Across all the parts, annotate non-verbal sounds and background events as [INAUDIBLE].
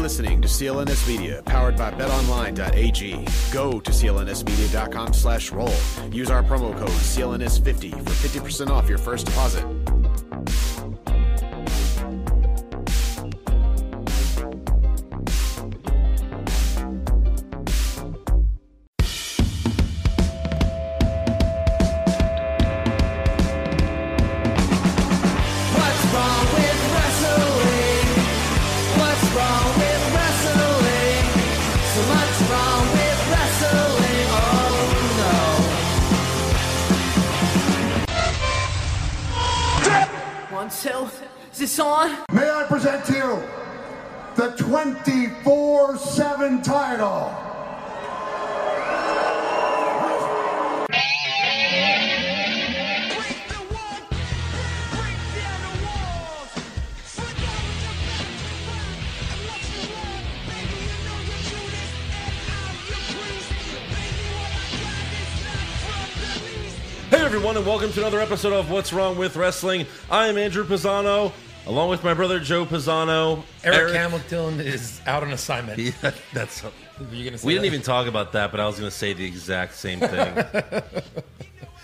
listening to CLNS Media, powered by betonline.ag. Go to clnsmedia.com slash roll. Use our promo code CLNS50 for 50% off your first deposit. What's wrong with wrestling? What's wrong with wrestling? So much wrong with wrestling. Oh no. One, two. Is this on? May I present to you the 24 7 title. Break the wall, break down the walls. Forget the back to front and what you want, baby. You know you do this, and I'm your priest, baby. What I got is not from the least. Hey everyone, and welcome to another episode of What's Wrong with Wrestling. I am Andrew Pisano, along with my brother Joe Pisano. Eric, Hamilton is out [LAUGHS] on assignment. That's you're gonna say We didn't that? even talk about that, but I was going to say the exact same thing. [LAUGHS]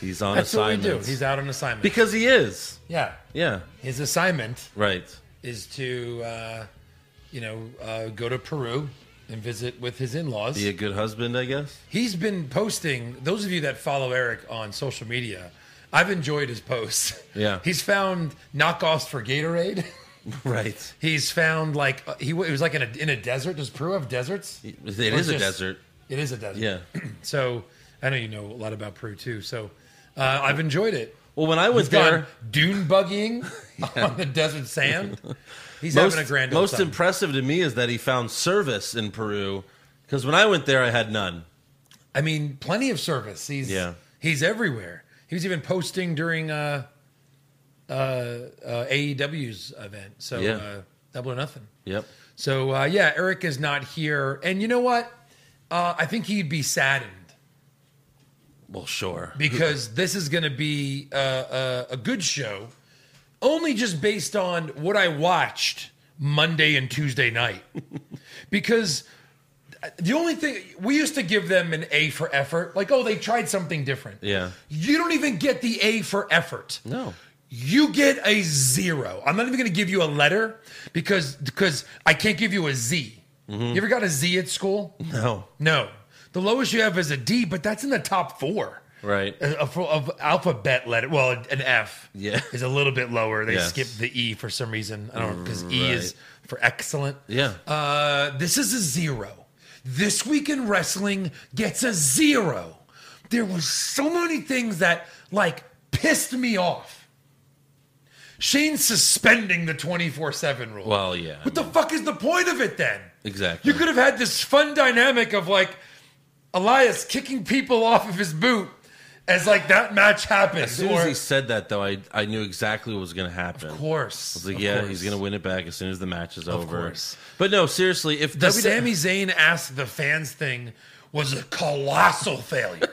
He's on That's what we assignment do. He's out on assignment. because he is. yeah, Yeah, his assignment right. is to, uh, you know, uh, go to Peru and visit with his in-laws. Be a good husband, I [LAUGHS] guess. He's been posting. Those of you that follow Eric on social media, I've enjoyed his posts. Yeah. [LAUGHS] he's found knockoffs for Gatorade. Right. [LAUGHS] He's found like uh, he, w- it was like in a in a desert. Does Peru have deserts? It Or is a just- desert. It is a desert. Yeah. [CLEARS THROAT] So I know you know a lot about Peru too. So uh, I've enjoyed it. Well, when I was He's gone there, dune [LAUGHS] buggying [LAUGHS] on the desert sand. He's most, having a grand old most time. impressive to me is that he found service in Peru. Because when I went there, I had none. I mean, plenty of service. He's Yeah. he's everywhere. He was even posting during uh, uh, uh, AEW's event. So Yeah. uh, double or nothing. Yep. So uh, yeah, Eric is not here, and you know what? Uh, I think he'd be saddened Well, sure. because this is going to be a, a, a good show, only just based on what I watched Monday and Tuesday night. [LAUGHS] because uh, the only thing we used to give them an A for effort, like, oh, they tried something different. Yeah. You don't even get the A for effort. No. You get a zero. I'm not even going to give you a letter because because I can't give you a Z. You ever got a Z at school? Mm-hmm. No. No. The lowest you have is a D, but that's in the top four. [LAUGHS] Right. Of, of alphabet letter, well, an F Yeah. is a little bit lower. They Yes. skip the E for some reason. I don't know because E is for excellent. Yeah. Uh, this is a zero. This week in wrestling gets a zero. There was so many things that like pissed me off. Shane suspending the twenty four seven rule. Well, yeah. What the fuck is the point of it then? Exactly. You could have had this fun dynamic of like Elias kicking people off of his boot as like that match happens. As soon or, as he said that, though, I I knew exactly what was going to happen. of I course. was like, of yeah, course. he's going to win it back as soon as the match is over. course. But no, seriously, if The WWE Sami Zayn asked the fans thing was a colossal failure.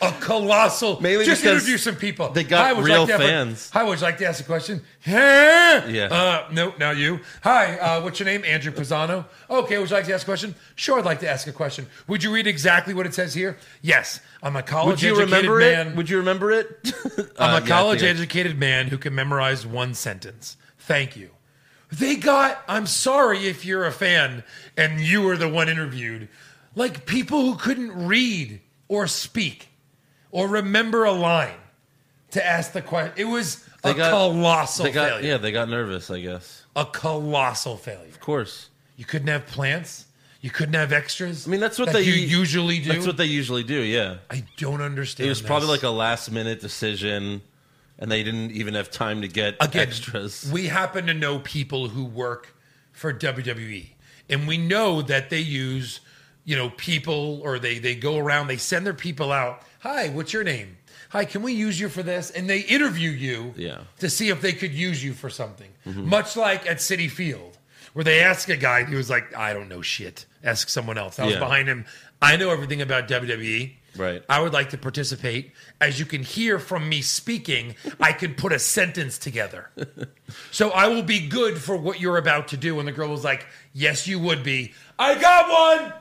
a colossal. Mainly just because interview some people. they got Hi, would you real like to have a- fans. hi, would you like to ask a question? Yeah. Yeah. Uh, no, now you. Hi, uh, what's your name? Andrew Pisano. Okay, would you like to ask a question? Sure, I'd like to ask a question. Would you read exactly what it says here? Yes. I'm a would college you educated remember man. it? Would you remember [LAUGHS] it? I'm Uh, a yeah, college I think I- educated man who can memorize one sentence. Thank you. They got, I'm sorry if you're a fan and you were the one interviewed, like people who couldn't read or speak or remember a line to ask the question. It was They a got- colossal They got failure. yeah, they got nervous. I guess. A colossal failure. Of course. You couldn't have plants. You couldn't have extras. I mean, that's what that they you usually do. That's what they usually do. Yeah. I don't understand. It was probably this. like a last minute decision, and they didn't even have time to get again, extras. We happen to know people who work for WWE, and we know that they use, you know, people or they they go around, they send their people out. Hi, what's your name? Hi, can we use you for this? And they interview you Yeah. Mm-hmm. to see if they could use you for something. Much like at City Field, where they ask a guy who was like, I don't know shit. Ask someone else. I was Yeah. behind him. I know everything about E. WWE. Right. I would like to participate. As you can hear from me speaking, I can put a [LAUGHS] sentence together. so I will be good for what you're about to do. And the girl was like, Yes, you would be. I got one.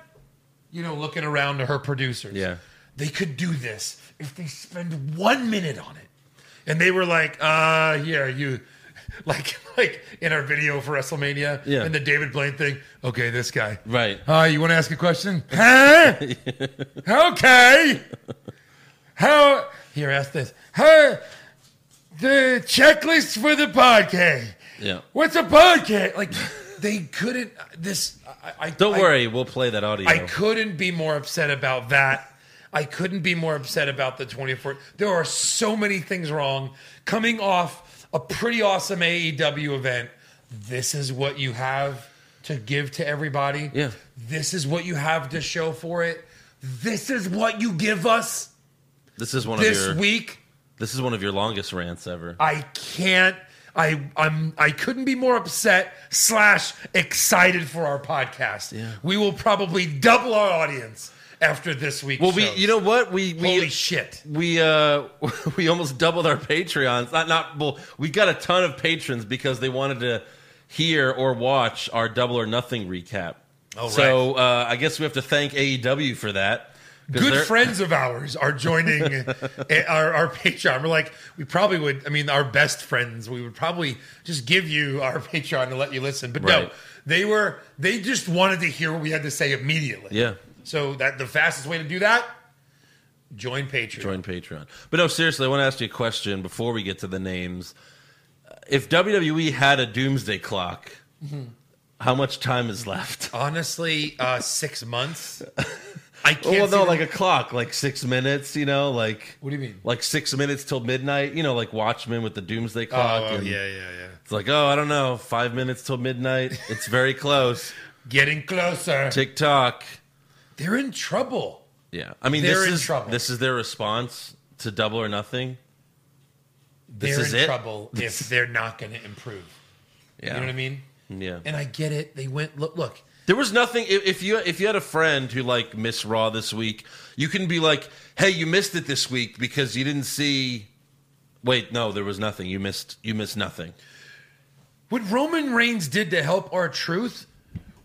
You know, looking around to her producers. Yeah. They could do this if they spend one minute on it. And they were like, uh, yeah, you [LAUGHS] like like in our video for WrestleMania Yeah. and the David Blaine thing. Okay, this guy. Right. Uh, you want to ask a question? Huh? okay. How here ask this. How the checklist for the podcast. Yeah. What's a podcast? Like they couldn't this I, I Don't I- worry, we'll play that audio. I couldn't be more upset about that. I couldn't be more upset about the 24. There are so many things wrong. Coming off a pretty awesome AEW event, this is what you have to give to everybody. Yeah. This is what you have to show for it. This is what you give us this is one this of your week. this is one of your longest rants ever. I can't. I I'm I couldn't be more upset slash excited for our podcast. Yeah. We will probably double our audience after this week. well, we you know what we we holy shit. we uh [LAUGHS] we almost doubled our patreons not not well we got a ton of patrons because they wanted to hear or watch our double or nothing recap Oh, so uh, i guess we have to thank aew for that 'Cause Good they're- friends of ours are joining [LAUGHS] a- our, our Patreon. We're like, we probably would, I mean, our best friends, we would probably just give you our [LAUGHS] Patreon and let you listen. But no, Right. they were, they just wanted to hear what we had to say immediately. Yeah. So that the fastest way to do that, join Patreon. join patreon but no seriously i want to ask you a question before we get to the names if wwe had a doomsday clock Mm-hmm. how much time is left Honestly, uh, [LAUGHS] six months. I can't. well, see no, the- like a clock, like six minutes, you know, like What do you mean? Like six minutes till midnight, you know, like Watchmen with the Doomsday Clock. oh, oh, and yeah, yeah, yeah. It's like, oh, I don't know, five minutes till midnight. It's very [LAUGHS] close. Getting closer. Tick tock. They're in trouble. Yeah, I mean, They're this in is trouble. this is their response to Double or Nothing. This they're is in it? trouble if they're not going to improve. Yeah, You know what I mean? Yeah, And I get it. They went look look. There was nothing. If, if you if you had a friend who like missed Raw this week, you can be like, "Hey, you missed it this week because you didn't see." Wait, no, there was nothing. You missed. You missed nothing. What Roman Reigns did to help our truth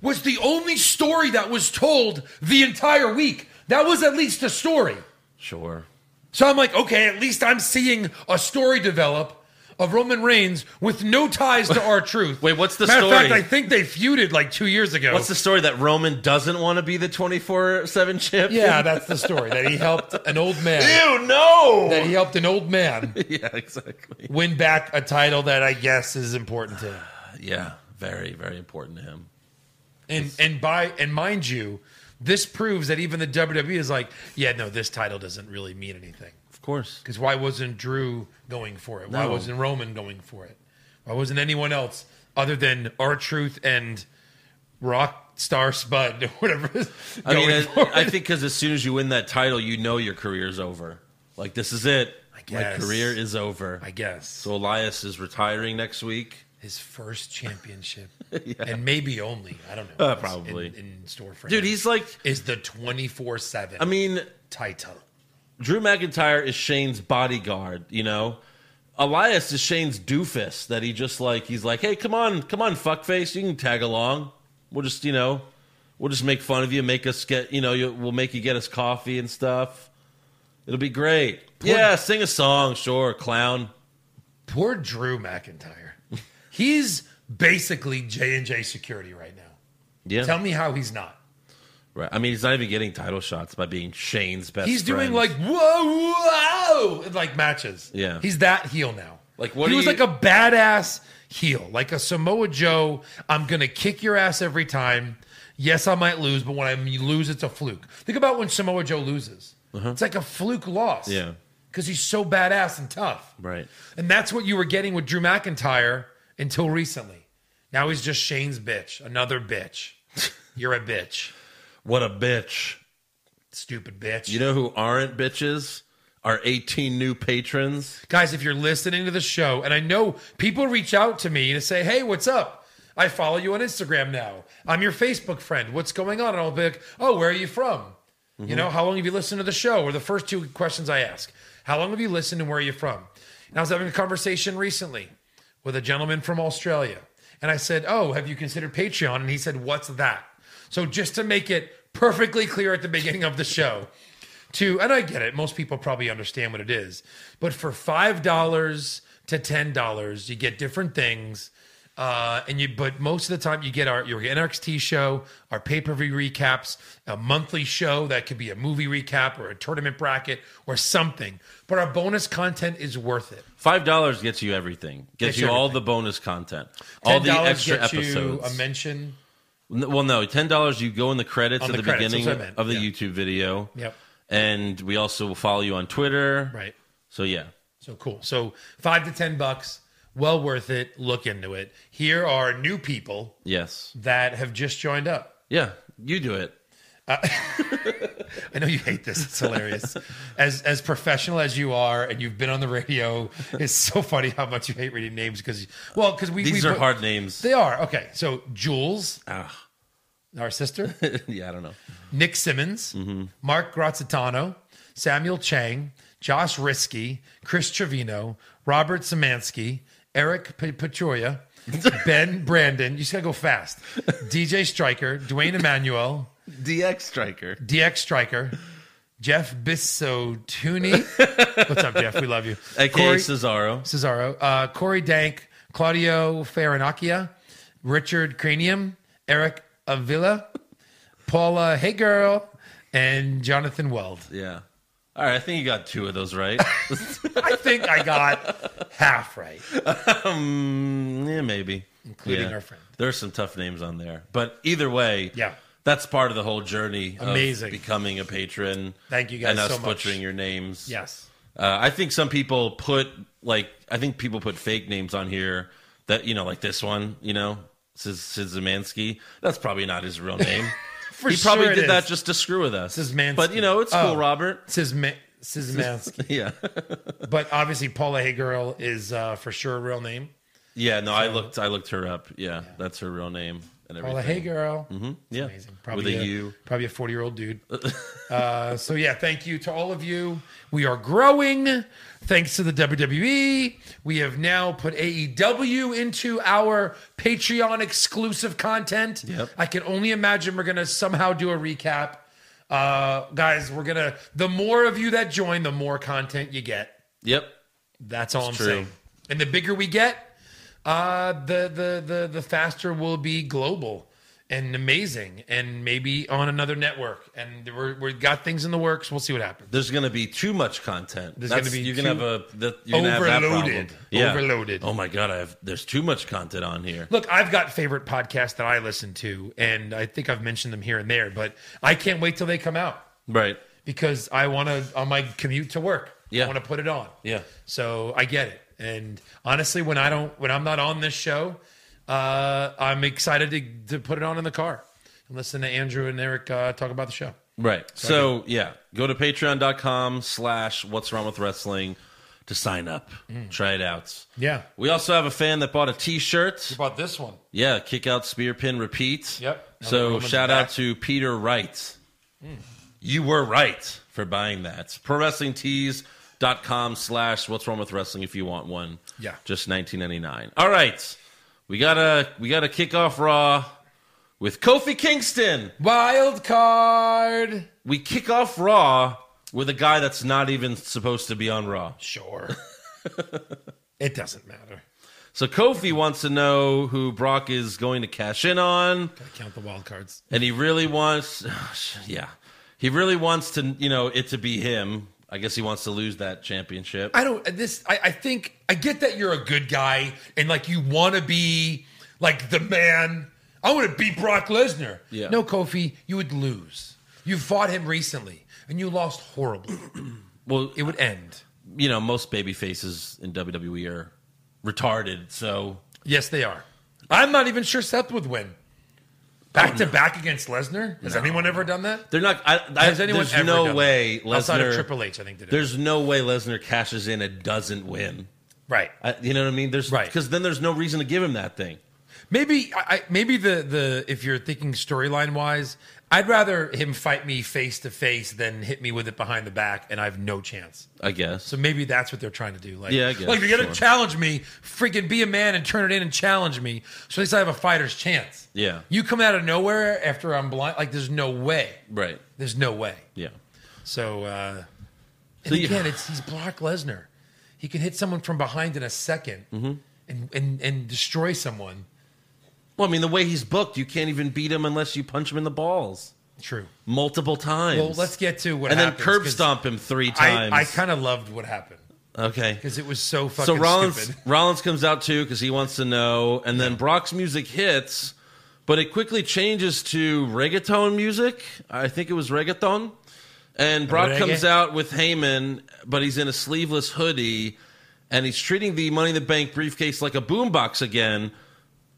was the only story that was told the entire week. That was at least a story. Sure. So I'm like, okay, at least I'm seeing a story develop of Roman Reigns with no ties to our [LAUGHS] truth. Wait, what's the Matter story? of fact, I think they feuded like two years ago. What's the story that Roman doesn't want to be the twenty four seven champion? [LAUGHS] yeah, that's the story that he helped an old man. Ew, no. That he helped an old man [LAUGHS] yeah, exactly. win back a title that I guess is important to him. Yeah, very, very important to him. And and by and mind you, this proves that even the WWE is like, yeah, no, this title doesn't really mean anything. Of course. Because why wasn't Drew going for it? Why No. wasn't Roman going for it? Why wasn't anyone else other than our Truth and Rock Star Spud [LAUGHS] or whatever? Is [LAUGHS] I mean, going for I, I it? think because as soon as you win that title, you know your career's over. Like this is it. guess. My career is over. I guess So Elias is retiring next week. his first championship, [LAUGHS] and maybe only I don't know. Uh, what's in- probably. in, store for Dude, him he's like. is the twenty four seven. I mean, title. Drew McIntyre is Shane's bodyguard. You know, Elias is Shane's doofus that he just like. He's like, hey, come on, come on, fuckface, you can tag along. We'll just, you know, we'll just make fun of you, make us get, you know, you, we'll make you get us coffee and stuff. It'll be great. yeah, sing a song, sure, clown. Poor Drew McIntyre. He's basically J and J security right now. Yeah, Tell me how he's not. right. I mean, he's not even getting title shots by being Shane's best. He's doing friend. like whoa, whoa, in, like matches. Yeah. he's that heel now. Like, what he do was you- like a badass heel, like a Samoa Joe. I'm gonna kick your ass every time. Yes, I might lose, but when I lose, it's a fluke. Think about when Samoa Joe loses. It's like a fluke loss. Uh-huh. Yeah. because he's so badass and tough. Right. and that's what you were getting with Drew McIntyre until recently. Now he's just Shane's bitch, another bitch. You're a bitch, what a bitch. stupid bitch. You know who aren't bitches? Our 18 new patrons. guys if you're listening to the show and i know people reach out to me to say hey what's up i follow you on instagram now i'm your facebook friend what's going on and i'll be like oh where are you from You know, how long have you listened to the show? Or the first two questions I ask. How long have you listened and where are you from? And I was having a conversation recently with a gentleman from Australia. And I said, Oh, have you considered Patreon? And he said, What's that? So just to make it perfectly clear at the beginning of the show, to and I get it, most people probably understand what it is, but for five dollars to ten dollars, you get different things. Uh, and you, but most of the time, you get our your NXT show, our pay per view recaps, a monthly show that could be a movie recap or a tournament bracket or something. But our bonus content is worth it. Five dollars gets you everything. Gets Gets you you all the everything. bonus content, all the $10 extra gets you episodes. a mention. N- well, no, ten dollars. You go in the credits On at the, the credits, beginning that's what I meant, of the yeah. YouTube video. Yep. And we also will follow you on Twitter. Right. So yeah, So cool. So five to ten bucks, well worth it. Look into it. Here are new people yes, that have just joined up. yeah. You do it. I know you hate this. It's hilarious. as as professional as you are, and you've been on the radio, it's so funny how much you hate reading names because well, because we These we are put- hard Ah. names. They are okay. So Jules, [LAUGHS] our sister, [LAUGHS] yeah, I don't know. Nick Simmons, Mm-hmm. Mark Grazitano, Samuel Chang, Josh Risky, Chris Trevino, Robert Samansky, Eric [LAUGHS] P- Pachulia, Ben Brandon. You just gotta go fast. DJ Stryker, Dwayne Emanuel. DX Striker. DX Striker, Jeff [LAUGHS] Bissotuni. What's up, Jeff? We love you. AKA Corey Cesaro. Cesaro, uh, Corey Dank, Claudio Farinacchia, Richard Cranium, Eric Avila, Paula Hey Girl, and Jonathan Weld. Yeah. All right, I think you got two of those [LAUGHS] right. I think I got half right. um, yeah, maybe. Including Yeah. our friend. There's some tough names on there, but either way, Yeah. that's part of the whole journey. of Amazing. becoming a patron. Thank you guys and us so much. butchering your names. Yes. Uh, I think some people put like I think people put fake names on here that you know like this one you know Sis Zemansky. That's probably not his real name. [LAUGHS] For he probably sure it did that is. just to screw with us. Szymanski. But you know it's cool, Oh. Robert. [LAUGHS] Szyma- Szymanski. [LAUGHS] Yeah, but obviously, Paula Hey Girl is uh, for sure a real name. yeah. No, I looked I looked her up. Yeah, that's her real name Mm-hmm. and everything. Paula Hey Girl. yeah, Amazing. Probably with a a, U. Probably a 40 year old dude. [LAUGHS] uh, so, yeah, thank you to all of you. We are growing thanks to the WWE. We have now put AEW into our Patreon exclusive content. Yep. I can only imagine we're going to somehow do a recap. Uh, guys, we're going to, the more of you that join, the more content you get. Yep. That's all It's I'm true. saying. And the bigger we get, uh, the the the the faster we'll be global and amazing, and maybe on another network. And we're we've got things in the works. We'll see what happens. There's going to be too much content. There's That's- gonna be you're going too to have a that, you're gonna have that problem. overloaded. Overloaded. Oh my god, I have there's too much content on here. Look, I've got favorite podcasts that I listen to, and I think I've mentioned them here and there. But I can't wait till they come out Right. because I want to on my commute to work. Yeah. I want to put it on. Yeah. So I get it. And honestly, when I don't, when I'm not on this show, uh, I'm excited to, to put it on in the car and listen to Andrew and Eric uh, talk about the show. Right. So yeah, go to patreon.com slash what's wrong with wrestling to sign up. Try it out. Mm. Yeah. We also have a fan that bought a t-shirt. About this one, Yeah, kick out spear pin repeat. Yep. Another So woman's shout back. Hmm. out to Peter Wright. You were right for buying that. Pro wrestling com slash what's wrong with wrestling if you want one. Yeah. Just nineteen ninety nine. All right. We gotta we gotta kick off raw with Kofi Kingston. wild card. We kick off Raw with a guy that's not even supposed to be on Raw. [LAUGHS] Sure, it doesn't matter. So Kofi wants to know who Brock is going to cash in on. I count the wild cards. and he really wants [SIGHS] yeah he really wants to you know it to be him i guess he wants to lose that championship I don't. This I, I think I get that you're a good guy and like you want to be like the man. I want to beat Brock Lesnar. Yeah. No, Kofi, you would lose. You fought him recently and you lost horribly. well It would end. you know most baby faces in wwe are retarded so Yes, they are. I'm not even sure Seth would win. Back to back against Lesnar. Has anyone ever done that? they're not I, Oh, I, Has anyone there's ever no done way that? outside of Lesnar- Triple H? I think they did. there's no way lesnar cashes in and doesn't win right. I, you know what i mean there's Right. because then there's no reason to give him that thing Maybe I, I- maybe the the if you're thinking storyline wise, I'd rather him fight me face to face than hit me with it behind the back, and I have no chance. I guess. So maybe that's what they're trying to do. Like, Yeah, I guess, like they're sure. gonna challenge me, freaking be a man and turn it in and challenge me. So at least I have a fighter's chance. Yeah. You come out of nowhere after I'm blind. Like, there's no way. right. There's no way. Yeah. So, uh, So and you- again, it's he's Brock Lesnar. He can hit someone from behind in a 2nd Mm-hmm. and, and and destroy someone. Well, I mean, the way he's booked, you can't even beat him unless you punch him in the balls True. multiple times. Well, let's get to what and then happens, curb 'cause stomp him three times. I, I kind of loved what happened okay. because it was so fucking So Rollins stupid. [LAUGHS] Rollins comes out too because he wants to know, and then Brock's music hits, but it quickly changes to reggaeton music. I think it was reggaeton, and Brock Reggae. comes out with Heyman, but he's in a sleeveless hoodie, and he's treating the Money in the Bank briefcase like a boombox again,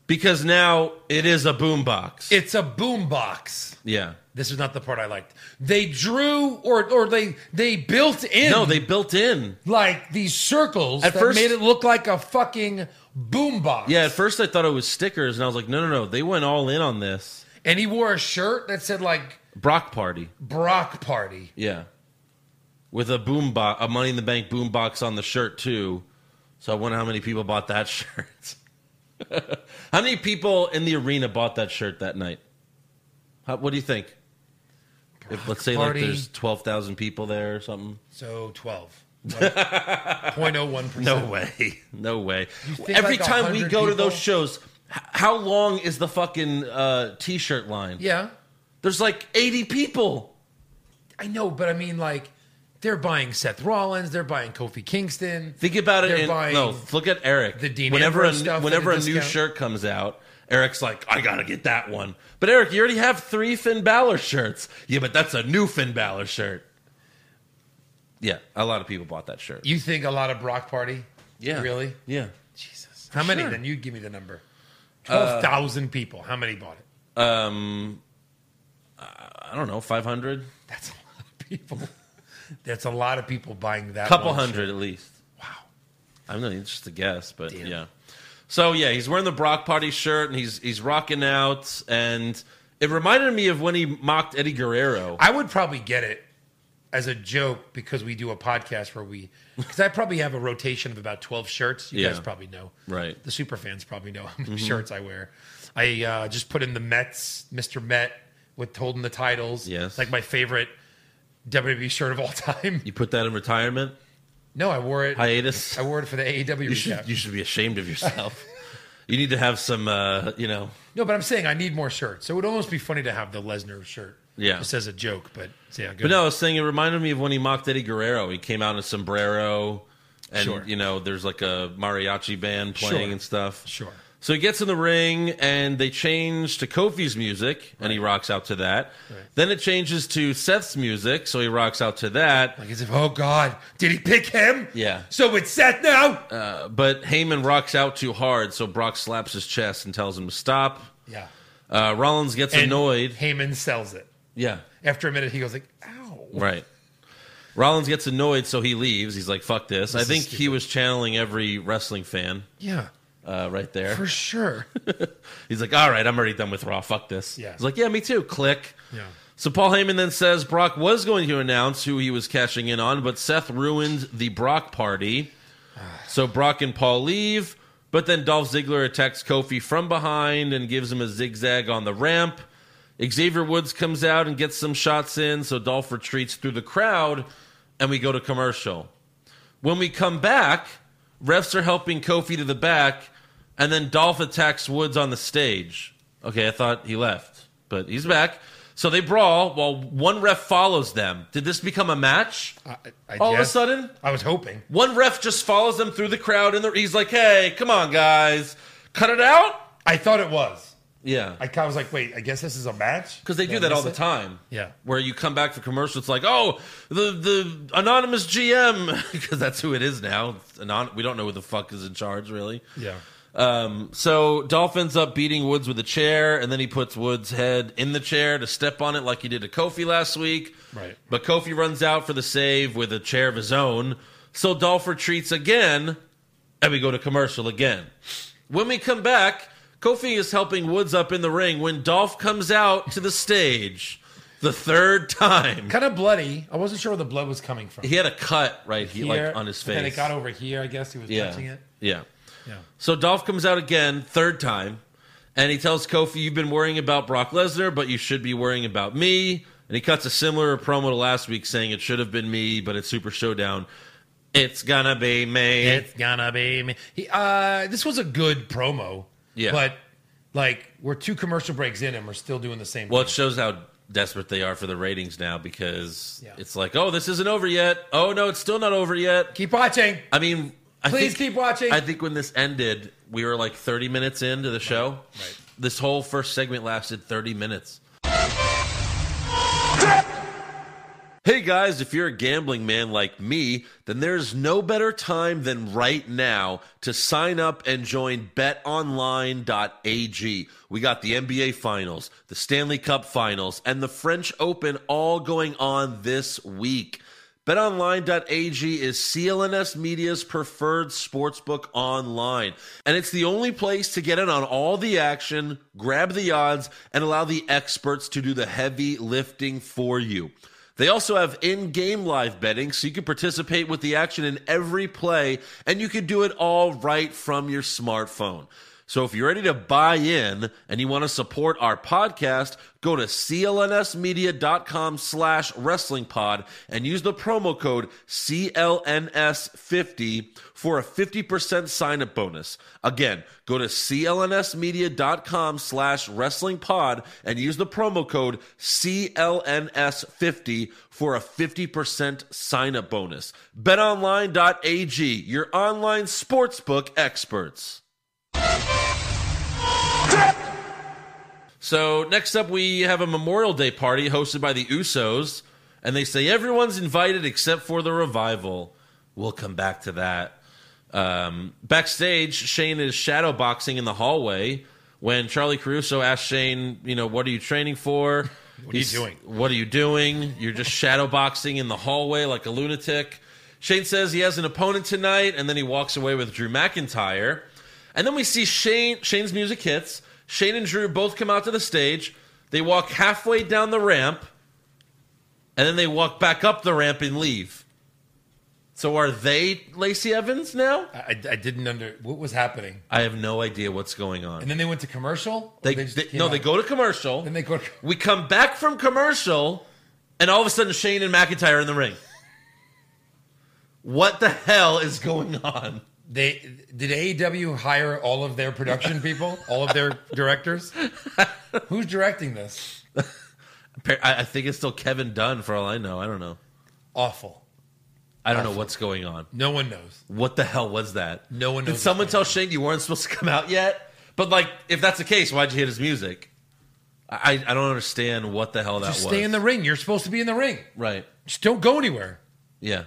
because now it is a boombox. It's a boombox. Yeah. This is not the part I liked. They drew or or they they built in No, they built in. like these circles At that first- made it look like a fucking boombox. Yeah, at first I thought it was stickers, and I was like, no, no, no. They went all in on this. and he wore a shirt that said like Brock Party. Brock Party. Yeah. With a boom box, a Money in the Bank boom box on the shirt too. So I wonder how many people bought that [LAUGHS] shirt. how many people in the arena bought that shirt that night? How, what do you think? If, let's say Party. like there's 12,000 people there or something. So 12. [LAUGHS] 0.01%. [LAUGHS] No way. No way. think Every like time we 100 go to those people? shows, h- how long is the fucking uh, t-shirt line? Yeah. There's like 80 people. I know, but I mean, like, they're buying Seth Rollins. They're buying Kofi Kingston. Think about it. They're In, buying- no, look at Eric. the Dean whenever a, Ambrose stuff at whenever a a new discount. shirt comes out, Eric's like, I gotta get that one. But Eric, you already have three Finn Balor shirts. Yeah, but that's a new Finn Balor shirt. Yeah, a lot of people bought that shirt. You think a lot of Brock Party? yeah, Really? Yeah. Jesus. How many sure. Uh, then? You give me the number. 12,000 people. How many bought it? Um, I don't know, five hundred, That's a lot of people. That's a lot of people buying that. couple one hundred at least. Wow. I'm not even just a guess, but yeah. So yeah, he's wearing the Brock Party shirt and he's he's rocking out, and it reminded me of when he mocked Eddie Guerrero. I would probably get it as a joke because we do a podcast where we because I probably have a rotation of about twelve shirts. You guys Yeah. probably know, Right. Mm-hmm. The super fans probably know how many shirts I wear. I uh, just put in the Mets, Mister Met, with holding the titles. Yes. like my favorite WWE shirt of [LAUGHS] all time. You put that in retirement, No, I wore it. I, hiatus. wore it for the AEW you recap. should you should be ashamed of [LAUGHS] yourself. you need to have some, uh, you know. no, but I'm saying I need more shirts. So it would almost be funny to have the Lesnar shirt. Yeah. just as a joke, but see how good. But no, I was saying it reminded me of when he mocked Eddie Guerrero. He came out in a sombrero, and Sure. you know, there's like a mariachi band playing Sure. and stuff. Sure. So he gets in the ring, and they change to Kofi's music, and he rocks out to that. Then it changes to Seth's music, so he rocks out to that. Like as if, oh God, did he pick him? Yeah. So it's Seth now. But Heyman rocks out too hard, so Brock slaps his chest and tells him to stop. yeah. Uh, Rollins gets And annoyed. Heyman sells it. Yeah. After a minute, he goes like, "Ow!" Right. Rollins gets annoyed, so he leaves. He's like, "Fuck this!" I is think he stupid. was channeling every wrestling fan Yeah, uh, right there. [LAUGHS] for sure. He's like, "All right, I'm already done with Raw. Fuck this." Yeah. He's like, "Yeah, me too." Click. Yeah. So Paul Heyman then says Brock was going to announce who he was cashing in on, but Seth ruined the Brock party. So Brock and Paul leave, but then Dolph Ziggler attacks Kofi from behind and gives him a zigzag on the ramp. Xavier Woods comes out and gets some shots in, so Dolph retreats through the crowd, and we go to commercial. When we come back, refs are helping Kofi to the back, and then Dolph attacks Woods on the stage. Okay, I thought he left, but he's back. So they brawl while one ref follows them. Did this become a match? I, I All of a guess. sudden, I was hoping. one ref just follows them through the crowd, and they're- he's like, "Hey, come on, guys, cut it out." I thought it was. Yeah, I, I was like, "Wait, I guess this is a match." because they do Did I that all miss the it? time. Yeah. where you come back for commercial, it's like, "Oh, the the anonymous [LAUGHS] GM," because that's who it is now. It's Anon- we don't know who the fuck is in charge, really. Yeah. Um, so Dolph ends up beating Woods with a chair, and then he puts Woods' head in the chair to step on it like he did to Kofi last week. Right. But Kofi runs out for the save with a chair of his own. So Dolph retreats again, and we go to commercial again. When we come back, Kofi is helping Woods up in the ring when Dolph comes out to the stage the third time. Kind of bloody. I wasn't sure where the blood was coming from. He had a cut right here, like on his face. And then it got over here. I guess he was touching it. Yeah. Yeah. So Dolph comes out again, third time, and he tells Kofi, You've been worrying about Brock Lesnar, but you should be worrying about me. And he cuts a similar promo to last week saying, It should have been me, but it's Super Showdown. It's gonna be me. It's gonna be me. He, uh, this was a good promo. Yeah. But like we're two commercial breaks in and we're still doing the same. well, it thing. shows how desperate they are for the ratings now because Yeah. it's like, Oh, this isn't over yet. Oh, no, it's still not over yet. keep watching. I mean, I Please think- keep watching. I think when this ended, we were like 30 minutes into the show. right. This whole first segment lasted 30 minutes. Hey guys, if you're a gambling man like me, then there's no better time than right now to sign up and join betonline.ag. We got the NBA Finals, the Stanley Cup Finals, and the French Open all going on this week. BetOnline.ag is CLNS Media's preferred sportsbook online, and it's the only place to get in on all the action, grab the odds, and allow the experts to do the heavy lifting for you. They also have in game live betting, so you can participate with the action in every play, and you can do it all right from your smartphone. So if you're ready to buy in and you want to support our podcast, go to clnsmedia.com slash wrestling pod and use the promo code CLNS50 for a 50% sign-up bonus. Again, go to clnsmedia.com slash wrestling pod and use the promo code CLNS50 for a 50% sign-up bonus. BetOnline.ag, your online sportsbook experts. So next up, we have a Memorial Day party hosted by the Usos, and they say everyone's invited except for the revival. We'll come back to that. Um, backstage, Shane is shadow boxing in the hallway when Charlie Caruso asks Shane, "You know, what are you training for? What are you doing? What are you doing? You're just shadow boxing in the hallway like a lunatic." Shane says he has an opponent tonight, and then he walks away with Drew McIntyre. And then we see Shane. Shane's music hits. Shane and Drew both come out to the stage. They walk halfway down the ramp, and then they walk back up the ramp and leave. So are they Lacey Evans now? I, I didn't under what was happening. I have no idea what's going And on. then they went to commercial. or They, just they- came no, out? they go to commercial. Then they go. we come back from commercial, and all of a sudden Shane and McIntyre are in the ring. What the hell is going on? They did AEW hire all of their production [LAUGHS] people, all of their directors. Who's directing this? Appa- I I think it's still Kevin Dunn, for all I know. I don't know. Awful. I don't know what's going on. No one knows. What the hell was that? No one Did knows someone what's tell Shane you weren't supposed to come out yet? But like, if that's the case, why'd you hit his music? I I I don't understand what the hell that Just was. stay in the ring. You're supposed to be in the ring. right. Just don't go anywhere. Yeah.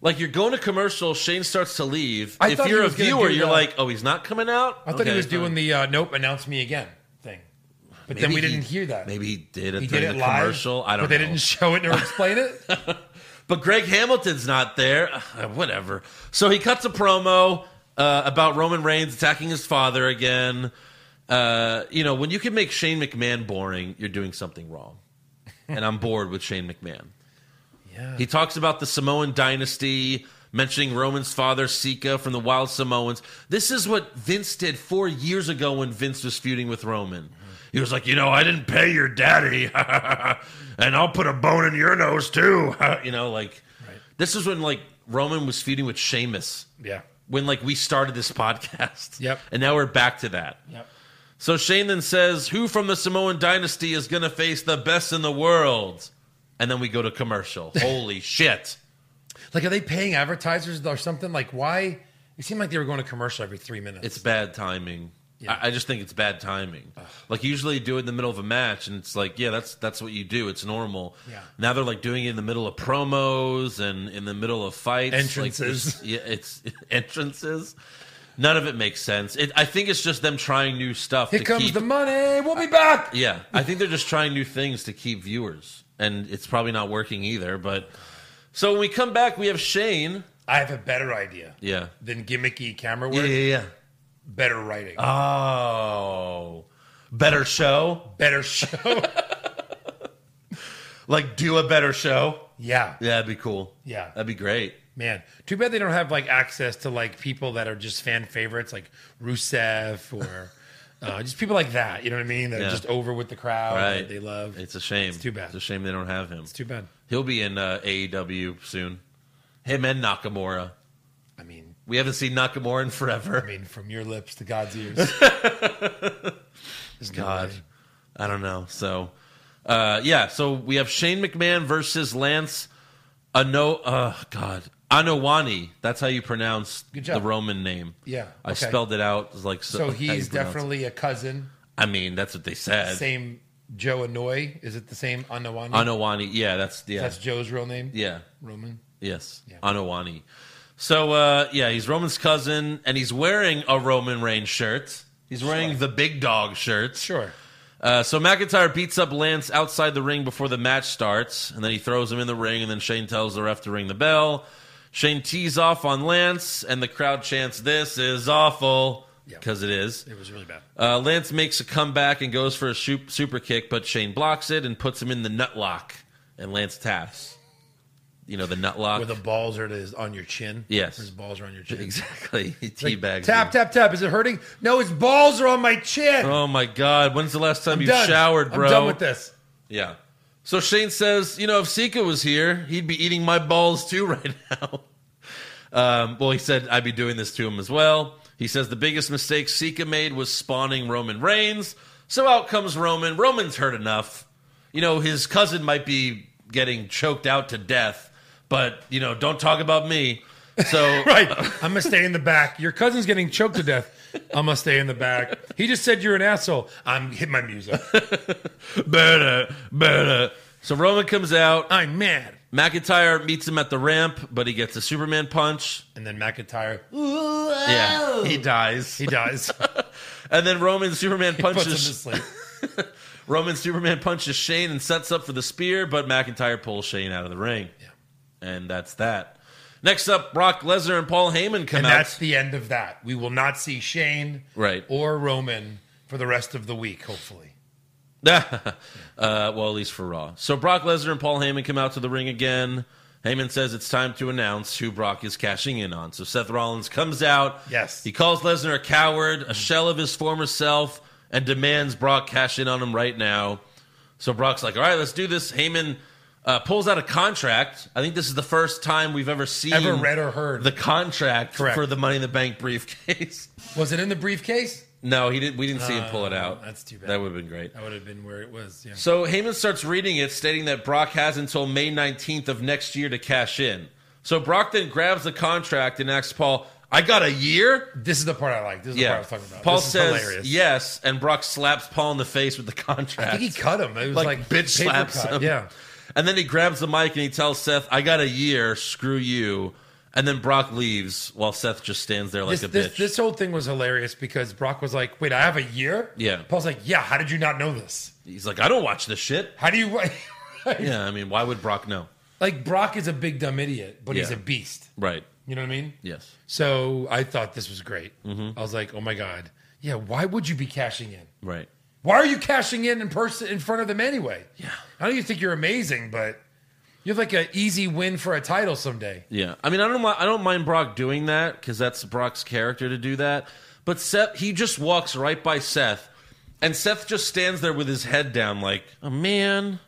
Like you're going to commercial, Shane starts to leave. I if thought you're he a was gonna viewer, do you're the- like, oh, he's not coming out. I thought he was doing the uh, nope, announce me again thing. But then we didn't hear that. Maybe he did it he did during the it live. commercial. I don't. But they know. didn't show it or explain [LAUGHS] it. But Greg Hamilton's not there. Ugh, Whatever. So he cuts a promo uh, about Roman Reigns attacking his father again. Uh, you know, when you can make Shane McMahon boring, you're doing something wrong. and I'm bored with Shane McMahon. Yeah. He talks about the Samoan dynasty, mentioning Roman's father, Sika, from the Wild Samoans. This is what Vince did four years ago when Vince was feuding with Roman. He was like, You know, I didn't pay your daddy, [LAUGHS] and I'll put a bone in your nose too. [LAUGHS] you know, like, this is when, like, Roman was feuding with Sheamus, yeah. when, like, we started this podcast. Yep. And now we're back to that. Yep. So Shane then says, Who from the Samoan dynasty is going to face the best in the world? And then we go to commercial. Holy shit. Like, are they paying advertisers or something? Like, why? It seemed like they were going to commercial every three minutes. It's bad timing. Yeah. I, I just think it's bad timing. Like usually you do it in the middle of a match, and it's like, yeah, that's that's what you do. It's normal. Yeah. Now they're like doing it in the middle of promos and in the middle of fights, Like, Entrances. there's- [LAUGHS] yeah, it's entrances. None of it makes sense. It, I think it's just them trying new stuff. Here to comes keep- the money. We'll be back. Yeah, I think they're just trying new things to keep viewers, and it's probably not working either. But so when we come back, we have Shane. I have a better idea Yeah. than gimmicky camera Yeah, work. yeah, yeah. better writing, Oh, better show. better show. Like do a better show. yeah. Yeah, that'd be cool. Yeah. that'd be great. Man, too bad they don't have like access to like people that are just fan favorites, like Rusev or [LAUGHS] uh, just people like that. You know what I mean? That Yeah. are just over with the crowd. Right. That they love. It's It's a shame. It's too bad. It's a shame they don't have him. too bad. He'll be in uh, AEW soon. Him and Nakamura. I mean, We haven't seen Nakamura in I forever. mean, from your lips to God's [LAUGHS] ears. God, I don't know. So, uh, yeah. So we have Shane McMahon versus Lance Ano. Uh, God, Anowani. That's how you pronounce Good job. the Roman name. Yeah, I okay. spelled it out it's like So how you he's pronounce it. definitely a cousin. I mean, that's what they said. Same Joe Anoy. Is it the same Anawani? Anowani. Yeah, that's yeah, That's Joe's real name. yeah. Roman. Yes, Yeah. Anowani. So uh, yeah, he's Roman's cousin, and he's wearing a Roman Reigns shirt. He's wearing the Big Dog shirt. Sure. Uh, so McIntyre beats up Lance outside the ring before the match starts, and then he throws him in the ring, and then Shane tells the ref to ring the bell. Shane tees off on Lance, and the crowd chants, "This is awful," Yeah. because it is. It was really bad. Uh, Lance makes a comeback and goes for a shoop- super kick, but Shane blocks it and puts him in the nut lock, and Lance taps. You know the nut lock. Where the balls are to his, on your chin. Yes. His balls are on your chin. Exactly. [LAUGHS] He Like, teabags. tap, you. tap, tap. Is it hurting? No, his balls are on my chin. Oh my God. When's the last time I'm you done. showered, bro? I'm done with this. [LAUGHS] Yeah. So Shane says, you know, if Sika was here, he'd be eating my balls too [LAUGHS] right now. Um, well, he said, I'd be doing this to him as well. He says the biggest mistake Sika made was spawning Roman Reigns. So out comes Roman. Roman's hurt enough. You know, his cousin might be getting choked out to death, but, you know, don't talk about me. So, [LAUGHS] Right. I'm going to stay in the back. Your cousin's getting choked to death. I'm going to stay in the back. He just said you're an asshole. I'm hit my music. [LAUGHS] better, better. So Roman comes out. I'm mad. McIntyre meets him at the ramp, but he gets a Superman punch. And then McIntyre, Yeah, he dies. he dies. [LAUGHS] And then Roman Superman Puts him to punches sleep. Roman Superman punches Shane and sets up for the spear, but McIntyre pulls Shane out of the ring. And that's that. Next up, Brock Lesnar and Paul Heyman come And out. that's the end of that. We will not see Shane Right. or Roman for the rest of the week, hopefully. [LAUGHS] uh, well, at least for Raw. So Brock Lesnar and Paul Heyman come out to the ring again. Heyman says it's time to announce who Brock is cashing in on. So Seth Rollins comes out. Yes. He calls Lesnar a coward, a shell of his former self, and demands Brock cash in on him right now. So Brock's like, all right, let's do this. Heyman uh, pulls out a contract. I think this is the first time we've ever seen Ever read or heard. the contract Correct. for the Money in the Bank briefcase. [LAUGHS] Was it in the briefcase? no, he didn't. We didn't see him pull it out. Uh, that's too bad. That would have been great. That would have been where it was. Yeah. So Heyman starts reading it, stating that Brock has until May 19th of next year to cash in. So Brock then grabs the contract and asks Paul, I got a year? This is the part I like. This is Yeah. the part I was talking about. Paul This is says hilarious. yes, and Brock slaps Paul in the face with the I contract. think he cut him. It was like, like, bitch paper slaps cut. him. Yeah. And then he grabs the mic and he tells Seth, I got a year, screw you. And then Brock leaves while Seth just stands there like This, a this, bitch. this whole thing was hilarious because Brock was like, "Wait, I have a year." Yeah. Paul's like, "Yeah, how did you not know this? He's like, I don't watch this shit. How do you?" [LAUGHS] Yeah, I mean, why would Brock know? Like Brock is a big dumb idiot, but he's Yeah. a beast. Right. You know what I mean? Yes. So I thought this was great. Mm-hmm. I was like, "Oh my god, yeah. Why would you be cashing in? Right. Why are you cashing in in person in front of them anyway? Yeah. I don't even think you're amazing, but you have like an easy win for a title someday. Yeah, I mean, I don't, mi- I don't mind Brock doing that because that's Brock's character to do that. But Seth, he just walks right by Seth, and Seth just stands there with his head down, like, oh, man,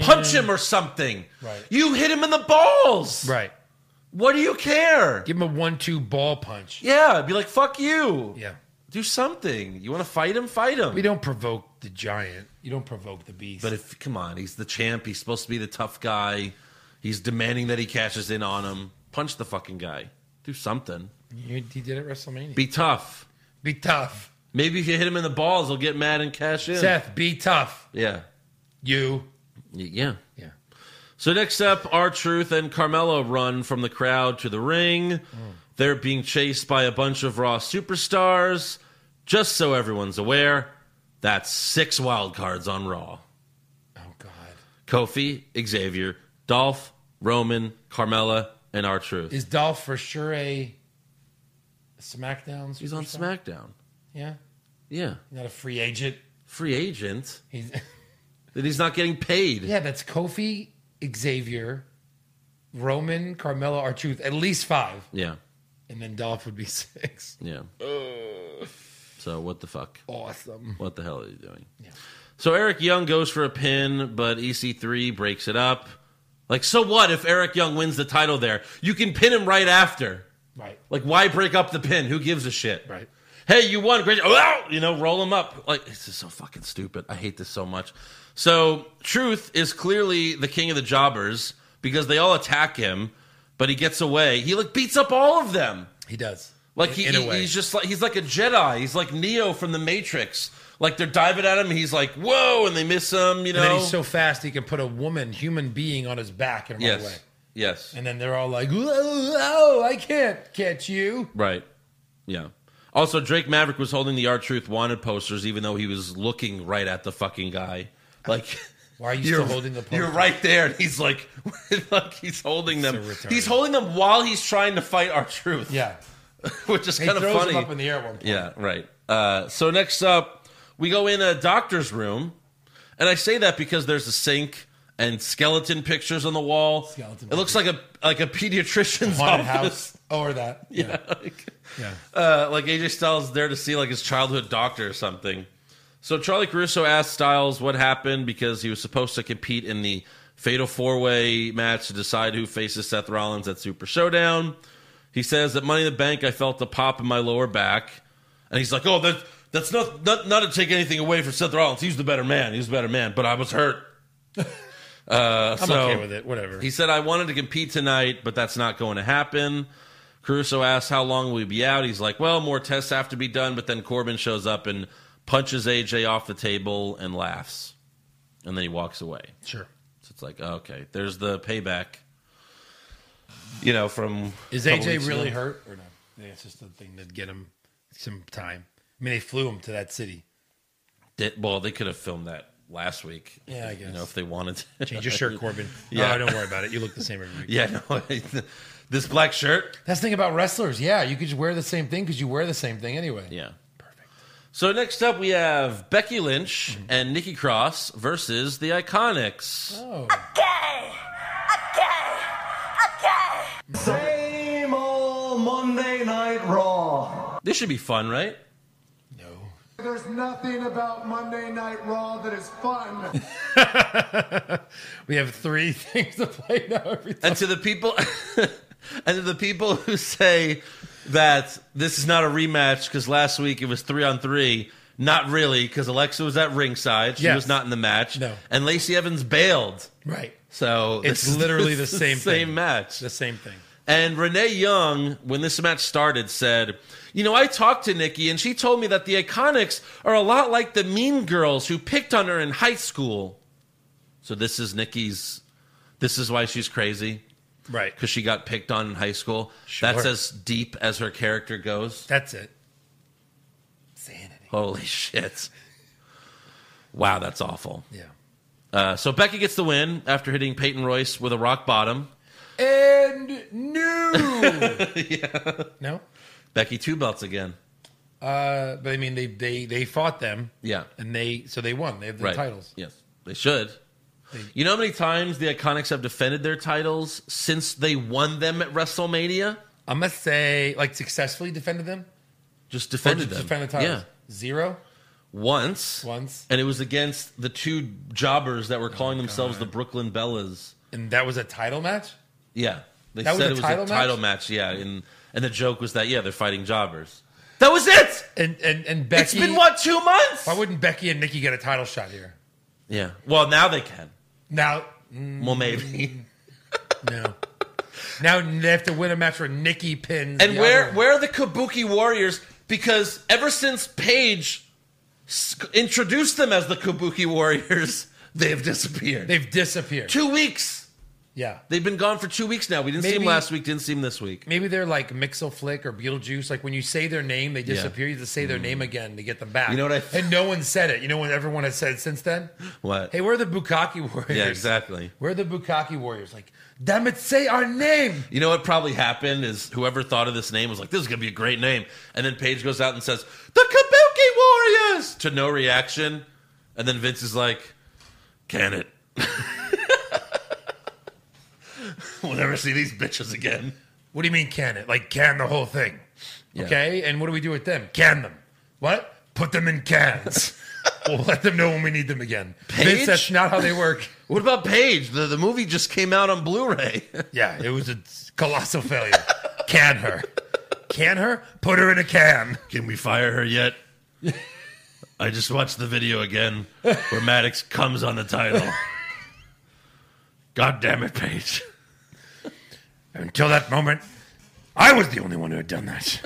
punch him or something. Oh, Right. You hit him in the balls. Right? What do you care? Give him a one-two ball punch. Yeah, be like, fuck you. yeah. Do something. You want to fight him? Fight him. We don't provoke the giant. You don't provoke the beast. But if come on, he's the champ. He's supposed to be the tough guy. He's demanding that he cashes in on him. Punch the fucking guy. Do something. You- he did it at WrestleMania. Be Be, tough. tough, Maybe if you hit him in the balls, he'll get mad and cash in. Seth. Be tough. Yeah. You. Y- Yeah. Yeah. So next up, our Truth and Carmelo run from the crowd to the ring. Mm. They're being chased by a bunch of Raw superstars. Just so everyone's aware, that's six wild cards on Raw. Oh God. Kofi, Xavier, Dolph, Roman, Carmella, and our Truth. Is Dolph for sure a SmackDown. He's on superstar? SmackDown. Yeah, Yeah. not a free agent. Free agent. He's That he's not getting paid. yeah. That's Kofi, Xavier, Roman, Carmella, our truth. At least five, Yeah. and then Dolph would be [LAUGHS] six. Yeah. So what the fuck? Awesome. What the hell are you doing? Yeah. So Eric Young goes for a pin, but EC3 breaks it up. Like, so what if Eric Young wins the title there? You can pin him right after. Right. Like, why break up the pin? Who gives a shit? Right. Hey, you won. Great. Oh, you know, roll him up. Like, this is so fucking stupid. I hate this so much. So, Truth is clearly the king of the jobbers because they all attack him, but he gets away. He, like, beats up all of them. He does. Like In- he, in a he- way. he's just like he's like a Jedi. He's like Neo from the Matrix. Like they're diving at him, and he's like, "Whoa!" and they miss him. You know. And then he's so fast he can put a woman, human being, on his back and run yes, away. yes, And then they're all like, "Oh, I can't catch you." right, yeah. Also, Drake Maverick was holding the R Truth wanted posters, even though he was looking right at the fucking guy. Like, [LAUGHS] Why are you you're still holding the poster? You're right there, and he's like, [LAUGHS] like he's holding them. So retarded. he's holding them while he's trying to fight R Truth. Yeah. [LAUGHS] which is He kind of throws funny. him up in the air at one point. Yeah, right. Uh, so next up, we go in a doctor's room, and I say that because there's a sink and skeleton pictures on the wall. Skeleton it looks like a like a pediatrician's [LAUGHS] Haunted office. house. Oh, or that. Yeah, like, Yeah. uh, like AJ Styles there to see like his childhood doctor or something. So Charlie Caruso asked Styles what happened because he was supposed to compete in the Fatal Four Way match to decide who faces Seth Rollins at Super Showdown. He says that Money in the Bank, I felt a pop in my lower back, and he's like, "Oh, that, that's not, not not to take anything away from Seth Rollins. He's the better man. He's the better man, but I was hurt." uh, I'm so okay with it. Whatever. he said, I wanted to compete tonight, but that's not going to happen. Caruso asked, How long will we be out? He's like, Well, more tests have to be done. But then Corbin shows up and punches AJ off the table and laughs. And then he walks away. sure. So it's like, oh, okay, there's the payback. You know, from. Is a couple AJ weeks really ago. hurt or no? I think it's just a thing to get him some time. I mean, they flew him to that city. Did- well, they could have filmed that last week. Yeah, I You know, guess. if they wanted to. Change [LAUGHS] your shirt, Corbin. Yeah. No, don't worry about it. You look the same every week. yeah, no. [LAUGHS] this black shirt. That's the thing about wrestlers. Yeah, you could just wear the same thing because you wear the same thing anyway. Yeah. Perfect. Mm-hmm. So next up, we have Becky Lynch and Nikki Cross versus the Iconics. Oh. Same old Monday Night Raw. This should be fun, right? No. There's nothing about Monday Night Raw that is [LAUGHS] fun. We have three [LAUGHS] things to play now every time. And to the people, [LAUGHS] and to the people who say that this is not a rematch because last week it was three on three. Not really, because Alexa was at ringside. She Yes. was not in the match. No. And Lacey Evans bailed. Right. So It's this- [LAUGHS] literally this the is same same thing. match. The same thing. And Renee Young, when this match started, said, You know, I talked to Nikki and she told me that the Iconics are a lot like the mean girls who picked on her in high school. So this is Nikki's, this is why she's crazy, Right. because she got picked on in high school. That's Sure. as deep as her character goes. That's it. Sanity. Holy [LAUGHS] shit. Wow, that's awful. Yeah. Uh, so Becky gets the win after hitting Peyton Royce with a rock bottom. [LAUGHS] And new. No. Becky, two belts again. Uh, but I mean, they they they fought them. Yeah. And they so they won. They have the titles. Yes, they should. you know how many times the Iconics have defended their titles since they won them at WrestleMania? I must say, like successfully defended them. Just defended Or just them. Defend the titles. Yeah, Zero. once, Once. Oh, and it was against the two jobbers that were calling themselves the Brooklyn Bellas. And that was a title match. Yeah, they That was said it a was title a match? title match. Yeah, and and the joke was that yeah they're fighting jobbers. That was it. And and and Becky. it's been what two months? Why wouldn't Becky and Nikki get a title shot here? yeah. Well, now they can. Now, Well, [LAUGHS] Mm. maybe. no. now they have to win a match where Nikki pins. And the where other one. where are the Kabuki Warriors? Because ever since Paige s- introduced them as the Kabuki Warriors, [LAUGHS] they've disappeared. they've disappeared. Two weeks. Yeah. They've been gone for two weeks now. We didn't see Maybe- him last week. Didn't see him this week. Maybe they're like Mixel Flick or Beetlejuice. Like when you say their name, they disappear. You have to say their name again to get them back. Mm. You know what I- and no one said it. You know what everyone has said since then? What? Hey, we're the Bukaki Warriors. yeah, exactly. We're the Bukaki Warriors. Like, damn it, say our name. You know what probably happened is whoever thought of this name was like, "This is gonna be a great name," and then Paige goes out and says, "The Kabuki Warriors" to no reaction, and then Vince is like, "Can it?" [LAUGHS] we'll never see these bitches again. What do you mean can it? Like can the whole thing. Yeah. Okay? And what do we do with them? Can them. What? Put them [LAUGHS] in cans. we'll let them know when we need them again. Vince, Paige? that's not how they work. What about Paige? The the movie just came out on Blu-ray. yeah, it was a colossal failure. Can her. Can her? Put her in a can. [LAUGHS] Can we fire her [LAUGHS] yet? I just watched the video again where Maddox comes on the title. [LAUGHS] God damn it, Paige. Until that moment, I was the only one who had done that.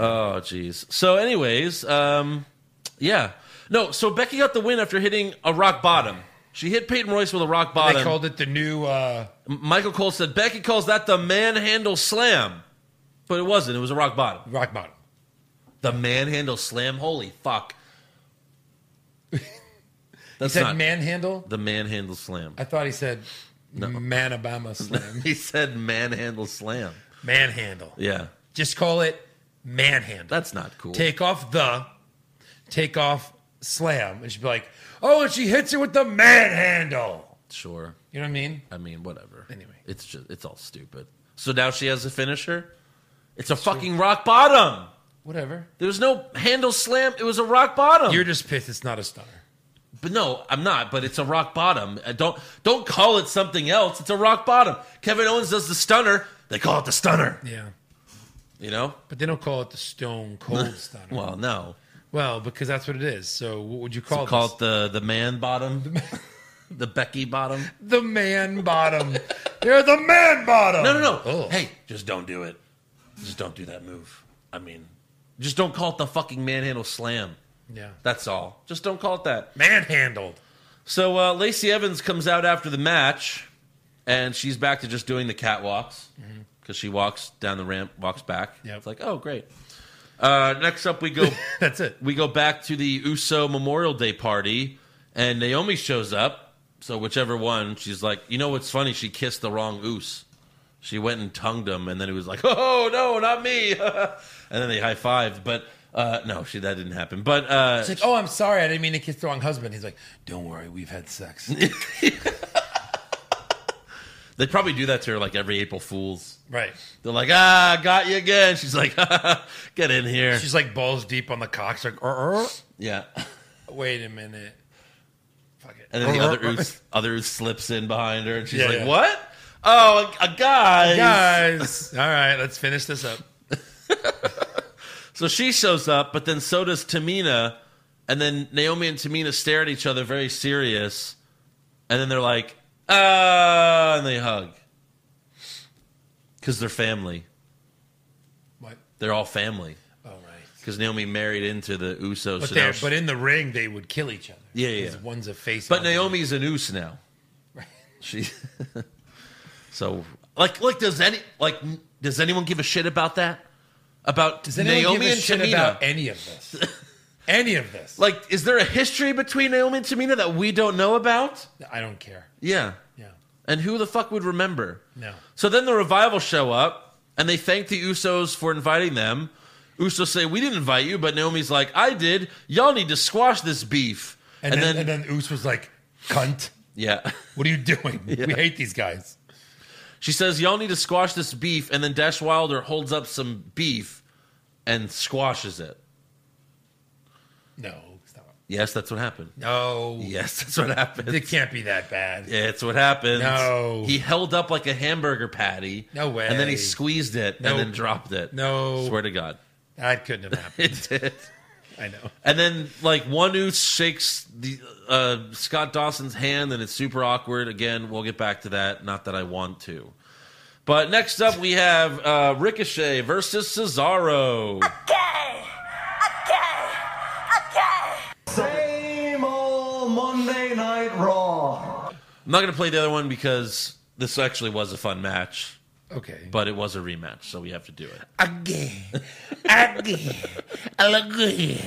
Oh, jeez. So, anyways, um, yeah. No, so Becky got the win after hitting a rock bottom. She hit Peyton Royce with a rock They bottom. called it the new uh M- Michael Cole said Becky calls that the manhandle slam. But it wasn't. It was a rock bottom. rock bottom. The manhandle slam? Holy fuck. [LAUGHS] He That's said not manhandle. the manhandle slam. I thought he said Manabama slam. [LAUGHS] He said manhandle slam. manhandle. Yeah. Just call it manhandle. That's not cool. take off the, take off slam, and she'd be like, "Oh, and she hits it with the manhandle." sure. You know what I mean? I mean, whatever. Anyway. it's just it's all stupid. So now she has a finisher. It's a fucking rock bottom. Whatever. There was no handle slam. It was a rock bottom. You're just pissed. It's not a star. but no, I'm not. But it's a rock bottom. Uh, don't don't call it something else. It's a rock bottom. Kevin Owens does the stunner. They call it the stunner. Yeah, You know. but they don't call it the Stone [LAUGHS] Cold Stunner. well, Well, no. because that's what it is. So what would you So call call this? it the the man bottom, [LAUGHS] the Becky bottom. the man bottom? [LAUGHS] You're the man bottom. No, no, no. Oh. Hey, just don't do it. Just don't do that move. I mean, just don't call it the fucking manhandle slam. Yeah. That's all. Just don't call it that. Manhandled. [LAUGHS] So uh, Lacey Evans comes out after the match, and she's back to just doing the catwalks because she walks down the ramp, walks back. Mm-hmm. Yep. It's like, oh, great. Uh, next up, we go [LAUGHS] That's it. we go back to the Uso Memorial Day party, and Naomi shows up. So whichever one, she's like, you know what's funny? She kissed the wrong Us. She went and tongued him, and then he was like, [LAUGHS] oh no, not me. [LAUGHS] and then they high fived, but uh, no, she that didn't happen. But uh, It's like, oh, I'm sorry, I didn't mean to kiss the wrong husband. He's like, don't worry, we've [LAUGHS] had sex. they probably do that to her like every April Fools. right. They're like, ah, got you again. She's like, [LAUGHS] get in here. She's like balls deep on the cock. She's like, er, er. yeah. Wait a minute. Fuck it. And then [LAUGHS] the other ooze, other ooze slips in behind her, and she's Yeah, like, yeah. what? Oh, a, a guy. Guys. All right, let's finish this up. So she shows up, but then so does Tamina. And then Naomi and Tamina stare at each other very serious. And then they're like, ah, and they hug. Because they're family. What? They're all family. All right. Because Naomi married into the Usos. But, so they're now she- but in the ring, they would kill each other. Yeah, yeah, 'Cause yeah. One's a face. But one's a- Naomi's an oos now. [LAUGHS] She so like like does any like does anyone give a shit about that? About Does anyone Naomi give a and shit Tamina? about any of [LAUGHS] this? any of this? like, is there a history between Naomi and Tamina that we don't know about? I don't care. Yeah, Yeah. and who the fuck would remember? No. So then the revival show up and they thank the Usos for inviting them. Usos say we didn't invite you, but Naomi's like I did. Y'all need to squash this beef. And, then, and then Oos was like, cunt. yeah. [LAUGHS] What are you doing? We hate these guys. She says, Y'all need to squash this beef. And then Dash Wilder holds up some beef and squashes it. No, stop. Yes, that's what happened. No. Yes, that's what happened. It can't be that bad. It's what happened. No. He held up like a hamburger patty. No way. And then he squeezed it No. and then dropped it. No. Swear to God. [LAUGHS] That couldn't have happened. It did. I know. And then, like, one who shakes the uh, Scott Dawson's hand, and it's super awkward. Again, we'll get back to that. Not that I want to. But next up, we have uh, Ricochet versus Cesaro. Same old Monday Night Raw. I'm not going to play the other one because this actually was a fun match, Okay. but it was a rematch, so we have to do it. again, again, again.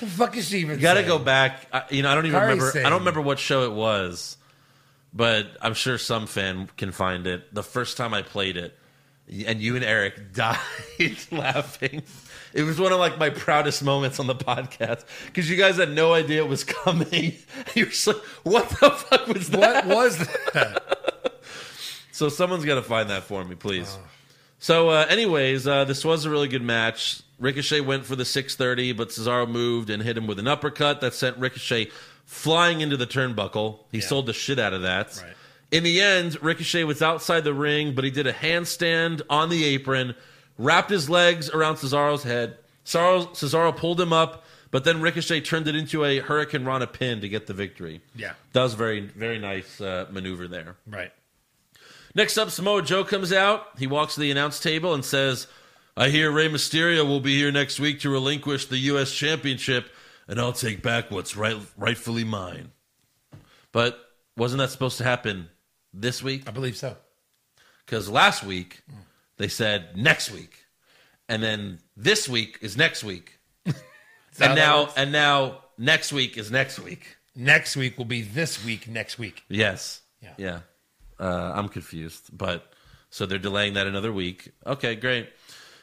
The fuck is she even? You got to saying? go back. I, you know, I don't even Kari remember. I Sane. don't remember what show it was, but I'm sure some fan can find it. The first time I played it, y- and you and Eric [LAUGHS] died laughing. It was one of like my proudest moments on the podcast because you guys had no idea it was coming. [LAUGHS] You're just like, what the fuck was that? What was that? [LAUGHS] So someone's got to find that for me, please. Oh. So, uh, anyways, uh, this was a really good match. Ricochet went for the 630, but Cesaro moved and hit him with an uppercut that sent Ricochet flying into the turnbuckle. He sold the shit out of that. Right. In the end, Ricochet was outside the ring, but he did a handstand on the apron, wrapped his legs around Cesaro's head. Cesaro, Cesaro pulled him up, but then Ricochet turned it into a Hurricane Rana pin to get the victory. Yeah. That was a very, very nice uh, maneuver there. Right. Next up, Samoa Joe comes out. He walks to the announce table and says, I hear Rey Mysterio will be here next week to relinquish the U.S. Championship, and I'll take back what's right, rightfully mine. But wasn't that supposed to happen this week? I believe so. Because last week, they said next week. And then this week is next week. how and that now works. and now next week is next week. Next week will be this week. Next week. Yes. Yeah. Yeah. Uh, I'm confused, but so they're delaying that another week. Okay, great.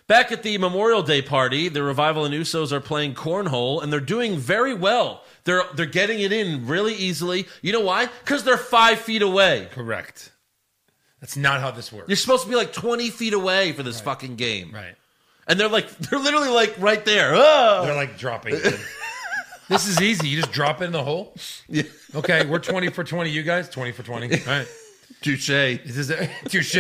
Back at the Memorial Day party, the Revival and Usos are playing cornhole, and they're doing very well. They're they're getting it in really easily. You know why? Because they're five feet away. Correct. That's not how this works. You're supposed to be like 20 feet away for this fucking game, right. and they're like [LAUGHS] they're literally like right there. Oh! They're like dropping. it. [LAUGHS] this is easy. You just drop it in the hole. Okay, we're twenty for twenty. You guys twenty for twenty. All right. Touche. [LAUGHS] This is a, [LAUGHS] touche.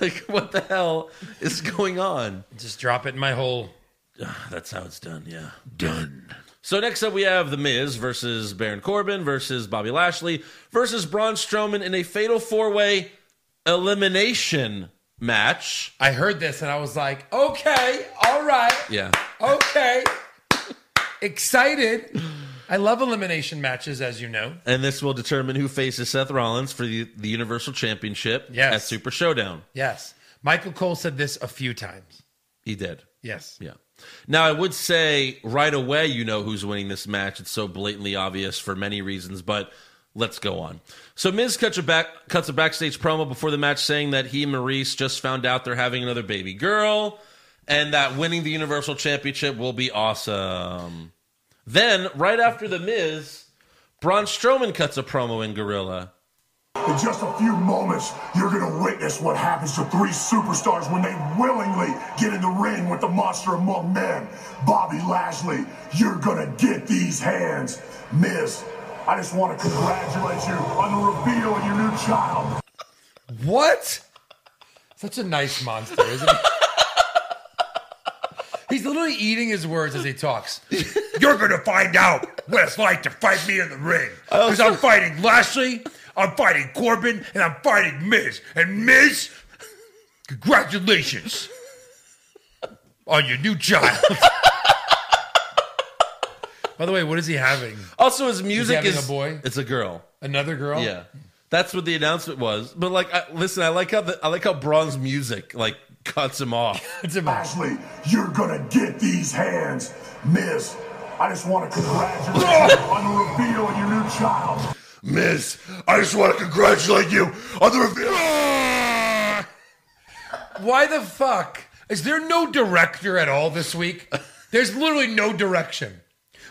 Like what the hell is going on? Just drop it in my hole. [SIGHS] That's how it's done, yeah. Done. So next up, we have The Miz versus Baron Corbin versus Bobby Lashley versus Braun Strowman in a fatal four-way elimination match. I heard this and I was like, okay, all right, Yeah, okay. Excited. I love elimination matches, as you know. and this will determine who faces Seth Rollins for the, the Universal Championship Yes. at Super Showdown. Yes. Michael Cole said this a few times. He did. Yes. Yeah. Now I would say right away you know who's winning this match. It's so blatantly obvious for many reasons, but let's go on. So Miz cuts a back cuts a backstage promo before the match saying that he and Maurice just found out they're having another baby girl and that winning the Universal Championship will be awesome. Then right after the Miz, Braun Strowman cuts a promo in Gorilla. In just a few moments, you're gonna witness what happens to three superstars when they willingly get in the ring with the monster among men. Bobby Lashley, you're gonna get these hands. Miz, I just wanna congratulate you on the reveal of your new child. What? Such a nice monster, isn't he? He's literally eating his words as he talks. You're going to find out what it's like to fight me in the ring. Because I'm fighting Lashley, I'm fighting Corbin, and I'm fighting Miz. And Miz, congratulations on your new child. By the way, what is he having? Also his music having is a boy? It's a girl. Another girl? Yeah, that's what the announcement was. But like, I, listen, I like how the, I like how Braun's music like cuts him off. [LAUGHS] It's a Lashley, you're gonna get these hands. Miz, I just [LAUGHS] wanna congratulate you on the reveal of your new child. Miss, I just want to congratulate you on the reveal. Why the fuck? Is there no director at all this week? There's literally no direction.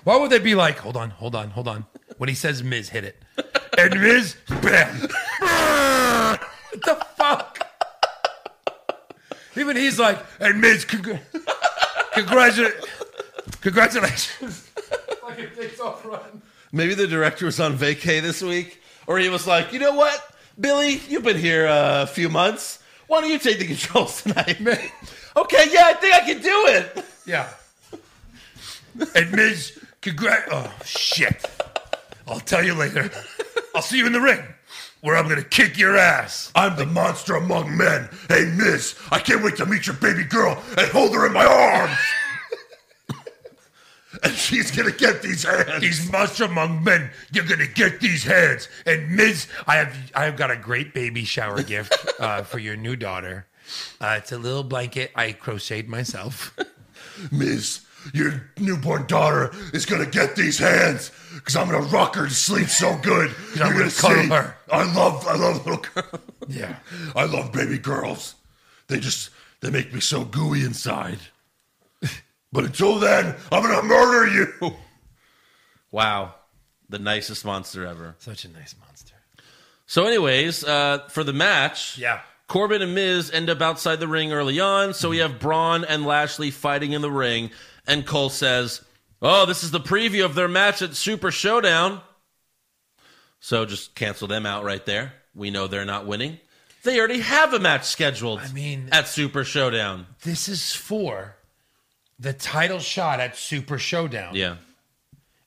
Why would they be like, hold on, hold on, hold on? When he says Miz, hit it. And Miz, bam. what the fuck? [LAUGHS] Even he's like, and Miz, [LAUGHS] congr- congratulations. Congratulations. Fucking takes off running. Maybe the director was on vacay this week, or he was like, you know what, Billy, you've been here uh, a few months. Why don't you take the controls [LAUGHS] tonight? okay, yeah, I think I can do it. Yeah. And Miz, congrat. Oh shit! I'll tell you later. I'll see you in the ring, where I'm gonna kick your ass. I'm the monster among men. Hey, Miss, I can't wait to meet your baby girl and hold her in my arms. [LAUGHS] and she's gonna get these hands. These must among men, you're gonna get these hands. And Miz, I have I have got a great baby shower gift uh, for your new daughter. Uh, it's a little blanket I crocheted myself. [LAUGHS] Miss, your newborn daughter is gonna get these hands because I'm gonna rock her to sleep so good. I'm gonna cuddle see- her. I love, I love little girls. Yeah. I love baby girls. They just, they make me so gooey inside. But until then, I'm gonna murder you. Wow. The nicest monster ever. Such a nice monster. So, anyways, uh, for the match, Yeah. Corbin and Miz end up outside the ring early on. So we have Braun and Lashley fighting in the ring, and Cole says, "Oh, this is the preview of their match at Super Showdown." So just cancel them out right there. We know they're not winning. They already have a match scheduled. I mean- at Super Showdown. This is for the title shot at Super Showdown. Yeah,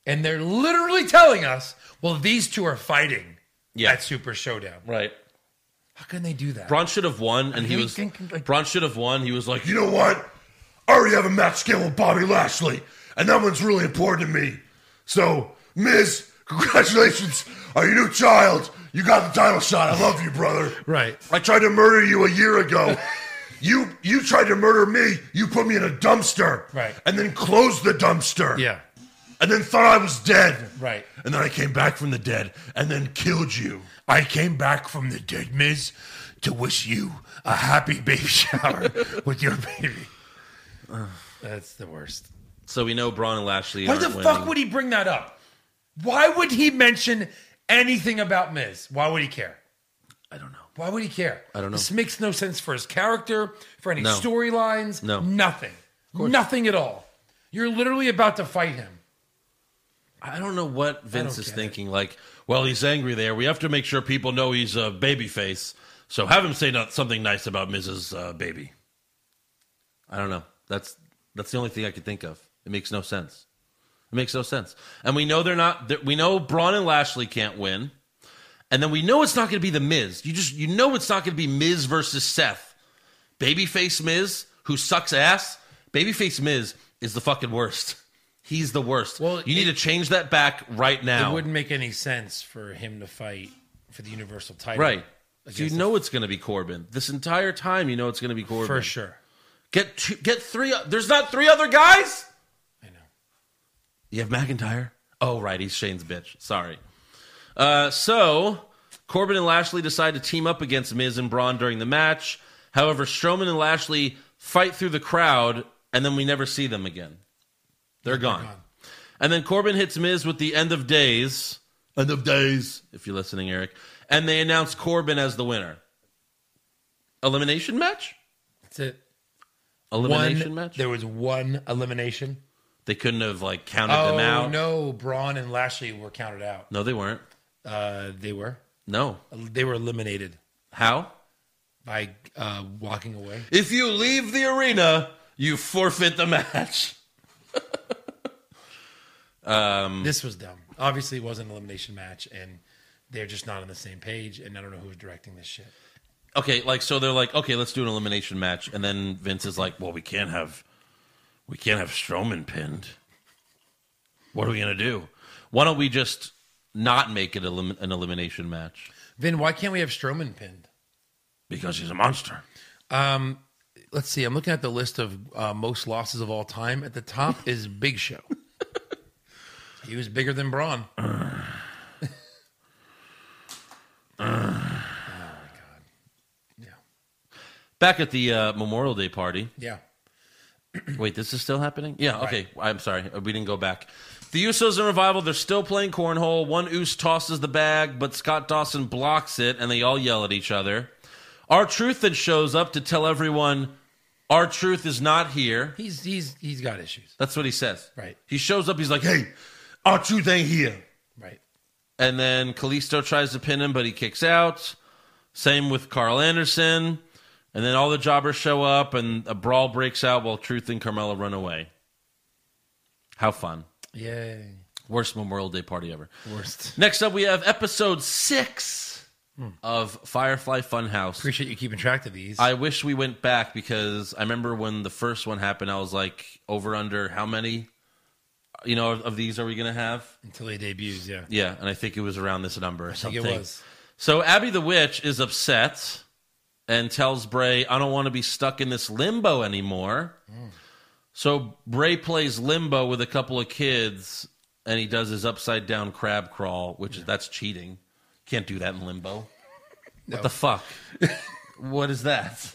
And they're literally telling us, well, these two are fighting Yeah. at Super Showdown. right. How can they do that? Braun should have won, and he mean, was. think, like- Braun should have won. He was like, You know what? I already have a match scheduled with Bobby Lashley, and that one's really important to me. So, Miss, congratulations on your new child. You got the title shot. I love you, brother. Right. I tried to murder you a year ago. [LAUGHS] you you tried to murder me. You put me in a dumpster. Right. And then closed the dumpster. Yeah. And then thought I was dead. Right. And then I came back from the dead and then killed you. I came back from the dead, Miz, to wish you a happy baby shower [LAUGHS] with your [SIGHS] baby. That's the worst. so we know Braun and Lashley. Why aren't the winning. fuck would he bring that up? Why would he mention anything about Miz? Why would he care? I don't know. Why would he care? I don't know. This makes no sense for his character, for any No. storylines. No. Nothing. Nothing at all. You're literally about to fight him. I don't know what Vince is get it. thinking. Like, well, he's angry there. We have to make sure people know he's a babyface. So have him say not, something nice about Mrs. Uh, baby. I don't know. That's that's the only thing I could think of. It makes no sense. It makes no sense. And we know they're not. that- We know Braun and Lashley can't win. And then we know it's not going to be the Miz. You just you know it's not going to be Miz versus Seth. Babyface Miz, who sucks ass. Babyface Miz is the fucking worst. He's the worst. Well, you need it- to change that back right It now. wouldn't make any sense for him to fight for the Universal title. right. against So you the- know it's going to be Corbin. This entire time, you know it's going to be Corbin. For sure. Get two, get three. o- There's not three other guys. I know. You have McIntyre? Oh, right. He's Shane's bitch. Sorry. Uh, so, Corbin and Lashley decide to team up against Miz and Braun during the match. However, Strowman and Lashley fight through the crowd, and then we never see them again. They're gone. And then Corbin hits Miz with the end of days. End of days, if you're listening, Eric. And they announce Corbin as the winner. Elimination match? That's it. Elimination one, match? There was one elimination. They couldn't have like counted them Oh out. no, Braun and Lashley were counted out. no, they weren't. Uh, they were. No. They were eliminated How? by uh, walking away. If you leave the arena, you forfeit the match. This was dumb. Obviously, it was an elimination match, and they're just not on the same page. And I don't know who's directing this shit. Okay, like so they're like, okay, let's do an elimination match, and then Vince is like, well, we can't have, we can't have Strowman pinned. What are we gonna do? Why don't we just not make it elim- an elimination match Vin, why can't we have Strowman pinned? because he's a monster? Um, let's see. I'm looking at the list of uh, most losses of all time. At the [LAUGHS] top is Big Show. he was bigger than Braun. oh my god! Yeah, Back at the uh, Memorial Day party. yeah. Wait, this is still happening? Yeah, okay. I'm sorry. We didn't go back. The Usos and Revival, they're still playing cornhole. One Oos tosses the bag, but Scott Dawson blocks it, and they all yell at each other. Our Truth then shows up to tell everyone, Our Truth is not here. He's he's he's got issues. That's what he says. Right. He shows up, he's like, Hey. Hey, our truth ain't here. Right. And then Kalisto tries to pin him, but he kicks out. Same with Carl Anderson. And then all the jobbers show up, and a brawl breaks out while Truth and Carmella run away. How fun. Yay. Worst Memorial Day party ever. Worst. Next up, we have episode six of Firefly Funhouse. Hmm. Appreciate you keeping track of these. I wish we went back because I remember when the first one happened, I was like, over under how many you know, of, of these are we going to have? until he debuts. Yeah, Yeah, and I think it was around this number or think something. it was. So Abby the Witch is upset and tells Bray, I don't want to be stuck in this limbo anymore. So Bray plays limbo with a couple of kids and he does his upside down crab crawl, which is that's cheating. Can't do that in limbo. What the fuck? what is that?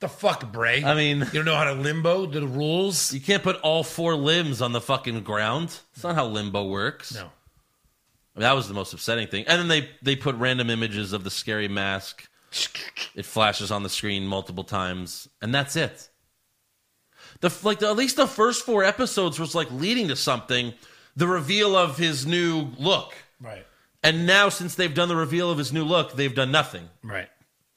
the fuck, Bray. I mean- [LAUGHS] you don't know how to limbo the rules. You can't put all four limbs on the fucking ground. It's not how limbo works. No, I mean, that was the most upsetting thing. And then they they put random images of the scary [LAUGHS] mask. It flashes on the screen multiple times, and that's it. The f- like the, at least the first four episodes was like leading to something. The reveal of his new look, right, and now since they've done the reveal of his new look, they've done nothing. right.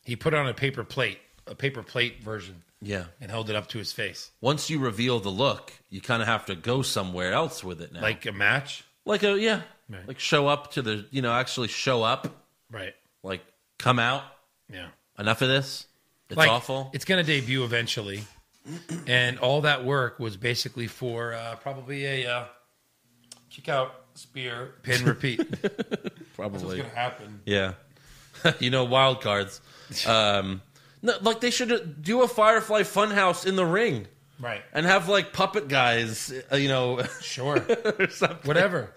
He put on a paper plate, a paper plate version, Yeah. and held it up to his face Once you reveal the look, you kind of have to go somewhere else with it now. like a match. like a yeah, Right. like show up to the you know actually show up, Right. like come out. Yeah. Enough of this. It's Like, awful. It's going to debut [CLEARS THROAT] eventually, and all that work was basically for uh, probably a uh, kick out, [LAUGHS] spear, pin, repeat. That's Probably. going to happen. [LAUGHS] Yeah. you know, wild cards. Um, [LAUGHS] no, like they should do a Firefly Funhouse in the ring Right. [LAUGHS] and have like puppet guys. uh, You know, [LAUGHS] Sure. Whatever.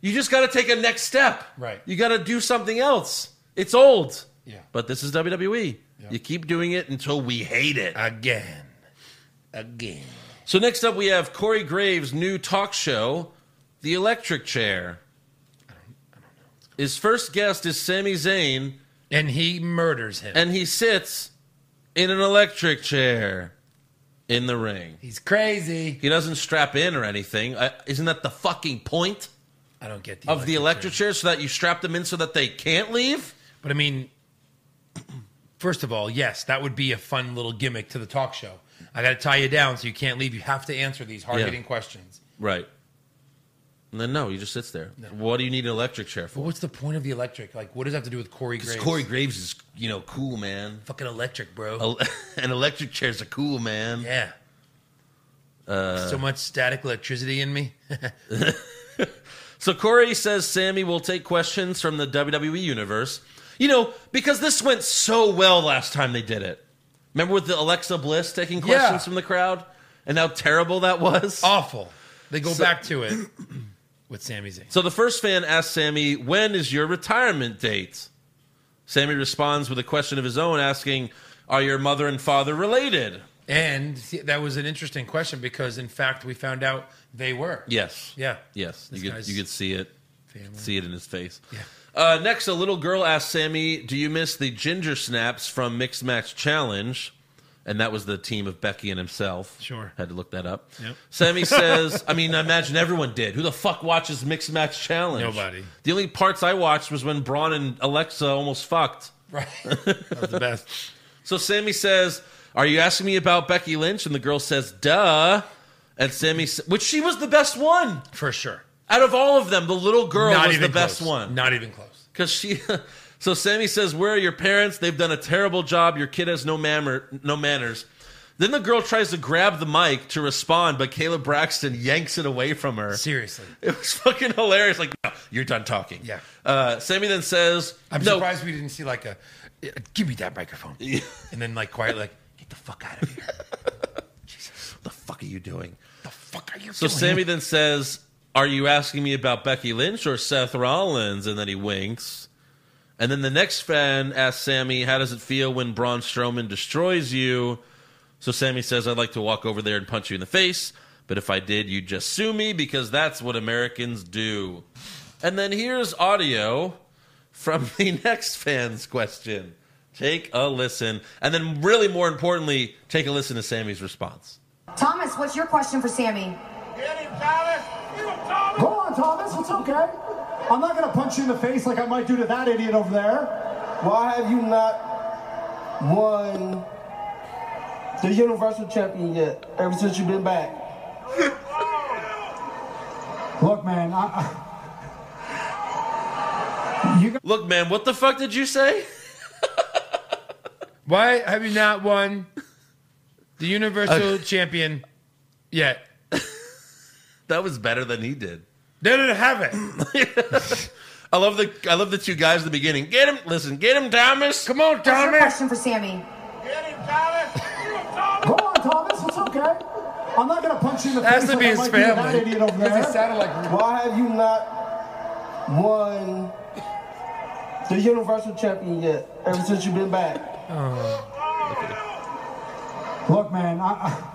you just got to take a next step. Right. You got to do something else. It's old. Yeah. But this is WWE. You keep doing it until we hate it. Again. Again. So next up, we have Corey Graves' new talk show, The Electric Chair. His first guest is Sami Zayn, And he murders him. and he sits in an electric chair in the ring. He's crazy. He doesn't strap in or anything. I, isn't that the fucking point I don't get the of the electric chair. chair? So that you strap them in so that they can't leave? But I mean, first of all, yes, that would be a fun little gimmick to the talk show. I got to tie you down so you can't leave. You have to answer these hard hitting questions. Right. And then no, he just sits there. What do you need an electric chair But for? what's the point of the electric? Like, what does that have to do with Corey Graves? Corey Graves is, you know, cool man. [LAUGHS] fucking electric, bro. El- An electric chair's a cool man. yeah. so much static electricity in me. [LAUGHS] So Corey says Sammy will take questions from the WWE universe. You know, because this went so well last time they did it. Remember with the Alexa Bliss taking questions Yeah. Oh. from the crowd and how terrible that was? Awful. They go So- back to it [CLEARS THROAT] with Sami Zayn. So the first fan asks Sammy, When is your retirement date? Sammy responds with a question of his own asking, Are your mother and father related? And that was an interesting question because, in fact, we found out they were. Yes. Yeah. Yes. This You could, guy's you could see it. family. See it in his face. Yeah. Uh, next, a little girl asked Sammy, Do you miss the ginger snaps from Mixed Match Challenge? And that was the team of Becky and himself. Sure. Had to look that up. Yep. [LAUGHS] Sammy says, I mean, I imagine everyone did. Who the fuck watches Mixed Match Challenge? Nobody. The only parts I watched was when Braun and Alexa almost fucked. Right. That's the best. So Sammy says, "Are you asking me about Becky Lynch?" And the girl says, "Duh." And Sammy, s- which she was the best one For sure. out of all of them. The little girl was the best close. one Not even close. because she. [LAUGHS] so Sammy says, "Where are your parents? They've done a terrible job. Your kid has no manner, no manners." Then the girl tries to grab the mic to respond, but Caleb Braxton yanks it away from her. Seriously. It was fucking hilarious. Like, no, you're done talking. Yeah. Uh, Sammy then says, I'm no, surprised we didn't see like a, give me that microphone. And then like quietly like, get the fuck out of here. What the fuck are you doing?" the fuck are you So doing? Sammy then says, "Are you asking me about Becky Lynch or Seth Rollins?" And then he winks. And then the next fan asks Sammy, "How does it feel when Braun Strowman destroys you?" So Sammy says, "I'd like to walk over there and punch you in the face, but if I did, you'd just sue me because that's what Americans do." And then here's audio from [LAUGHS] the next fan's question. Take a listen, and then really more importantly, take a listen to Sammy's response. Thomas, what's your question for Sammy? Go on, Thomas. It's okay. I'm not going to punch you in the face like I might do to that idiot over there. Why have you not won the Universal Champion yet? Ever since you've been back, [LAUGHS] Look, man, I, I, you guys Look, man, what the fuck did you say? [LAUGHS] Why have you not won the Universal Champion yet? that was better than he did. [LAUGHS] No, no, no, have it. I love the I love the two guys at the beginning. Get him, listen, get him, Thomas. Come on, What's your Thomas. question for Sammy? Go on, Thomas. What's up, guy? I'm not gonna punch you in the Has face. to like be I his might do to family. That idiot over Because there. it sounded [LAUGHS] like Why have you not won the Universal Champion yet? Ever since you've been back, Look, man. I, I,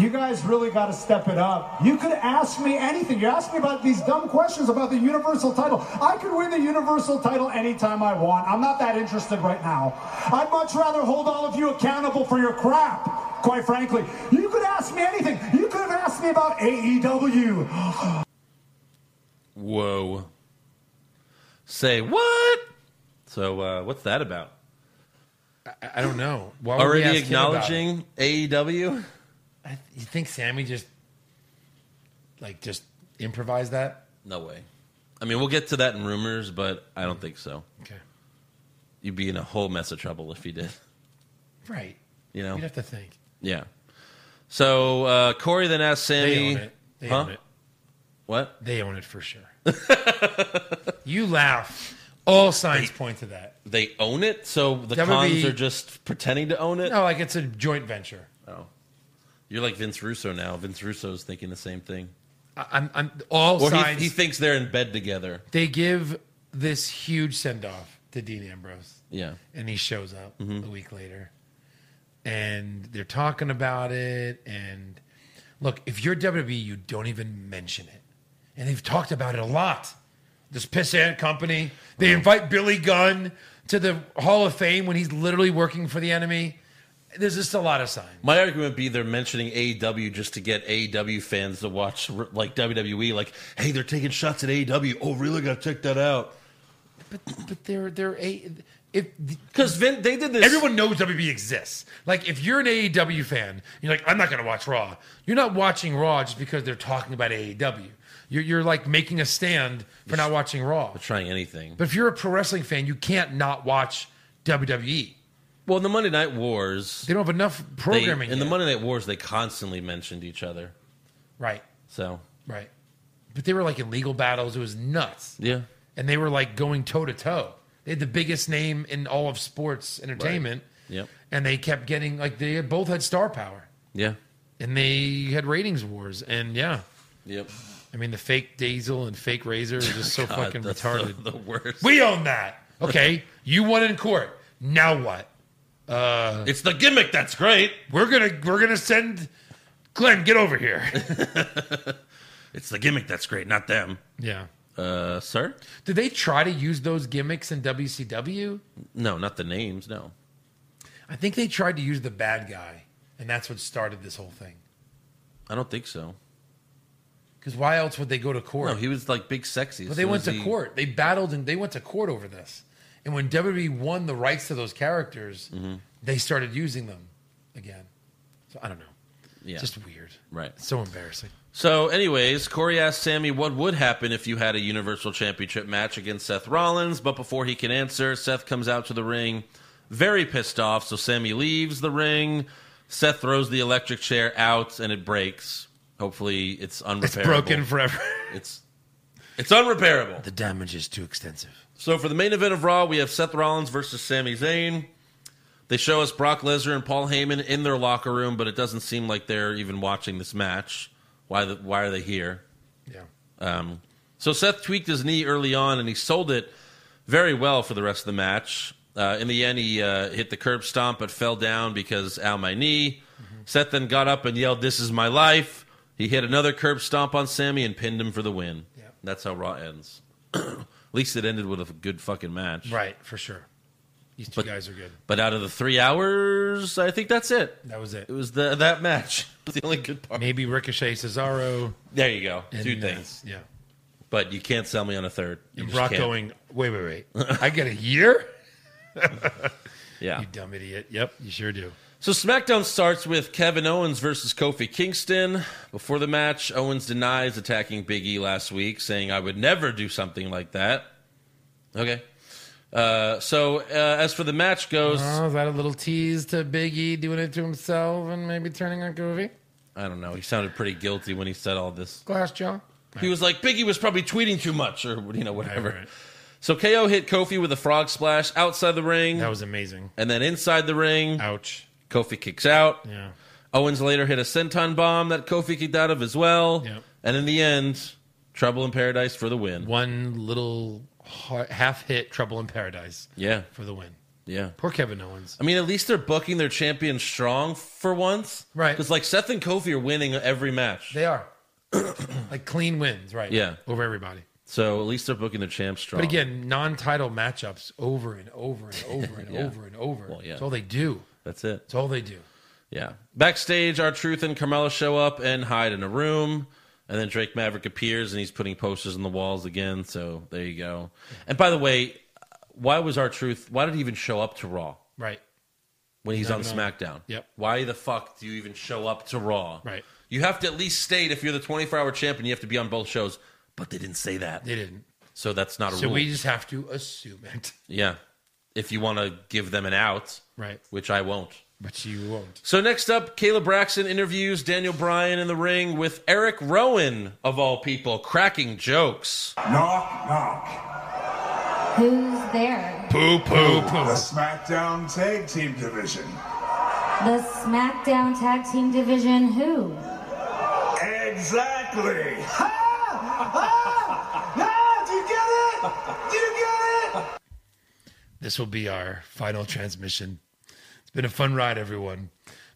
you guys really got to step it up. You could ask me anything. You asked me about these dumb questions about the Universal title. I could win the Universal title anytime I want. I'm not that interested right now. I'd much rather hold all of you accountable for your crap. Quite frankly, you could ask me anything. You could have asked me about E AEW. Whoa. Say what? So uh, what's that about? I, I don't know. Why would we Already ask him about it? acknowledging E AEW? I, you think Sammy just like just improvised that? No way. I mean, we'll get to that in rumors, but I don't think so. Okay, You'd be in a whole mess of trouble if you did. [LAUGHS] right. You know? You'd have to think. Yeah. So uh, Corey then asked They Sammy, own it. They Huh? own it. "What? They own it [LAUGHS] for sure. you laugh. All signs point to that. They own it? So the That would cons be- are just pretending to own it? No, like it's a joint venture. Oh. You're like Vince Russo now. Vince Russo's thinking the same thing. I- I'm, I'm all Or he, signs. he thinks they're in bed together. they give this huge send off to Dean Ambrose. Yeah. and he shows up a week later and they're talking about it and look if you're wwe you don't even mention it and they've talked about it a lot this pissant company they invite billy gunn to the hall of fame when he's literally working for the enemy there's just a lot of signs My argument would be they're mentioning AEW just to get AEW fans to watch like WWE. Like, hey, they're taking shots at AEW. Oh, really? Gotta check that out. but but they're they're a if Because Vin, they did this. Everyone knows WWE exists. Like, if you're an AEW fan, you're like, I'm not going to watch Raw. You're not watching Raw just because they're talking about AEW. You're, you're like making a stand for not watching Raw. trying anything. But if you're a pro wrestling fan, you can't not watch WWE. Well, in the Monday Night Wars, They don't have enough they- programming. in the yet. Monday Night Wars, they constantly mentioned each other. Right, So right. But they were like in legal battles. It was nuts. yeah, And they were like going toe to toe. They had the biggest name in all of sports entertainment. Yep. And they kept getting, like, they both had star power. yeah, And they had ratings wars. And yeah. yep. Ah, I mean, the fake Diesel and fake Razor is just [LAUGHS] so fucking that's retarded. [LAUGHS] The, the worst. we own that. Okay, you won in court. Now what? it's the gimmick that's great. We're gonna we're gonna send Glenn. Get [LAUGHS] over here. It's the gimmick that's great, not them. yeah. Uh, sir? Did they try to use those gimmicks in WCW? No, not the names. No. I think they tried to use the bad guy, and that's what started this whole thing. I don't think so. Because why else would they go to court? No, he was like big sexy. as But they soon went as to he- court. They battled and they went to court over this. And when WWE won the rights to those characters, Mm-hmm. they started using them again. So I don't know. Yeah. Just weird. Right. So embarrassing. So, anyways, Corey asked Sammy what would happen if you had a Universal Championship match against Seth Rollins, but before he can answer, Seth comes out to the ring very pissed off. So, Sammy leaves the ring. Seth throws the electric chair out and it breaks. Hopefully, it's unrepairable. It's broken forever. [LAUGHS] It's, it's unrepairable. the damage is too extensive. So for the main event of Raw, we have Seth Rollins versus Sami Zayn. They show us Brock Lesnar and Paul Heyman in their locker room, but it doesn't seem like they're even watching this match. Why? The, why are they here? Yeah. Um, so Seth tweaked his knee early on, and he sold it very well for the rest of the match. Uh, in the end, he uh, hit the curb stomp but fell down because ow my knee. Mm-hmm. Seth then got up and yelled, "This is my life." He hit another curb stomp on Sammy and pinned him for the win. Yeah. That's how Raw ends. [CLEARS THROAT] At least it ended with a good fucking match. Right, for sure. These two But- guys are good. But out of the three hours, I think that's it. That was it. It was the that match. [LAUGHS] It was the only good part. Maybe Ricochet Cesaro. There you go. and, Two uh, things. yeah. But you can't sell me on a third. You And just Brock can't. going, wait, wait, [LAUGHS] wait. I get a year? Yeah. You dumb idiot. Yep, you sure do. So SmackDown starts with Kevin Owens versus Kofi Kingston. Before the match, Owens denies attacking Big E last week, saying, I would never do something like that. Okay. Uh, so uh, as for the match goes, Oh, is that a little tease to Big E doing it to himself and maybe turning on Goofy? I don't know. He sounded pretty guilty when he said all this. Glass jaw. He was like, Biggie was probably tweeting too much, or you know, whatever. right. So KO hit Kofi with a frog splash outside the ring, That was amazing. and then inside the ring, Ouch. Kofi kicks out. Yeah. Owens later hit a senton bomb that Kofi kicked out of as well. Yep. And in the end, Trouble in Paradise for the win. One little ha- half hit Trouble in Paradise Yeah, for the win. yeah. Poor Kevin Owens. I mean, at least they're booking their champion strong for once, Right. Because like Seth and Kofi are winning every match, They are [CLEARS THROAT] like clean wins, right? Yeah. Over everybody. so at least they're booking their champ strong. But again, non-title matchups over and over and over [LAUGHS] and Yeah. over and over. Well, yeah. It's all they do. that's it. It's all they do. Yeah. Backstage, our truth and Carmella show up and hide in a room, and then Drake Maverick appears and he's putting posters on the walls again. So there you go. And by the way, why was our truth? Why did he even show up to Raw Right. when he's on no. SmackDown? Yep. Why the fuck do you even show up to Raw? Right. You have to at least state if you're the 24 hour champion, you have to be on both shows. But they didn't say that, They didn't. so that's not a So rule. we just have to assume it. [LAUGHS] yeah. If you want to give them an out, Right. which I won't. But you won't. So next up, Caleb Braxton interviews Daniel Bryan in the ring with Eric Rowan of all people, cracking jokes. Knock, knock. Who's there? Poo poo The poo. SmackDown Tag Team Division. The SmackDown Tag Team Division who? Exactly. Ah, do you get it? Do you get it? This will be our final transmission. It's been a fun ride, everyone.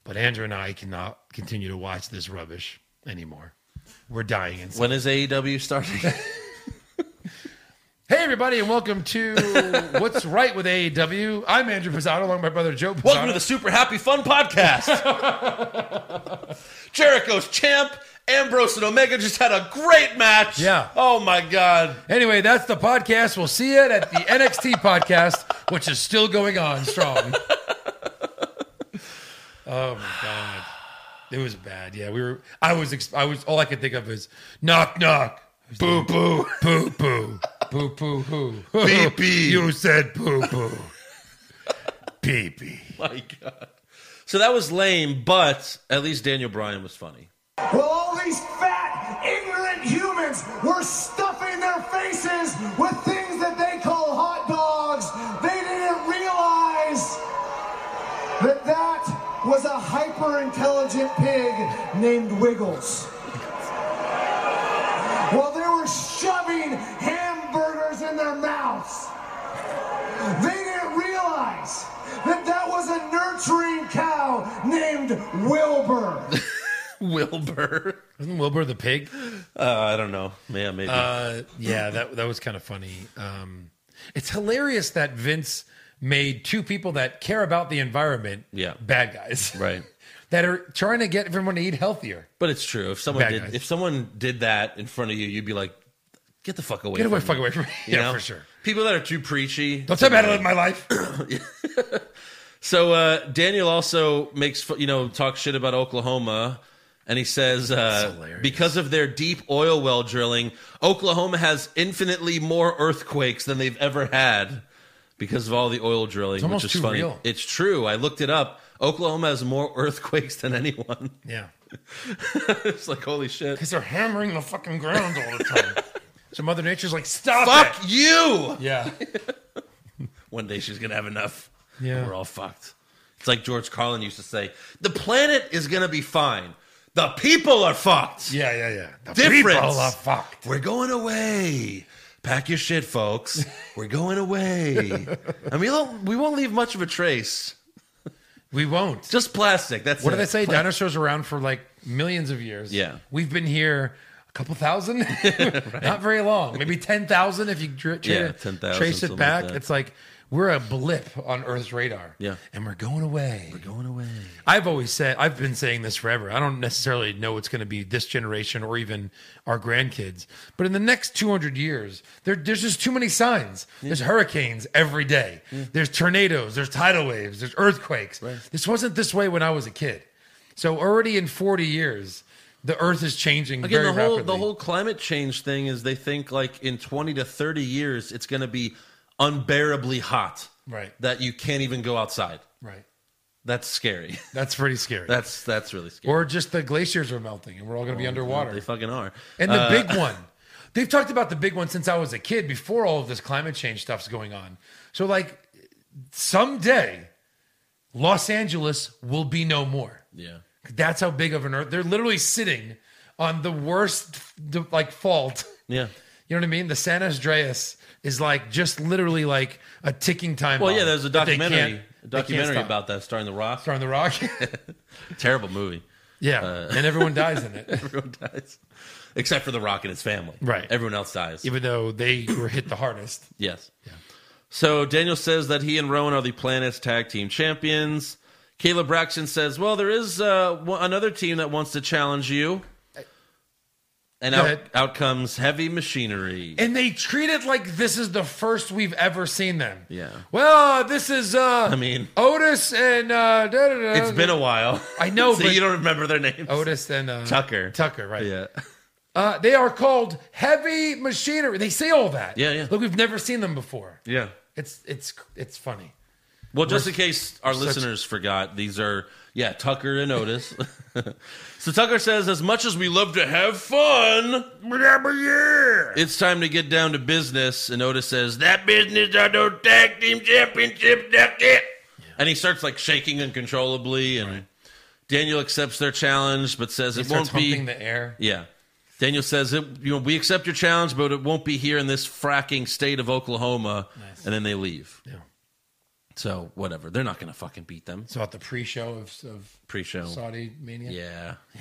But Andrew and I cannot continue to watch this rubbish anymore. We're dying inside. When is AEW starting? Hey, everybody, and [LAUGHS] welcome to What's Right with AEW. I'm Andrew Pizzano, along with my brother Joe Pizzano. Welcome to the Super Happy Fun [LAUGHS] Podcast. Jericho's champ, Ambrose and Omega just had a great match. Yeah. Oh my God. Anyway, that's the podcast. We'll see you at the NXT podcast, which is still going on [LAUGHS] strong. oh my god, it was bad. Yeah, we were. I was. ex- I was. All I could think of is knock knock, boo [LAUGHS] boo, poo poo, poo poo poo. Beep, beep. You said poo poo. [LAUGHS] pee pee. My God. So that was lame, but at least Daniel Bryan was funny. Well, all these fat, ignorant humans were stuffing their faces with things that they call hot dogs. They didn't realize that that was a hyper intelligent pig named Wiggles. While they were shoving hamburgers in their mouths, they didn't realize that that was a nurturing cow named Wilbur. Wilbur. Wasn't [LAUGHS] Wilbur the pig? Uh, I don't know. Yeah, maybe. Uh, yeah, that that was kind of funny. Um, it's hilarious that Vince made two people that care about the environment, Yeah. bad guys, Right. [LAUGHS] that are trying to get everyone to eat healthier. But it's true. If someone Bad did, guys. if someone did that in front of you, you'd be like, "Get the fuck away! Get away, from fuck me." away from me. You yeah, know? for sure. People that are too preachy. Don't tell me how to live [CLEARS THROAT] my life. So uh, Daniel also makes fu- you know talk shit about Oklahoma, and he says uh, hilarious. because of their deep oil well drilling, Oklahoma has infinitely more earthquakes than they've ever had because of all the oil drilling, almost which is too funny. real. It's true. I looked it up. Oklahoma has more earthquakes than anyone. [LAUGHS] yeah, it's like holy shit. because they're hammering the fucking ground all the time. [LAUGHS] so Mother Nature's like, stop Fuck it. you. [LAUGHS] Yeah, one day she's gonna have enough. Yeah. We're all fucked. It's like George Carlin used to say, the planet is gonna be fine. The people are fucked. yeah, yeah, yeah. The Difference. people are fucked. We're going away. Pack your shit, folks. We're going [LAUGHS] away. and we don't we won't leave much of a trace. We won't. Just plastic. That's What it. do they say? Dinosaurs were around for like millions of years. Yeah. We've been here a couple [LAUGHS] thousand, [LAUGHS] not very long. Maybe 10,000 if you tra- tra- Yeah, 10,000, trace something it like back. that. it's like we're a blip on Earth's radar. Yeah. And we're going away. We're going away. I've always said, I've been saying this forever. I don't necessarily know it's going to be this generation or even our grandkids, but in the next 200 years, there, there's just too many signs. There's hurricanes every day, there's tornadoes, there's tidal waves, there's earthquakes. This wasn't this way when I was a kid. So already in 40 years, the earth is changing Again, very the whole rapidly. the whole climate change thing is they think like in twenty to thirty years it's gonna be unbearably hot. Right. That you can't even go outside. right. That's scary. [LAUGHS] That's pretty scary. That's that's really scary. or just the glaciers are melting and we're all going to be underwater. Oh, They fucking are. And the Uh, big one. They've talked about the big one since I was a kid before all of this climate change stuff's going on. So, like, someday Los Angeles will be no more. Yeah. That's how big of an earth. They're literally sitting on the worst, like, fault. Yeah. You know what I mean? The San Andreas is like just literally like a ticking time. Well, bomb yeah, there's a that um, they documentary, can't- a they can't documentary stop. about that starring The Rock. Throwing the rock. [LAUGHS] Terrible movie. yeah. Uh, and everyone dies [LAUGHS] in it. Everyone dies, except for The Rock and his family. Right. Everyone else dies. Even though they were hit the hardest. Yes. So Daniel says that he and Rowan are the planet's tag team champions. Caleb Braxton says, "Well, there is uh, one- another team that wants to challenge you." And Go out, ahead. out comes heavy machinery. and they treat it like this is the first we've ever seen them. Yeah. Well, this is uh I mean- Otis and uh da, da, da, It's been a while. I [LAUGHS] know, so but- you don't remember their names. Otis and uh Tucker. Tucker, right. Yeah. Uh they are called heavy machinery. They say all that. Yeah, yeah. Look, we've never seen them before. Yeah. It's it's it's funny. Well, just in case our such- listeners forgot, these are yeah Tucker and Otis. [LAUGHS] so Tucker says, "As much as we love to have fun, it's time to get down to business." And Otis says, "That business are no tag team championship. That's it." And he starts like shaking uncontrollably, and Daniel accepts their challenge, but says He it starts won't be humping the air. yeah. Daniel says, it, you know, we accept your challenge, but it won't be here in this fracking state of Oklahoma. And then they leave. Yeah. So, whatever. They're not going to fucking beat them. It's about the pre-show of, of Pre show. Saudi mania. [LAUGHS] Yeah.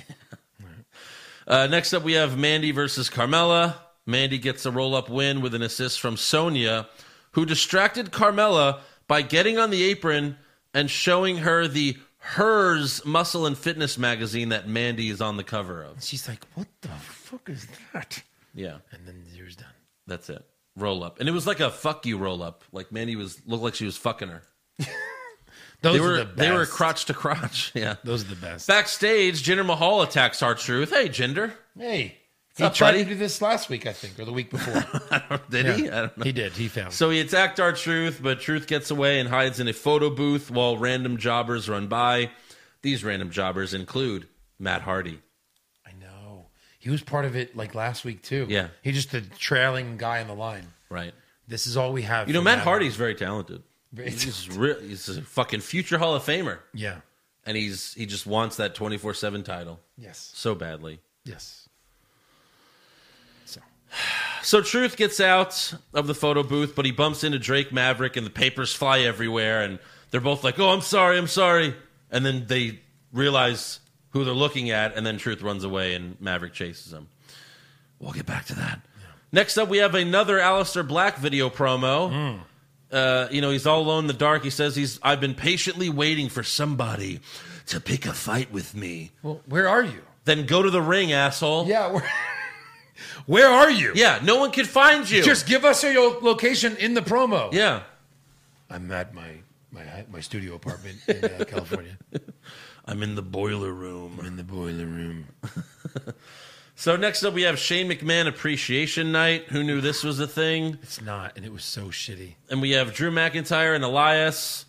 uh, next up, we have Mandy versus Carmella. Mandy gets a roll up win with an assist from Sonia, who distracted Carmella by getting on the apron and showing her the Hers Muscle and Fitness magazine that Mandy is on the cover of. She's like, "What the fuck is that?" Yeah. And then there's done. That's it. Roll up. And it was like a fuck you roll up. Like Mandy was looked like she was fucking her. Those they were are the best. they were crotch to crotch. [LAUGHS] Yeah. Those are the best. Backstage, Jinder Mahal attacks our truth. Hey, Jinder. Hey, he up, tried buddy? to do this last week, I think, or the week before. Did he? I don't know. [LAUGHS] He did. He failed. So he attacked our truth, but truth gets away and hides in a photo booth while random jobbers run by. These random jobbers include Matt Hardy. I know he was part of it like last week too. Yeah. he just the trailing guy on the line. Right. This is all we have. You know, for Matt now. Hardy's very talented. Very He's, real, he's a fucking future Hall of Famer. Yeah. And he's he just wants that 24 7 title Yes. so badly. Yes. So So Truth gets out of the photo booth, but he bumps into Drake Maverick, and the papers fly everywhere, and they're both like, "Oh, I'm sorry, I'm sorry," and then they realize who they're looking at, and then Truth runs away, and Maverick chases him. We'll get back to that. Next up, we have another Alistair Black video promo. Hmm. Uh, you know, he's all alone in the dark. He says, "He's I've been patiently waiting for somebody to pick a fight with me." well, where are you? Then go to the ring, asshole. Yeah. Where, where are you? yeah. No one can find you. Just give us your lo- location in the promo. [LAUGHS] yeah. I'm at my my my studio [LAUGHS] apartment in uh, California. I'm in the boiler room. I'm in the boiler room. So next up, we have Shane McMahon Appreciation Night. Who knew this was a thing? It's not, and it was so shitty. And we have Drew McIntyre and Elias.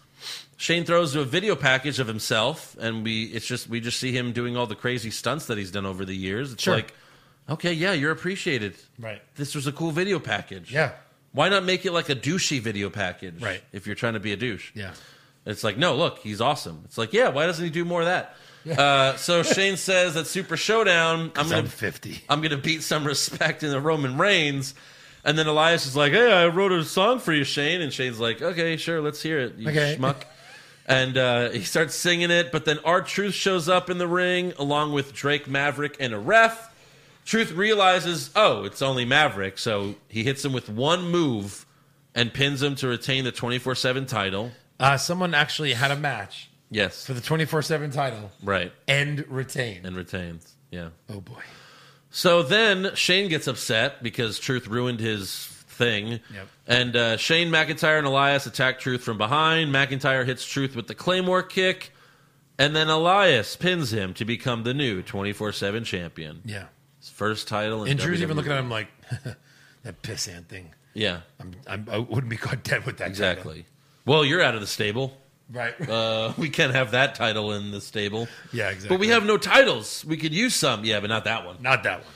Shane throws a video package of himself, and we it's just we just see him doing all the crazy stunts that he's done over the years. It's Sure. like, okay, yeah, you're appreciated. Right. This was a cool video package. Yeah. Why not make it like a douchey video package? Right. If you're trying to be a douche. Yeah. It's like, no, look, he's awesome. It's like, yeah, why doesn't he do more of that? Uh, [LAUGHS] so Shane says that Super Showdown, I'm gonna I'm 50. I'm gonna beat some respect in the Roman Reigns. And then Elias is like, Hey, I wrote a song for you, Shane. And Shane's like, Okay, sure, let's hear it, you Okay. schmuck. And uh, he starts singing it, but then our Truth shows up in the ring along with Drake Maverick and a ref. Truth realizes, oh, it's only Maverick, so he hits him with one move and pins him to retain the twenty four seven title. Uh, someone actually had a match Yes. for the 24 7 title right. and retained. And retains. Yeah. oh boy. So then Shane gets upset because Truth ruined his thing. Yep. And uh, Shane McIntyre and Elias attack Truth from behind. McIntyre hits Truth with the Claymore kick. And then Elias pins him to become the new 24 7 champion. Yeah. His first title. In And Drew's even WWE. looking at him like, [LAUGHS] that pissant thing. E. Yeah, I'm, I'm, I wouldn't be caught dead with that. title." exactly. Well, you're out of the stable. [LAUGHS] Right. Uh, [LAUGHS] we can't have that title in this table. Yeah, exactly. But we have no titles. We could use some. Yeah, but not that one. Not that one.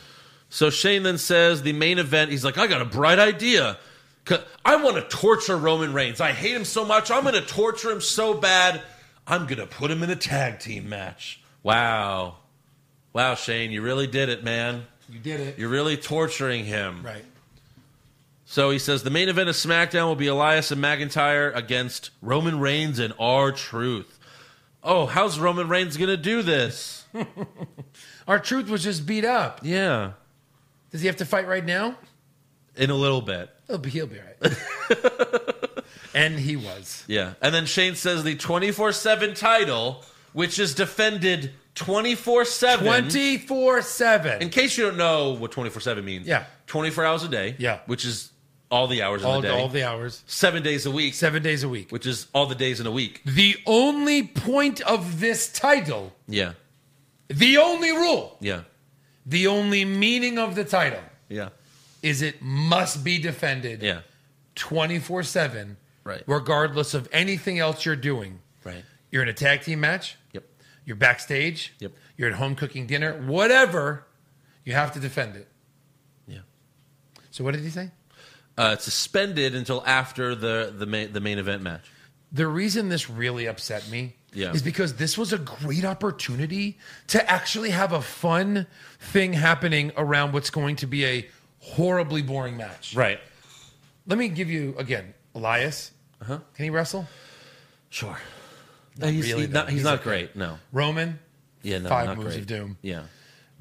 So Shane then says the main event. He's like, I got a bright idea. 'Cause I want to torture Roman Reigns. I hate him so much. I'm going to torture him so bad. I'm going to put him in a tag team match. Wow. Wow, Shane, you really did it, man. You did it. You're really torturing him. right. So he says the main event of SmackDown will be Elias and McIntyre against Roman Reigns and R Truth. Oh, how's Roman Reigns going to do this? Our truth was just beat up. Yeah, Does he have to fight right now? in a little bit. He'll be, he'll be all right. [LAUGHS] and he was. Yeah. And then Shane says the 24 7 title, which is defended 24 7. 24 In 7. case you don't know what 24 7 means, Yeah. 24 hours a day, Yeah. which is all the hours All, in the day, all the hours, seven days a week, seven days a week. which is all the days in a week. The only point of this title, Yeah. the only rule, Yeah. the only meaning of the title Yeah. is it must be defended Yeah. 24 7, Right. regardless of anything else you're doing. Right. You're in a tag team match, Yep. you're backstage, Yep. you're at home cooking dinner, whatever, you have to defend it. Yeah. So, what did he say? Uh, it's suspended until after the the main, the main event match. The reason this really upset me Yeah. is because this was a great opportunity to actually have a fun thing happening around what's going to be a horribly boring match. Right. Let me give you again, Elias. Uh-huh. Can he wrestle? Sure. No, he's, really, he's not, though. he's He's not okay. great. No. Roman. Yeah. No. Five not moves great. of doom. Yeah.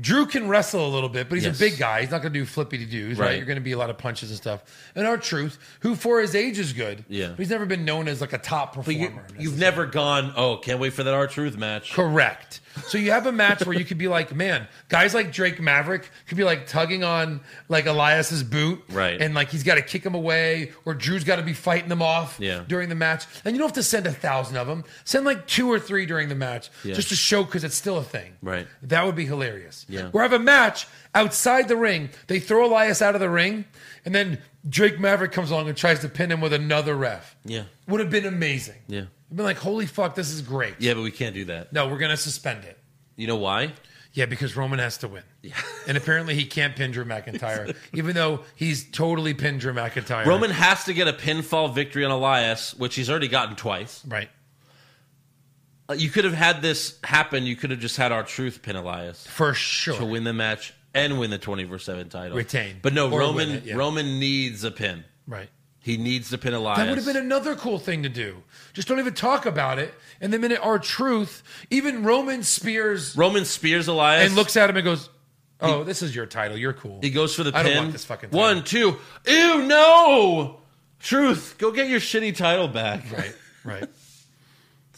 Drew can wrestle a little bit, but he's Yes. a big guy. He's not going to do flippity doos, right. Right. You're going to be a lot of punches and stuff. And our truth, who for his age is good, Yeah. but he's never been known as like a top But you, performer. you've never gone. Oh, can't wait for that R Truth match. Correct. So you have a match where you could be like, man, guys like Drake Maverick could be like tugging on like Elias's boot, Right. And like he's got to kick him away, or Drew's got to be fighting them off Yeah. during the match. And you don't have to send a thousand of them. Send like two or three during the match Yeah. just to show because it's still a thing, Right. That would be hilarious. Yeah. Or have a match outside the ring. They throw Elias out of the ring, and then Drake Maverick comes along and tries to pin him with another ref. Yeah. Would have been amazing. Yeah. I've been like, holy fuck, this is great. Yeah, but we can't do that. No, we're gonna suspend it. You know why? Yeah, because Roman has to win. Yeah. [LAUGHS] and apparently he can't pin [LAUGHS] Drew McIntyre, even though he's totally pinned Drew McIntyre. Roman has to get a pinfall victory on Elias, which he's already gotten twice. Right. Uh, You could have had this happen. You could have just had our truth pin Elias For sure. to win the match and win the twenty four seven title. Retain. But no, Or win Roman it, yeah. Roman needs a pin. Right. He needs to pin Elias. That would have been another cool thing to do. Just don't even talk about it. And the minute our truth, even Roman spears Roman spears Elias and looks at him and goes, "Oh, this is your title. You're cool." He goes for the pin. I don't want this fucking title. One, two. Ew, no. Truth, go get your shitty title back. Right. Right.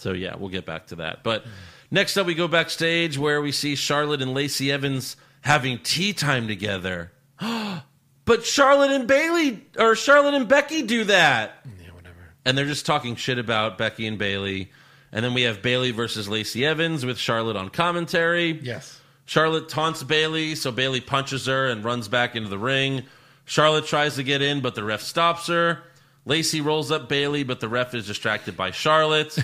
So yeah, we'll get back to that. But next up, we go backstage where we see Charlotte and Lacey Evans having tea time together. [GASPS] but Charlotte and Bailey or Charlotte and Becky do that, yeah. Whatever. and they're just talking shit about Becky and Bailey. And then we have Bailey versus Lacey Evans with Charlotte on commentary. Yes. Charlotte taunts Bailey, so Bailey punches her and runs back into the ring. Charlotte tries to get in, but the ref stops her. Lacey rolls up Bailey, but the ref is distracted by Charlotte.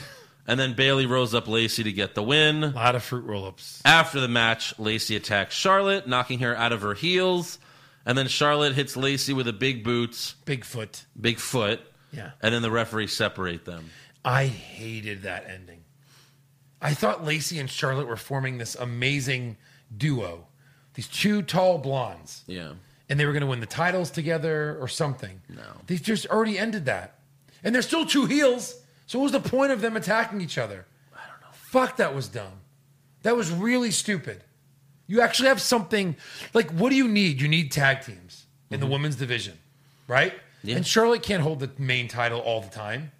and then Bailey rolls up Lacey to get the win. A lot of fruit roll-ups. After the match, Lacey attacks Charlotte, knocking her out of her heels. And then Charlotte hits Lacey with a big boot, Bigfoot. big foot. Yeah. And then the referee separate them. I hated that ending. I thought Lacey and Charlotte were forming this amazing duo, these two tall blondes, Yeah. and they were going to win the titles together or something. No. They just already ended that. And they're still two heels. So what was the point of them attacking each other? I don't know. Fuck, that was dumb. That was really stupid. You actually have something like what do you need? You need tag teams in the women's division, right? Yeah. And Charlotte can't hold the main title all the time,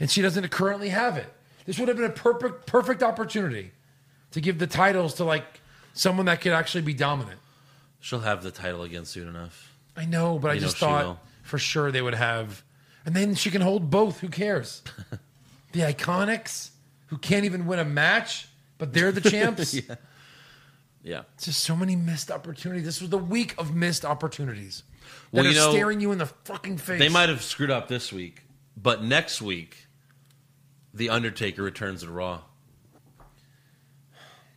and she doesn't currently have it. This would have been a perfect perfect opportunity to give the titles to like someone that could actually be dominant. She'll have the title again soon enough. I know, but I You know just she thought will. for sure they would have and then she can hold both, [LAUGHS] who cares? the Iconics who can't even win a match, but they're the [LAUGHS] champs. Yeah. Just so many missed opportunities. This was the week of missed opportunities that Well, are you know, staring you in the fucking face. They might have screwed up this week, but next week The Undertaker returns to Raw.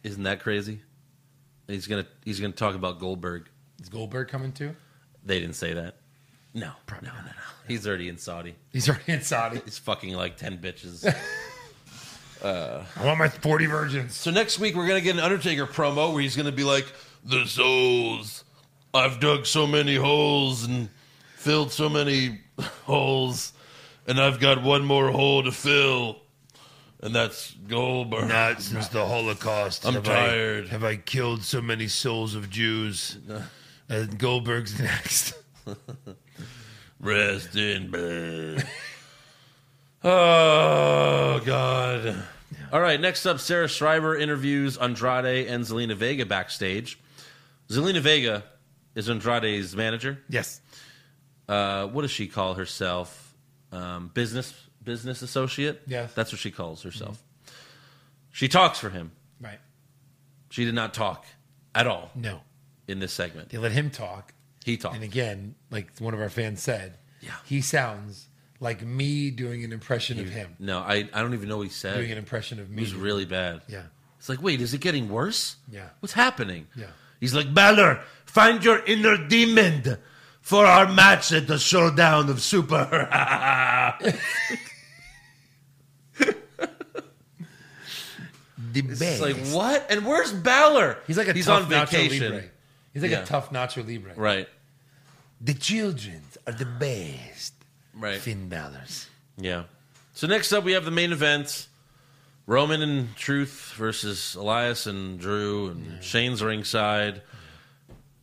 Isn't that crazy? He's gonna he's gonna talk about Goldberg. Is Goldberg coming too? They didn't say that. No, no, no, no. He's already in Saudi. He's already in Saudi. [LAUGHS] He's fucking like ten bitches. I want my 40 virgins. So next week we're gonna get an Undertaker promo where he's gonna be like, "The souls, I've dug so many holes and filled so many [LAUGHS] holes, and I've got one more hole to fill, and that's Goldberg." Not since the Holocaust. I'm have tired. I, have I killed so many souls of Jews? And Goldberg's next. [LAUGHS] Rest in peace. oh God. All right, next up, Sarah Schreiber interviews Andrade and Zelina Vega backstage. Zelina Vega is Andrade's manager. Yes. uh, what does she call herself? Um, business business associate. Yes. Mm-hmm. that's what she calls herself. She talks for him. Right. She did not talk at all No. in this segment. They let him talk. He talked. And again, like one of our fans said, Yeah. he sounds like me doing an impression of him, No, I, I don't even know what he said. doing an It impression of me. was really bad. Yeah. It's like, wait, is it getting worse? Yeah. What's happening? Yeah. He's like, Balor, find your inner demon for our match at the showdown of Super. [LAUGHS] The it's like, what? And where's Balor? He's like a He's tough on Nacho vacation. Libre. He's like Yeah. a tough Nacho Libre. Right. The children are the best. Right. Finn Balor's. Yeah. So next up, we have the main event: Roman and Truth versus Elias and Drew and Shane's ringside.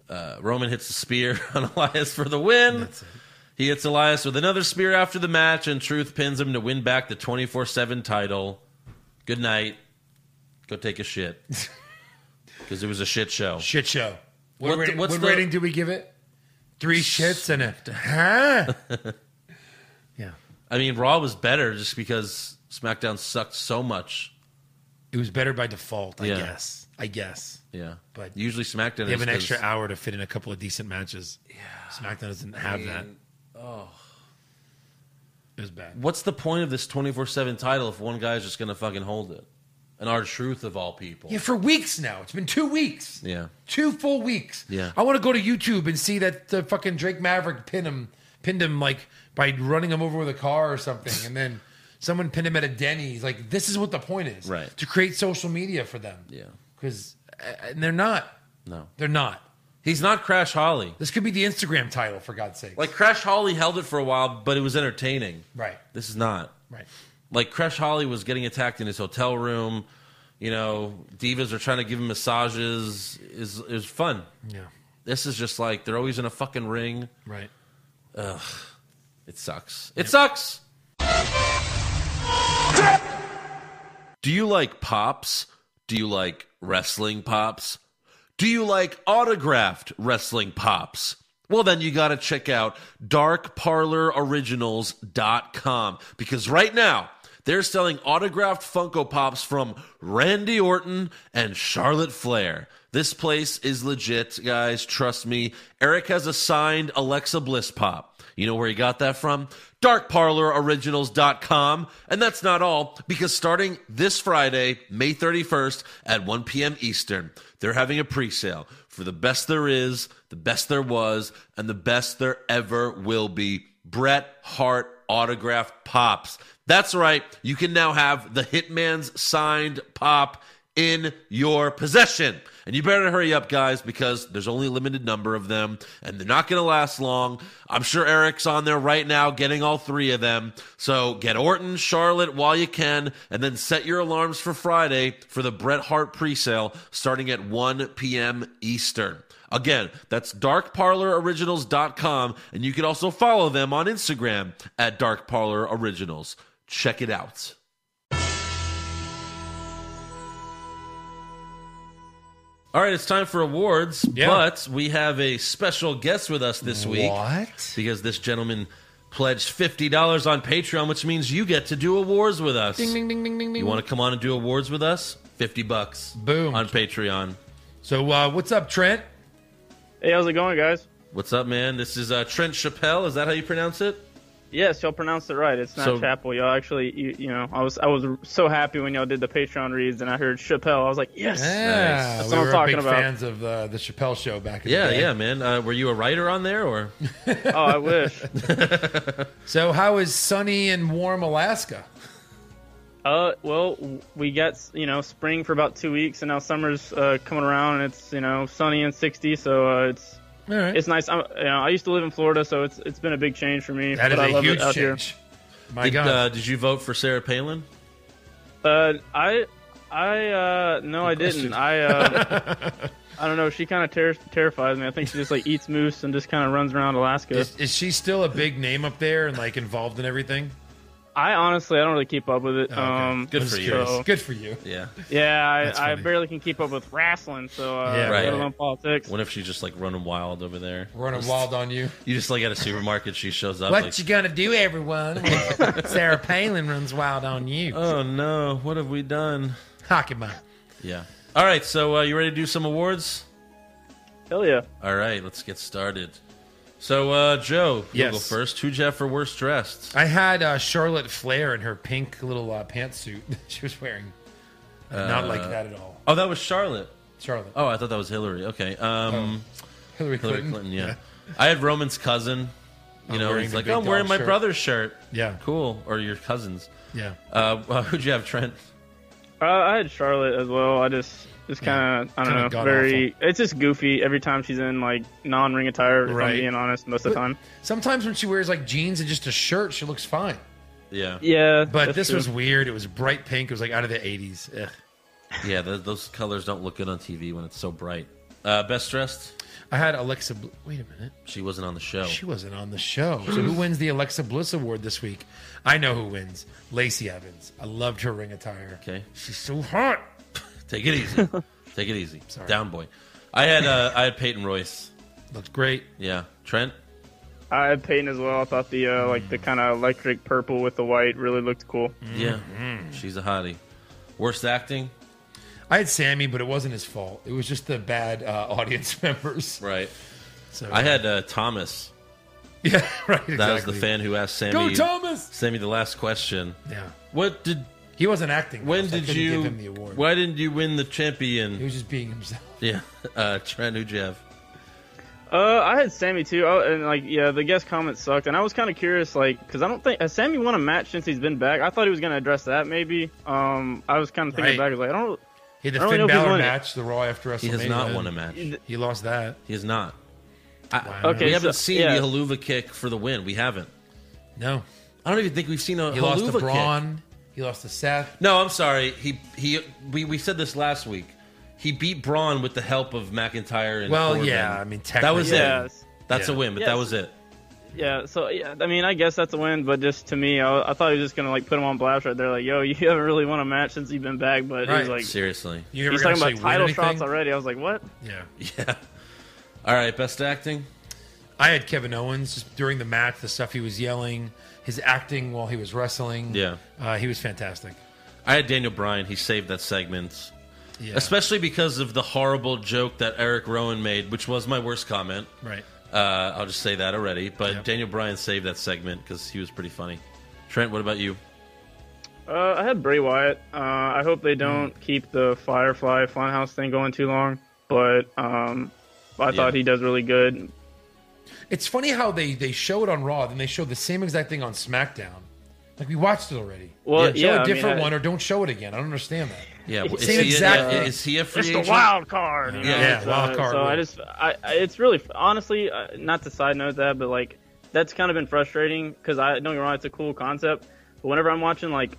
Uh, Roman hits the spear [LAUGHS] on Elias for the win. That's it. He hits Elias with another spear after the match, and Truth pins him to win back the twenty four seven title. Good night. Go take a [LAUGHS] shit because it was a shit show. Shit show. What, What ra- the- what's what the- rating do we give it? Three shits and [LAUGHS] a huh? yeah. I mean, Raw was better just because SmackDown sucked so much. It was better by default, I Yeah. guess. I guess. Yeah, But- usually SmackDown They is have an 'cause- extra hour to fit in a couple of decent matches. Yeah. oh. SmackDown doesn't have that. mean, It was bad. what's the point of this 24-7 title if one guy's just gonna fucking hold it and our truth of all people Yeah, for weeks now. It's been two weeks. Yeah. Two full weeks. Yeah. I want to go to YouTube and see that the fucking Drake Maverick pinned him, pinned him like by running him over with a car or something. and then someone pinned him at a Denny's. Like, this is what the point is. Right. To create social media for them. Yeah. Because, and they're not. no They're not. he's not crash holly This could be the Instagram title, for God's sake. like crash holly held it for a while but it was entertaining right. this is not Right. like crash holly was getting attacked in his hotel room you know divas are trying to give him massages is is fun Yeah. this is just like they're always in a fucking ring Right. it sucks it sucks Do you like pops? Do you like wrestling pops? Do you like autographed wrestling pops? Well, then you got to check out darkparlororiginals.com because right now they're selling autographed Funko Pops from Randy Orton and Charlotte Flair. This place is legit, guys. Trust me. Eric has a signed Alexa Bliss pop. You know where he got that from? darkparlororiginals.com. And that's not all, because starting this Friday, May 31st at 1 p.m. Eastern, they're having a pre sale for the best there is, the best there was, and the best there ever will be Bret Hart autograph pops. That's right, you can now have the Hitman's signed pop in your possession. And you better hurry up, guys, because there's only a limited number of them and they're not going to last long. I'm sure Eric's on there right now getting all three of them. So get Orton, Charlotte while you can, and then set your alarms for Friday for the Bret Hart presale starting at 1 p.m. Eastern. Again, that's darkparlororiginals.com, and you can also follow them on Instagram at darkparlororiginals. Check it out. All right, it's time for awards, Yeah. but we have a special guest with us this week What? because this gentleman pledged $50 on Patreon, which means you get to do awards with us. Ding, ding, ding, ding, ding, ding. You want to come on and do awards with us? 50 bucks. Boom. On Patreon. So, uh, what's up, Trent? Hey, how's it going, guys? What's up, man? This is uh, Trent Chappelle. Is that how you pronounce it? Yes, y'all pronounced it right. It's not So- Chapel. Y'all actually, you, you know, I was I was so happy when y'all did the Patreon reads and I heard Chappelle. I was like, yes, Yeah, that's we what I'm were talking big about. fans of uh, the Chappelle Show back in Yeah, the day. yeah, man. Uh, were you a writer on there or? Oh, [LAUGHS] I wish. So, how is sunny and warm Alaska? Uh, well, we got you know spring for about two weeks, and now summer's uh, coming around, and it's you know sunny and 60, so uh, it's All right, it's nice. i you know, I used to live in Florida, so it's it's been a big change for me. that is but I a love huge it out here. change. My Did, God, uh, did you vote for Sarah Palin? Uh, I, I, uh, no, I question. didn't. I, uh, [LAUGHS] I don't know. She kind of ter- terrifies me. I think she just like eats moose and just kind of runs around Alaska. is, is she still a big name up there and like involved in everything? I honestly, I don't really keep up with it. Oh, okay. Um, Good I'm for just you. curious. Good for you. Yeah. yeah, That's I, I funny. barely can keep up with wrestling, so uh, Yeah, right. let alone politics. What if she's just like running wild over there? Running Just- wild on you. You just like at a supermarket, she shows up. like, gonna do, everyone? [LAUGHS] Sarah Palin runs wild on you. oh no, what have we done? Hockey mom. Yeah. All right, so uh, you ready to do some awards? Hell yeah. All right, let's get started. So, uh, Joe, you Yes. go first. Who Jeff for worst dressed? I had uh, Charlotte Flair in her pink little uh, pantsuit [LAUGHS] that she was wearing. Not like that at all. Oh, that was Charlotte. Charlotte. Oh, I thought that was Hillary. Okay. Um, Hillary Oh, Clinton. Hillary Clinton, yeah. I had Roman's cousin. You Oh, know, wearing he's the like, big oh, I'm wearing dog my shirt." brother's shirt. Yeah. Cool. Or your cousin's. Yeah. Uh, [LAUGHS] well, who'd you have, Trent? Uh, I had Charlotte as well. I just, it's kind of, I Kinda don't know, god very, it's just goofy every time she's in like non-ring attire. If Right. I'm being honest, most of the time. Sometimes when she wears like jeans and just a shirt, she looks fine. Yeah. Yeah, But that's this true. was weird. It was bright pink. It was like out of the 80s. Ugh. Yeah, th- those colors don't look good on TV when it's so bright. Uh, best dressed? I had Alexa. Bl- Wait a minute. She wasn't on the show. She wasn't on the show. So who wins the Alexa Bliss Award this week? I know who wins. Lacey Evans. I loved her ring attire. Okay. She's so hot. Take it easy. Take it easy. Down boy. I had uh, I had Peyton Royce. Looks great. Yeah. Trent? I had Peyton as well. I thought the uh, like Mm. the kind of electric purple with the white really looked cool. Mm-hmm. Yeah. She's a hottie. Worst acting? I had Sammy, but it wasn't his fault. It was just the bad uh, audience [LAUGHS] members. Right. So, I had uh, Thomas. [LAUGHS] yeah, right. Exactly. That was the fan who asked Sammy Go Thomas. Sammy the last question. Yeah, What did he wasn't acting. when so I did couldn't you give him the award? Why didn't you win the He champion? was just being himself. Yeah. [LAUGHS] Uh Trent who'd you have? Uh, I had Sammy too, oh, and like yeah, the guest comment sucked, and I was kind of curious, like, because I don't think has Sammy won a match since he's been back. I thought he was gonna address that maybe. Um, I was kind of thinking Right. back, I was like, I don't. He had the I don't Finn know if he's Balor won it. match, the Raw after WrestleMania. He has not won a match. He lost that. He has not. I- Wow. Okay, we haven't so- seen yeah. the haluva kick for the win. We haven't. No, I don't even think we've seen a he haluva lost to kick. Braun. He lost to Seth. No, I'm sorry. He he. We, we said this last week. He beat Braun with the help of McIntyre and Well, Corbin. yeah, I mean, that was technically. it. Yes. That's Yeah. a win, but that Yes. was it. Yeah, so yeah, I mean, I guess that's a win, but just to me, I, I thought he was just gonna like put him on blast right there, like, yo, [LAUGHS] you haven't really won a match since you've been back, but Right. he's like, Seriously, [LAUGHS] You he's ever talking actually about win title anything? shots already. I was like, what? Yeah, yeah. All right, best acting. I had Kevin Owens just during the match. The stuff he was yelling, his acting while he was wrestling. Yeah. uh, he was fantastic. I had Daniel Bryan. He saved that segment, Yeah, especially because of the horrible joke that Eric Rowan made, which was my worst comment. right. Uh, I'll just say that already. But Yep. Daniel Bryan saved that segment because he was pretty funny. Trent, what about you? Uh, I had Bray Wyatt. Uh, I hope Hmm. they don't keep the Firefly Funhouse thing going too long, but um, I thought he does really good. It's funny how they they show it on Raw, then they show the same exact thing on SmackDown. Like we watched it already. Well, show yeah, a different I mean, I- one or don't show it again. I don't understand that. Yeah, is Same he, exact a, thing. is he a free It's the agent? wild card. you know? Yeah, It's, wild uh, card So I rule. just, I, I, it's really honestly uh, not to side note that, but like that's kind of been frustrating because I don't get me wrong, it's a cool concept, but whenever I'm watching like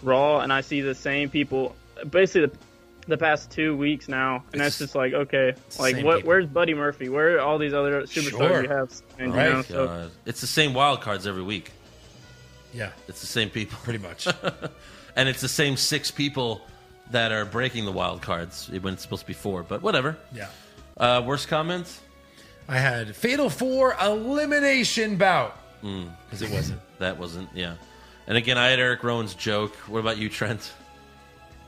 Raw and I see the same people, basically the the past two weeks now, and that's just like okay, the like same what? people. Where's Buddy Murphy? Where are all these other superstars Sure. we have? And, Right. you know, so- God. It's the same wild cards every week. [LAUGHS] Yeah, It's the same people. [LAUGHS] pretty much. and it's the same six people that are breaking the wild cards when it's supposed to be four. But whatever. yeah. Uh, worst comments? I had Fatal Four Elimination Bout because it wasn't. That wasn't. Yeah. And again, I had Eric Rowan's joke. What about you, Trent? [LAUGHS]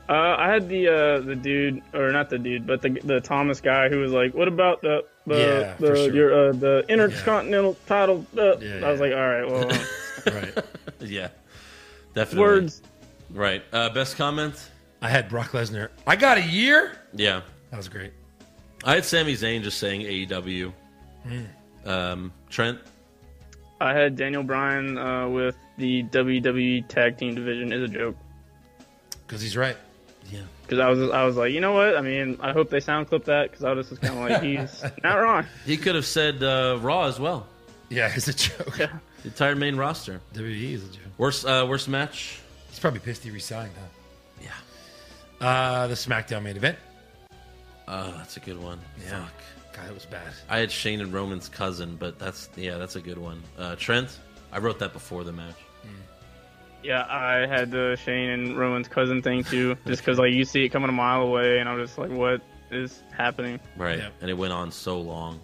Uh, I had the uh, the dude, or not the dude, but the the Thomas guy who was like, "What about the the, Yeah, for the sure. your uh, the intercontinental title?" Uh, Yeah, I was yeah. [LAUGHS] like, "All right, well, Right. yeah, definitely. Words. Right. Uh, best comment. I had Brock Lesnar. I got a year. Yeah. That was great. I had Sami Zayn just saying AEW. Mm. Um, Trent. I had Daniel Bryan uh, with the WWE Tag Team Division is a joke. Because he's right. Yeah. Because I was, I was like, you know what? I mean, I hope they sound clip that because I was just kind of [LAUGHS] like, he's not wrong. He could have said uh, Raw as well. Yeah, [LAUGHS] it's a joke. The entire main roster. WWE is a joke. Worst uh, worst match. He's probably pissed he resigned, huh? Yeah. Uh, the SmackDown main event. Oh, that's a good one. Yeah. Fuck. God, that was bad. I had Shane and Roman's cousin, but that's yeah, that's a good one. Uh, Trent. I wrote that before the match. Yeah, I had the Shane and Rowan's cousin thing too, just because like you see it coming a mile away, and I'm just like, what is happening? Right. Yep. And it went on so long.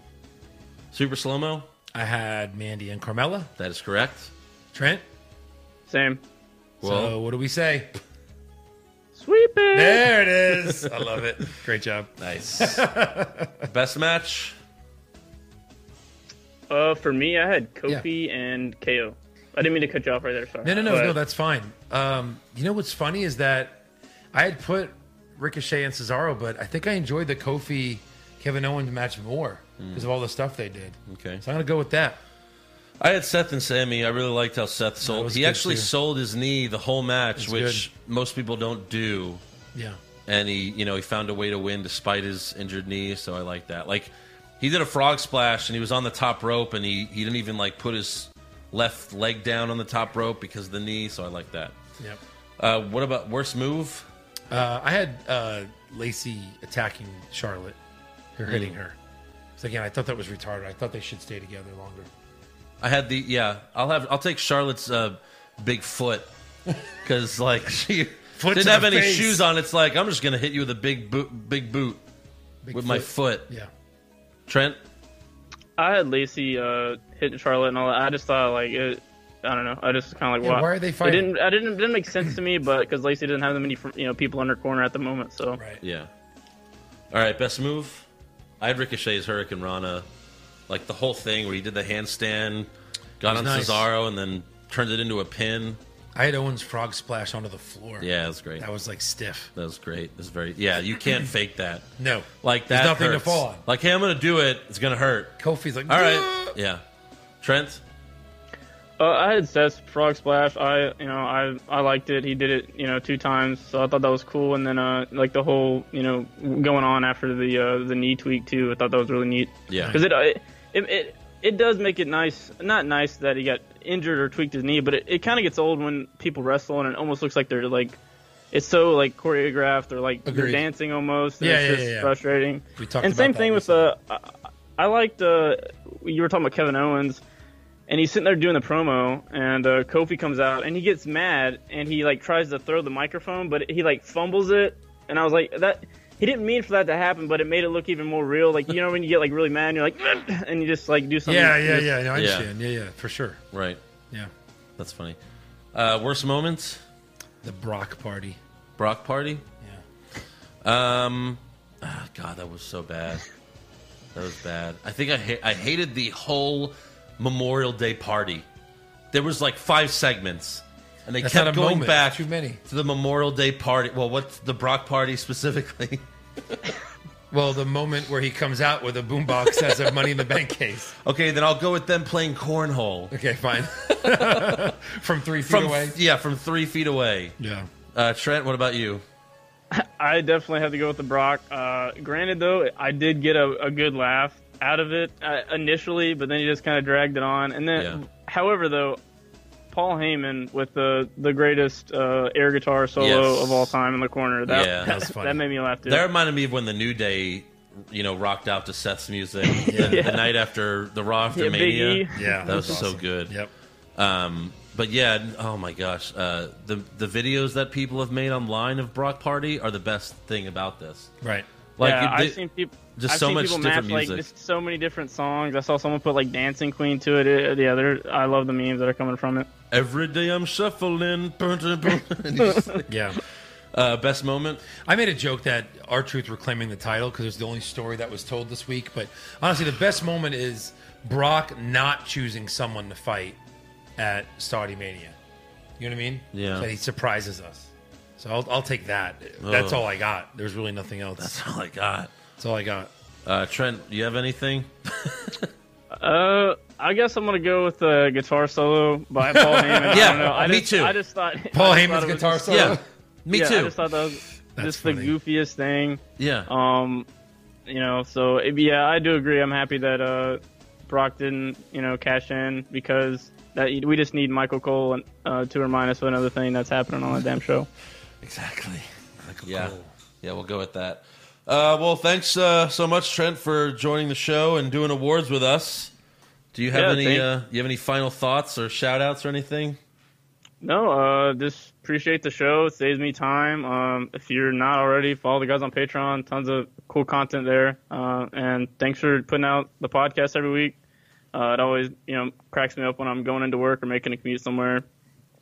Super slow mo. I had Mandy and Carmella. That is correct. Trent. Same. so, what do we [LAUGHS] say? Sweep it. There it is. I love it. Great job. [LAUGHS] Nice. Best match. Uh, for me, I had Kofi and KO. I didn't mean to cut you off right there. Sorry. No, no, no, But- no. That's fine. Um, you know what's funny is that I had put Ricochet and Cesaro, but I think I enjoyed the Kofi Kevin Owens match more because of all the stuff they did. Hmm. Okay. So I'm gonna go with that. I had Seth and Sammy. I really liked how Seth sold. was He good, actually too. sold his knee the whole match, It's which most people don't do. Yeah. And he, you know, he found a way to win despite his injured knee. So I like that. Like he did a frog splash and he was on the top rope and he he didn't even like put his left leg down on the top rope because of the knee. So I like that. Yep. Uh, what about worst move? Uh, I had uh, Lacey attacking Charlotte, her Hmm. hitting her. So again, I thought that was retarded. I thought they should stay together longer. I had the yeah. I'll have I'll take Charlotte's uh, big foot because like [LAUGHS] she Foot didn't to have the any face. shoes on. It's like I'm just gonna hit you with a big boot, big boot Big with my foot. Yeah. Trent, I had Lacey uh, hitting Charlotte and all that. I just thought like it. I don't know. I just kind of like Yeah, why, why are they It fighting? didn't. I didn't. It didn't make sense to me, but because Lacey didn't have that many fr- you know people in her corner at the moment. So Right. yeah. All right, best move. I had Ricochet's Hurricane Rana, like the whole thing where he did the handstand, got was on nice. Cesaro, and then turned it into a pin. I had Owens frog splash onto the floor. Yeah, that was great. That was like stiff. That was great. It was very yeah. You can't [LAUGHS] fake that. No. Like that. There's nothing hurts. to fall on. Like hey, I'm gonna do it. It's gonna hurt. Kofi's like, All right. Yeah. Trent. Uh, I had Seth's frog splash. I, you know, I, I liked it. He did it, you know, two times, so I thought that was cool. And then, uh, like the whole, you know, going on after the uh, the knee tweak too. I thought that was really neat. Yeah. Because it, uh, it, it, it, it does make it nice. Not nice that he got injured or tweaked his knee, but it, it kind of gets old when people wrestle and it almost looks like they're like, it's so like choreographed or like they're Agreed. dancing almost. and Yeah, it's yeah, just yeah, yeah. frustrating. We talked and about same that thing with uh, I, I liked uh, you were talking about Kevin Owens and he's sitting there doing the promo and uh, kofi comes out and he gets mad and he like tries to throw the microphone but he like fumbles it and i was like that he didn't mean for that to happen but it made it look even more real like you know when you get like really mad and you're like [CLEARS THROAT] and you just like do something Yeah, yeah, just- yeah. No, I understand. Yeah, yeah, for sure. Right. Yeah. That's funny. Uh, worst moments. The Brock party. Brock party. Yeah. Um. ah, God, that was so bad. That was bad. I think I ha- I hated the whole Memorial Day party. There was like five segments, and they That's kept not a going moment. back Too many. to the Memorial Day party. Well, what's the Brock party specifically? [LAUGHS] Well, the moment where he comes out with a boombox [LAUGHS] as a money in the bank case. okay, then I'll go with them playing cornhole Okay, fine. [LAUGHS] From three feet from away. yeah from three feet away. Yeah. [LAUGHS] Uh, Trent, what about you? i definitely have to go with the brock uh, granted though i did get a, a good laugh out of it uh, initially but then he just kind of dragged it on and then Yeah. however though Paul Heyman with the the greatest uh, air guitar solo Yes. of all time in the corner. That, Yeah. [LAUGHS] That was funny. That made me laugh too. That reminded me of when the New Day, you know, rocked out to Seth's music [LAUGHS] the, the night after the Raw after Yeah, Big Mania. E. Yeah. that was so awesome. good. Yep. Um, but yeah, n- oh my gosh, uh, the the videos that people have made online of Brock Party are the best thing about this. Right. Like, yeah, it- I've seen people. just I've so seen much people different match, like, music. just so many different songs. I saw someone put like "Dancing Queen" to it. it the other, I love the memes that are coming from it. every day I'm shuffling. [LAUGHS] And [LAUGHS] you just- Yeah. uh, best moment. [LAUGHS] I made a joke that our truth reclaiming the title because it's the only story that was told this week. But honestly, the best moment is Brock not choosing someone to fight at Saudi Mania. You know what I mean? Yeah. Oh. That he surprises us. So I'll, I'll take that. That's Ugh. all I got. There's really nothing else. That's all I got. That's all I got. Oh Uh, Trent, you have anything? Uh, I guess I'm gonna go with the guitar solo by [LAUGHS] Paul Heyman. I Yeah, don't know. I me just, too. I just thought Paul I just Heyman's thought it was guitar just- solo? Yeah, me Uh, Yeah, I too. just thought that was just the funny. goofiest thing. Yeah. Um, you know, so it- yeah, I do agree. I'm happy that uh, Brock didn't, you know, cash in because that we just need Michael Cole and, uh, to remind us of another thing that's happening on that damn show. Exactly. yeah. Yeah, we'll go with that. Uh, well, thanks uh, so much, Trent, for joining the show and doing awards with us. Do you have Yeah, any? thank- Uh, you have any final thoughts or shout outs or anything? No, uh, just appreciate the show. It saves me time. Um, if you're not already, follow the guys on Patreon. Tons of cool content there. Uh, and thanks for putting out the podcast every week. Uh, it always, you know, cracks me up when I'm going into work or making a commute somewhere.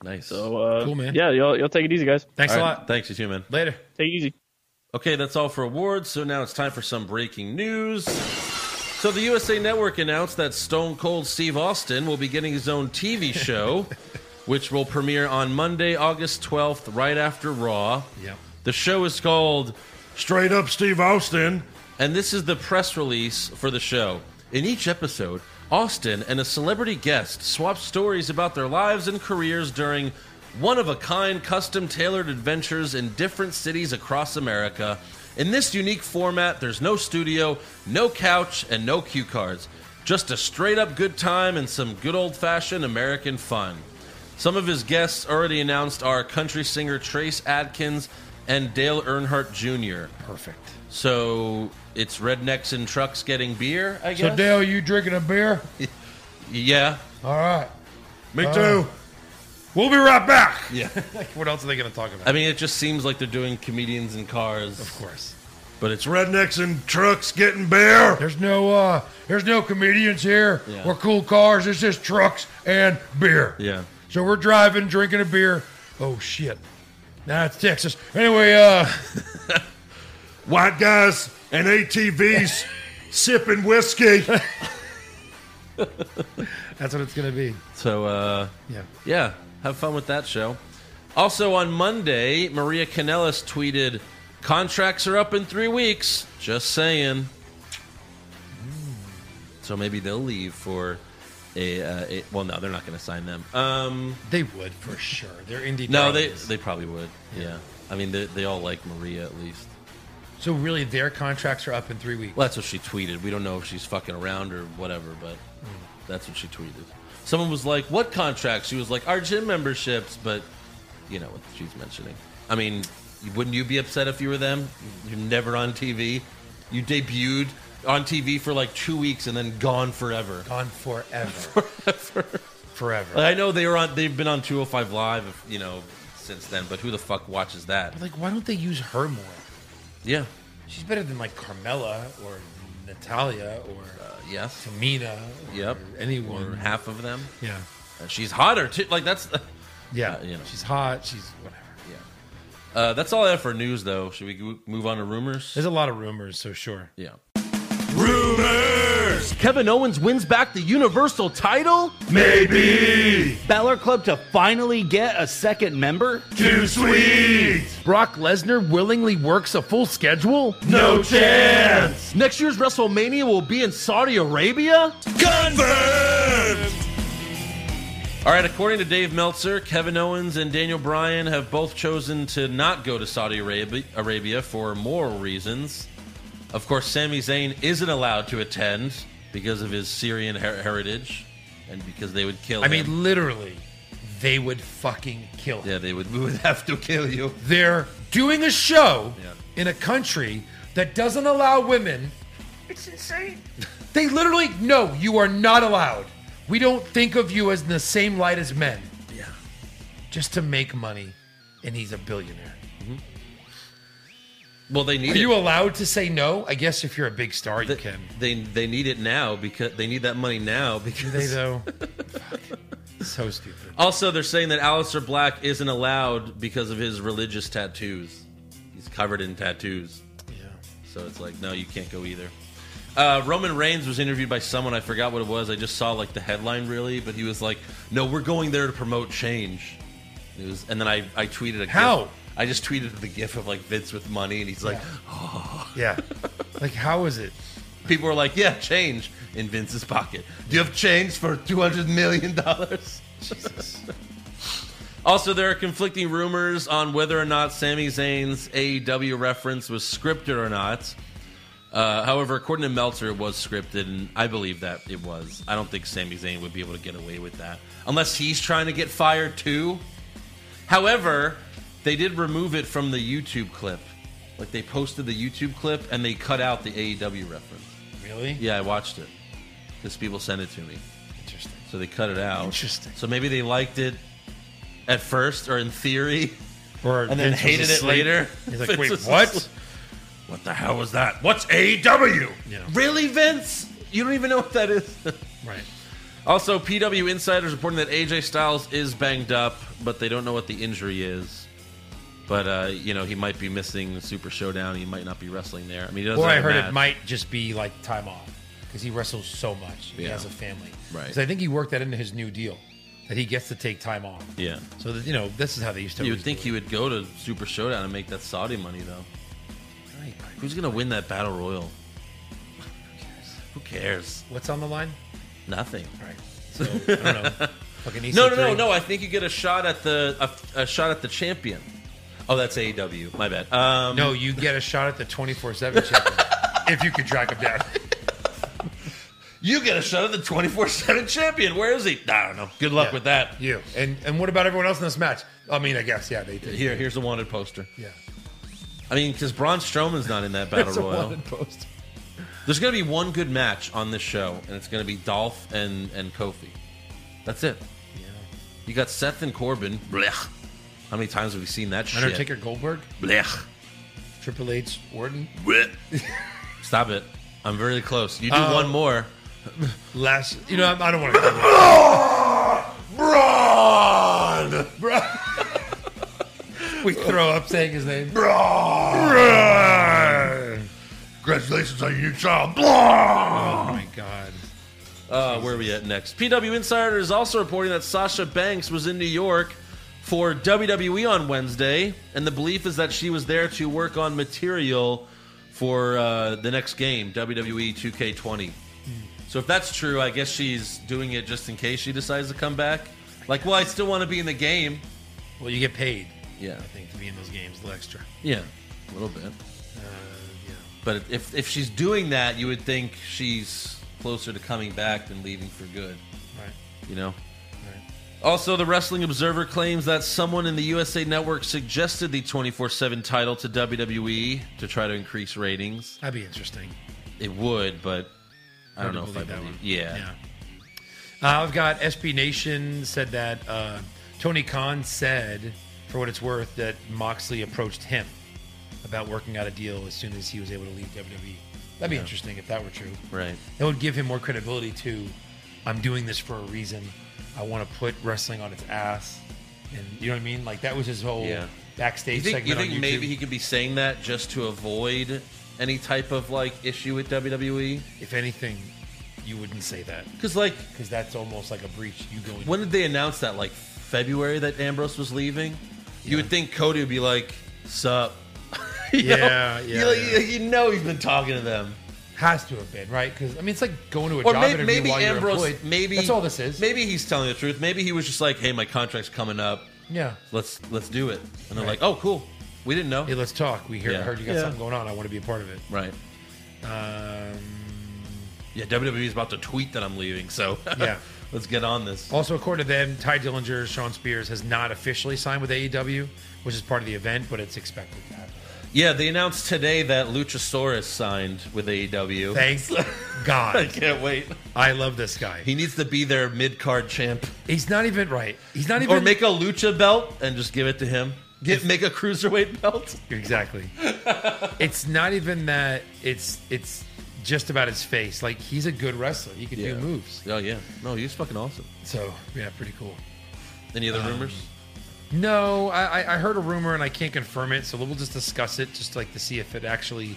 Nice. So, uh, Cool, man. yeah, y'all, y'all take it easy, guys. Thanks All a right, lot. Thanks, you too, man. Later. Take it easy. Okay, that's all for awards. So now it's time for some breaking news. So the USA Network announced that Stone Cold Steve Austin will be getting his own [LAUGHS] TV show, which will premiere on Monday, August 12th, right after Raw. Yep. The show is called Straight Up Steve Austin. And this is the press release for the show. In each episode, Austin and a celebrity guest swap stories about their lives and careers during one of a kind, custom tailored adventures in different cities across America. In this unique format, there's no studio, no couch, and no cue cards. Just a straight up good time and some good old fashioned American fun. Some of his guests already announced are country singer Trace Adkins and Dale Earnhardt Jr. Perfect. So it's rednecks and trucks getting beer, I guess. So Dale, you drinking a beer? yeah, All right. Me Uh, too. We'll be right back. yeah. [LAUGHS] what else are they going to talk about? I mean, it just seems like they're doing comedians in cars, of course. but it's Rednecks and trucks getting beer. There's no uh there's no comedians here. Yeah. We're cool cars. It's just trucks and beer. yeah. So we're driving, drinking a beer. Oh shit. Now it's Texas. [LAUGHS] Anyway, uh White guys and [LAUGHS] ATVs sipping whiskey. that's what it's gonna be. So uh, Yeah. yeah, have fun with that show. Also on Monday, Maria Canellis tweeted, "Contracts are up in three weeks. Just saying." Mm. So maybe they'll leave for a, uh, a well, no, they're not going to sign them. Um, They would for sure. They're indie. no, they darlings. they probably would. Yeah, I mean they they all like Maria at least. So really their contracts are up in three weeks. Well, that's what she tweeted. We don't know if she's fucking around or whatever, but that's what she tweeted. Someone was like, "What contracts?" She was like, "Our gym memberships," but you know what she's mentioning. I mean, wouldn't you be upset if you were them? You're never on TV. You debuted on TV for like two weeks and then gone forever. [LAUGHS] Gone forever. forever. Like, I know they were on. They've been on 205 Live, you know, since then. But who the fuck watches that? Like why don't they use her more? Yeah. She's better than like Carmela or Natalia or Uh, yes. Tamina. Or Yep. Anyone. Or half of them. yeah. And she's hotter too. Like that's. Yeah. Uh, you know. She's hot. She's whatever. Uh, that's all I have for news, though. Should we go- move on to rumors? There's a lot of rumors, so sure. Yeah. Rumors, Kevin Owens wins back the Universal title? maybe Balor Club to finally get a second member? too sweet. Brock Lesnar willingly works a full schedule? No chance. Next year's WrestleMania will be in Saudi Arabia? Confirmed. All right. According to Dave Meltzer, Kevin Owens and Daniel Bryan have both chosen to not go to Saudi Arabia, Arabia for moral reasons. Of course, Sami Zayn isn't allowed to attend because of his Syrian her- heritage, and because they would kill. I him. mean, literally, they would fucking kill him. yeah, they would. [LAUGHS] We would have to kill you. They're doing a show Yeah. in a country that doesn't allow women. It's insane. they literally, no, you are not allowed. We don't think of you as in the same light as men. Yeah. Just to make money, and he's a billionaire. Well, they need Are it. you allowed to say no? I guess if you're a big star, you They- can. They they need it now because they need that money now because [LAUGHS] They though. so stupid. Also, they're saying that Alistair Black isn't allowed because of his religious tattoos. He's covered in tattoos. Yeah. So it's like, no, you can't go either. Uh, Roman Reigns was interviewed by someone I forgot what it was. I just saw like the headline really, but he was like, "No, we're going there to promote change." It was, and then I, I tweeted a How? GIF. I just tweeted the GIF of like Vince with money, and he's like, "Oh." Yeah. like how is it? People were like, "Yeah, change in Vince's pocket. Do you have change for two hundred million dollars?" Jesus. Also, there are conflicting rumors on whether or not Sami Zayn's AEW reference was scripted or not. Uh, however, according to Meltzer, it was scripted, and I believe that it was. I don't think Sami Zayn would be able to get away with that unless he's trying to get fired too. However, they did remove it from the YouTube clip. Like they posted the YouTube clip and they cut out the AEW reference. Really? Yeah, I watched it because people sent it to me. Interesting. So they cut it out. Interesting. So maybe they liked it at first, or in theory, [LAUGHS] or and then Vince was hated it asleep. later. He's like, Vince wait, was what? asleep. What the hell was that? What's AEW? You know. Really, Vince? You don't even know what that is. [LAUGHS] Right. Also, PW Insiders reporting that AJ Styles is banged up, but they don't know what the injury is. But uh, you know, he might be missing Super Showdown. He might not be wrestling there. I mean, he doesn't Or I have a heard it match. might just be like time off because he wrestles so much. He Yeah. has a family. Right. 'Cause I think he worked that into his new deal that he gets to take time off. Yeah. So that, you know, this is how they used to. You would think he would go to Super Showdown and make that Saudi money, though. Who's gonna win that battle royal? [LAUGHS] Who cares? What's on the line? Nothing. Right. So I [LAUGHS] don't know. Fucking E No, no, EC3. no, no. I think you get a shot at the a, a shot at the champion. Oh, that's AEW. My bad. Um, No, you get a shot at the twenty four [LAUGHS] seven champion if you could track him down. you get a shot at the twenty four seven champion. Where is he? I don't know. Good luck Yeah. with that. You and and what about everyone else in this match? I mean, I guess yeah, they did. Here, here's the wanted poster. Yeah. I mean, because Braun Strowman's not in [LAUGHS] that battle It's a royal. wanted poster. There's going to be one good match on this show, and it's going to be Dolph and, and Kofi. That's it. Yeah. You got Seth and Corbin. Blech. How many times have we seen that shit? Undertaker Goldberg, Blech. Triple H, Orton. Blech. Stop it. I'm very close. You do Uh, one more. Last, you know, I I don't want to. [LAUGHS] Braun! [LAUGHS] We throw up saying his name. Braun! Congratulations on your new child. Braun! Oh my god. Uh, where are we at next? PW Insider is also reporting that Sasha Banks was in New York for WWE on Wednesday, and the belief is that she was there to work on material for uh, the next game, E WWE 2K20. So if that's true, I guess she's doing it just in case she decides to come back. Like, well, I still want to be in the game. Well, you get paid. Yeah. I think to be in those games, a little extra. Yeah, a little bit. Uh, yeah. But if if she's doing that, you would think she's closer to coming back than leaving for good. Right. You know. Right. Also, the Wrestling Observer claims that someone in the USA Network suggested the 24 7 title to WWE to try to increase ratings. That'd be interesting. It would, but I don't know if I that believe. one. Yeah. Uh, I've got SB Nation said that uh, Tony Khan said, for what it's worth, that Moxley approached him about working out a deal as soon as he was able to leave WWE. That'd be interesting if that were true. Right. It would give him more credibility to, I'm doing this for a reason. I want to put wrestling on its ass, and you know what I mean. Like that was his whole Yeah. backstage You think, you segment. think on YouTube. maybe he could be saying that just to avoid any type of like issue with WWE? if anything, you wouldn't say that Because, like, because that's almost like a breach. You going when did they announce that? Like February that Ambrose was leaving? You would think Cody would be like, Sup. [LAUGHS] You know? Yeah, yeah, You- yeah. you know he's been talking to them. Has to have been right because I mean it's like going to a or job maybe, interview maybe while you're Ambrose. employed. Maybe that's all this is. Maybe he's telling the truth. Maybe he was just like, "Hey, my contract's coming up. yeah. Let's let's do it." And they're like, Right. "Oh, cool. We didn't know." Hey, let's talk. We hear, Yeah. heard you got Yeah. something going on. I want to be a part of it. Right. Um, Yeah. WWE's about to tweet that I'm leaving, so [LAUGHS] Yeah. let's get on this. also, according to them, Ty Dillinger, Sean Spears has not officially signed with AEW, which is part of the event, but it's expected to happen. Yeah, they announced today that Luchasaurus signed with AEW. Thanks [LAUGHS] I God. can't wait. I love this guy. He needs to be their mid card champ, He's not even right. He's not even or make a lucha belt and just give it to him. Get make a cruiserweight belt. [LAUGHS] Exactly. it's not even that. It's it's just about his face. Like he's a good wrestler. He can do moves. Oh yeah. No, he's fucking awesome. So yeah, pretty cool. Any other rumors? No, I, I- I heard a rumor and I can't confirm it, so we'll just discuss it, just like to see if it actually,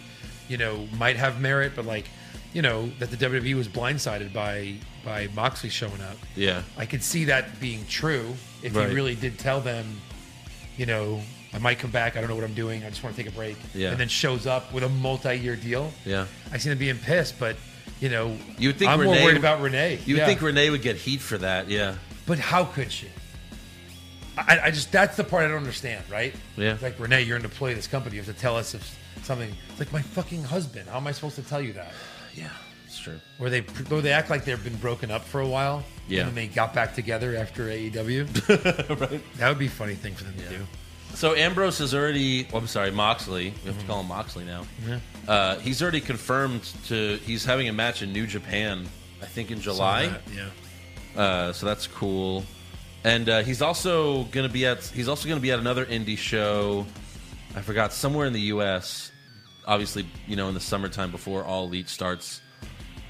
you know, might have merit. But like, you know, that the WWE was blindsided by by Moxley showing up. Yeah. I could see that being true if Right. he really did tell them, you know, I might come back. I don't know what I'm doing. I just want to take a break. Yeah. And then shows up with a multi-year deal. Yeah. I see them being pissed, but you know, You would think I'm Renee, more worried about Renee. You would Yeah. think Renee would get heat for that. Yeah. But how could she? I, I just that's the part I don't understand, right? Yeah. It's like Renee, you're an employee of this company. You have to tell us if something. It's like my fucking husband. How am I supposed to tell you that? Yeah, it's true. Where they where they act like they've been broken up for a while. Yeah. And then they got back together after [LAUGHS] AEW. right. That would be a funny thing for them to do. So Ambrose has already. oh, I'm sorry, Moxley. We have to call him Moxley now. Yeah. Uh, he's already confirmed to. He's having a match in New Japan. I think in July. that, Uh, so that's cool. And uh, he's also gonna be at. He's also gonna be at another indie show. I forgot somewhere in the U.S. Obviously, you know, in the summertime before All Elite starts.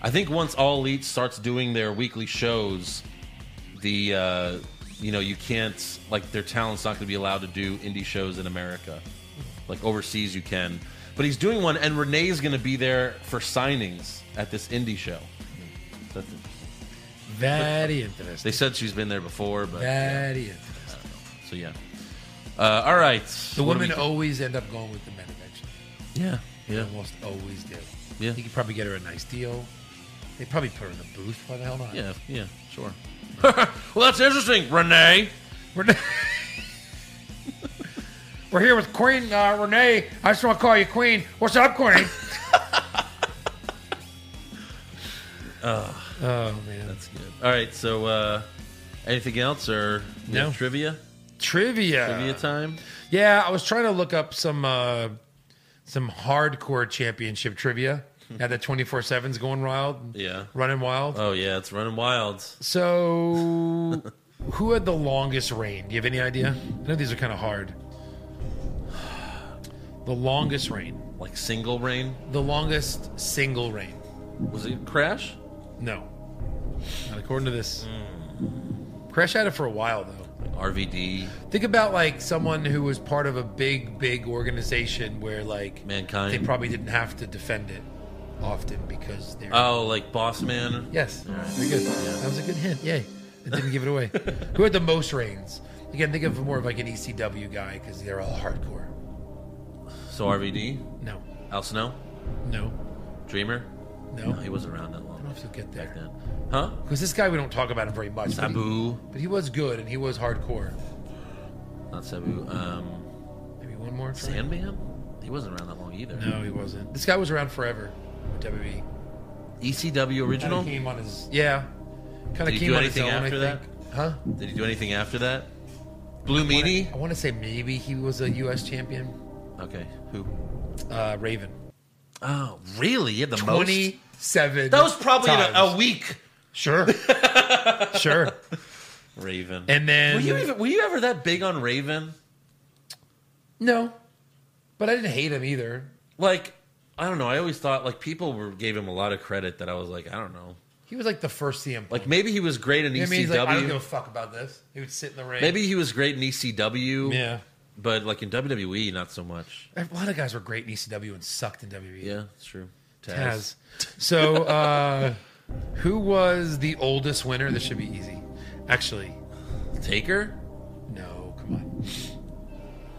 I think once All Elite starts doing their weekly shows, the uh, you know you can't like their talent's not going to be allowed to do indie shows in America, like overseas you can. But he's doing one, and Renee's going to be there for signings at this indie show. That's Very interesting. They said she's been there before, but yeah. Very interesting. so yeah. Uh, all right, The What do women we- always end up going with the men eventually. Yeah, yeah. They almost always do. Yeah. You could probably get her a nice deal. They probably put her in the booth. Why the hell not? Yeah, yeah, sure. [LAUGHS] well, that's interesting, Renee. Renee. [LAUGHS] We're here with Queen uh, Renee. I just want to call you Queen. What's up, Queen? [LAUGHS] Oh, man, that's good. All right, so uh, anything else or we have No. Uh, trivia? Trivia. Trivia time. Yeah, I was trying to look up some uh, some hardcore championship trivia. Now that twenty four seven's going wild, Hmm. Yeah. running wild. Oh yeah, it's running wild. So, [LAUGHS] who had the longest reign? Do you have any idea? I know these are kind of hard. [SIGHS] The longest reign. Like single reign? The longest single reign. Was it Crash? No. Not according to this. Hmm. Crash had it for a while, though. RVD, Think about like someone who was part of a big, big organization where like Mankind. they probably didn't have to defend it often because they're Oh, like Boss Man. Yes. All right. Very good. That was a good hint. Yay. It didn't give it [LAUGHS] away. Who had the most reigns? Again, think of more of like an ECW guy because they're all hardcore. So RVD, No. Al Snow, No. Dreamer. No. he wasn't around that I long. don't know if you'll get there. Huh? Because this guy, we don't talk about him very much. but he- Sabu. But he was good and he was hardcore. Not Sabu. Um, Maybe one more. try? Sandman. He wasn't around that long either. No, he wasn't. This guy was around forever. with WWE. ECW E original. Kinda came on his. Yeah. Kind Did of he came do on his anything own, I after that? think. Huh? Did he do anything after that? Blue Meanie. I want to say maybe he was a U.S. champion. Okay. Who? Uh, Raven. Oh, really? You had the most. Twenty-seven. That was probably in times. a, a week. [LAUGHS] Sure. sure. Raven. And then were you even, were you ever that big on Raven? no, but I didn't hate him either. Like, I don't know. I always thought like people were gave him a lot of credit that I was like, I don't know. He was like the first CM. Punk. Like maybe he was great in You know ECW. what I mean, he's like, I don't give a fuck about this. He would sit in the ring. Maybe he was great in ECW. Yeah. But like in WWE, not so much. a lot of guys were great in ECW and sucked in E. WWE. Yeah, it's true. Taz. So, uh, who was the oldest winner? This should be easy. Actually, Taker? no. Come on,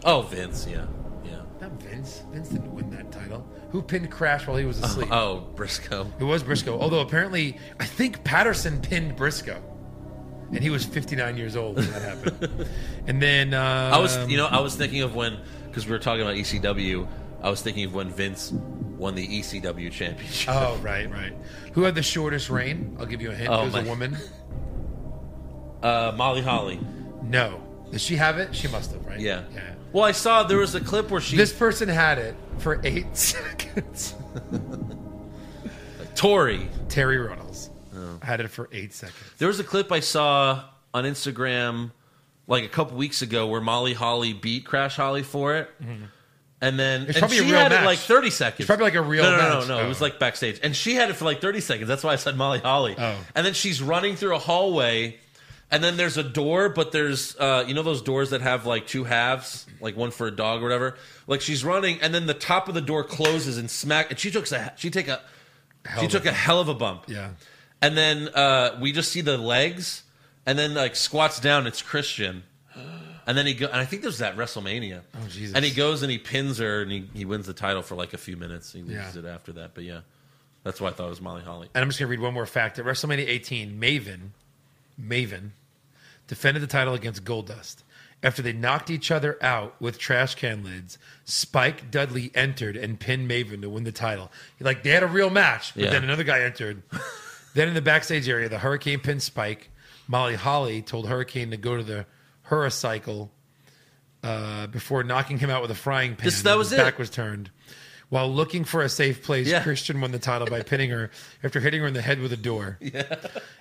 Oh, Vince, yeah. Yeah. not Vince. Vince didn't win that title. Who pinned Crash while he was asleep? Oh, Briscoe. It was Briscoe. Although apparently, I think Patterson pinned Briscoe, and he was 59 years old when [LAUGHS] that happened. and then um, I was you know, I was thinking of when because we were talking about ECW, I was thinking of when Vince won the ECW championship. Oh right, right. Who had the shortest reign? I'll give you a hint. Oh, it was my- a woman. Uh Molly Holly. No. Did she have it? She must have, right? Yeah. Yeah. Well, I saw there was a clip where she This person had it for eight [LAUGHS] seconds. Tori. Terry Runnels Oh. had it for eight seconds. There was a clip I saw on Instagram like a couple weeks ago where Molly Holly beat Crash Holly for it. And then Mm-hmm. It's and probably a she real had it match. like 30 seconds. It's probably like a real no, no, match. No, no, no. It Oh. was like backstage. And she had it for like 30 seconds. That's why I said Molly Holly. Oh. And then she's running through a hallway. And then there's a door, but there's, uh, you know, those doors that have like two halves, like one for a dog or whatever. Like she's running, and then the top of the door closes and smack. And she takes a, she take a, she took a hell of a bump. Yeah. And then uh, we just see the legs, and then like squats down. It's [GASPS] Christian, and then he go. And I think there's that WrestleMania. Oh, Jesus. And he goes and he pins her, and he, he wins the title for like a few minutes. He loses Yeah. it after that, but yeah, that's why I thought it was Molly Holly. And I'm just going to read one more fact. At WrestleMania 18, Maven, Maven, defended the title against Goldust. After they knocked each other out with trash can lids, Spike Dudley entered and pinned Maven to win the title. Like they had a real match, but Yeah. then another [LAUGHS] guy entered. then in the backstage area, the Hurricane pinned Spike. Molly Holly told Hurricane to go to the Hurricycle uh, before knocking him out with a frying pan. This- that was his it. Back was turned. While looking for a safe place, Christian won the title by pinning her after hitting her in the head with a door.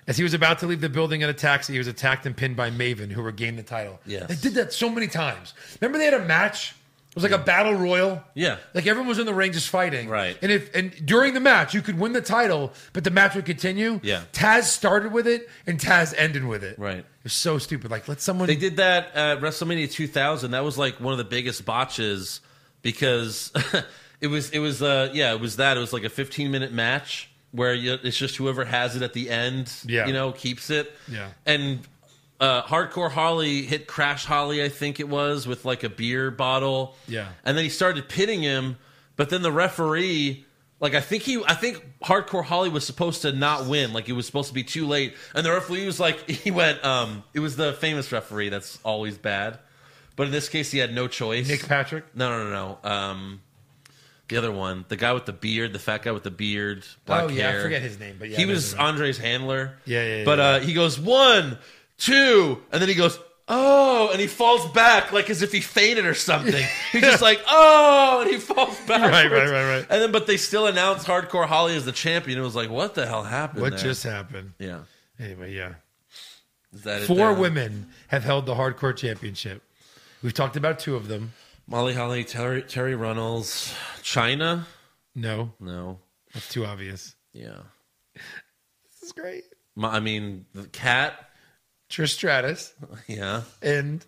As he was about to leave the building in a taxi, he was attacked and pinned by Maven, who regained the title. Yes. They did that so many times. Remember they had a match? It was like a battle royal. Yeah. Like everyone was in the ring just fighting. Right. And if and during the match, you could win the title, but the match would continue. Yeah. Taz started with it and Taz ended with it. Right. It's so stupid. Like let someone They did that at WrestleMania 2000. That was like one of the biggest botches because [LAUGHS] it was it was uh yeah it was that it was like a 15 minute match where you, it's just whoever has it at the end Yeah. you know keeps it Yeah. and uh, hardcore Holly hit Crash Holly I think it was with like a beer bottle Yeah. and then he started pitting him but then the referee like I think he I think Hardcore Holly was supposed to not win like it was supposed to be too late and the referee was like [LAUGHS] he went um it was the famous referee that's always bad but in this case he had no choice Nick Patrick no no no no um the other one the guy with the beard the fat guy with the beard black Oh, yeah, I hair. forget his name, but yeah, he I know was the name. Andre's handler Yeah, yeah, yeah, but uh yeah. he goes one two and then he goes oh and he falls back like as if he fainted or [LAUGHS] something he's just like oh and he falls back Right, right, right, right. and then but they still announced hardcore holly as the champion it was like what the hell happened what there? just happened. yeah Anyway, yeah. Is that it Four there? women have held the hardcore championship. We've talked about two of them. molly holly terry, terry runnels china No, no that's too obvious. yeah This is great. My- I mean, the cat. Trish Stratus Yeah. and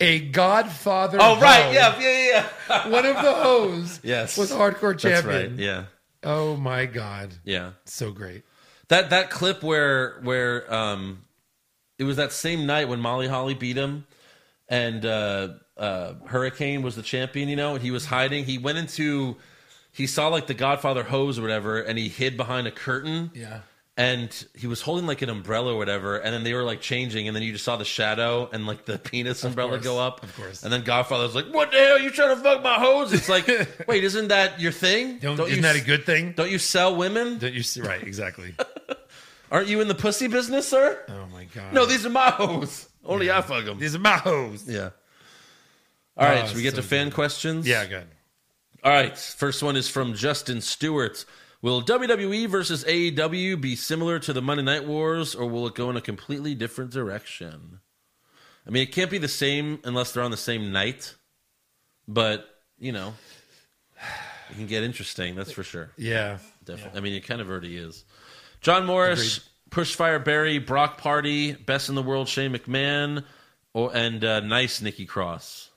a Godfather. Oh right. hoe. Yeah. Yeah. Yeah. One of the hoes. [LAUGHS] Yes. Was hardcore That's champion. right. Yeah. Oh my god. Yeah. So great. That that clip where where um, it was that same night when Molly Holly beat him, and uh, uh, Hurricane was the champion. You know, and he was hiding. He went into. He saw like the Godfather hose or whatever, and he hid behind a curtain. Yeah. and he was holding like an umbrella or whatever, and then they were like changing, and then you just saw the shadow and like the [LAUGHS] penis umbrella course, go up, of course. And then Godfather's like, "What the hell? You trying to fuck my hose?" It's [LAUGHS] like, wait, isn't that your thing? Don't, you isn't that a s- good thing? Don't you sell women? Don't you see? Right. Exactly. [LAUGHS] Aren't you in the pussy business, sir? oh my god. No, these are my hoes. Only I fuck them. These are my hoes. Yeah. All right, Oh, should we get to so fan questions? Yeah. Good. All right, first one is from Justin Stewart. Will WWE versus AEW be similar to the Monday Night Wars, or will it go in a completely different direction? I mean, it can't be the same unless they're on the same night, but you know, it can get interesting. That's for sure. Yeah. Definitely. I mean, it kind of already is. John Morris, Pushfire Barry, Brock Party, Best in the World, Shane McMahon, or, and uh, nice Nikki Cross.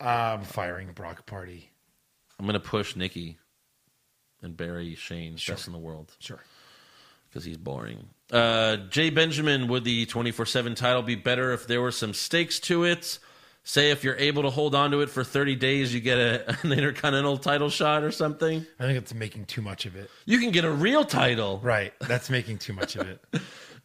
I'm Um, firing Brock Party. I'm gonna push Nikki and bury Shane best in the world Sure. because he's boring. Uh, Jay Benjamin, would the 24 7 title be better if there were some stakes to it? Say if you're able to hold on to it for 30 days, you get a, [LAUGHS] an intercontinental title shot or something. I think it's making too much of it. You can get a real title. Right. That's making too much of it.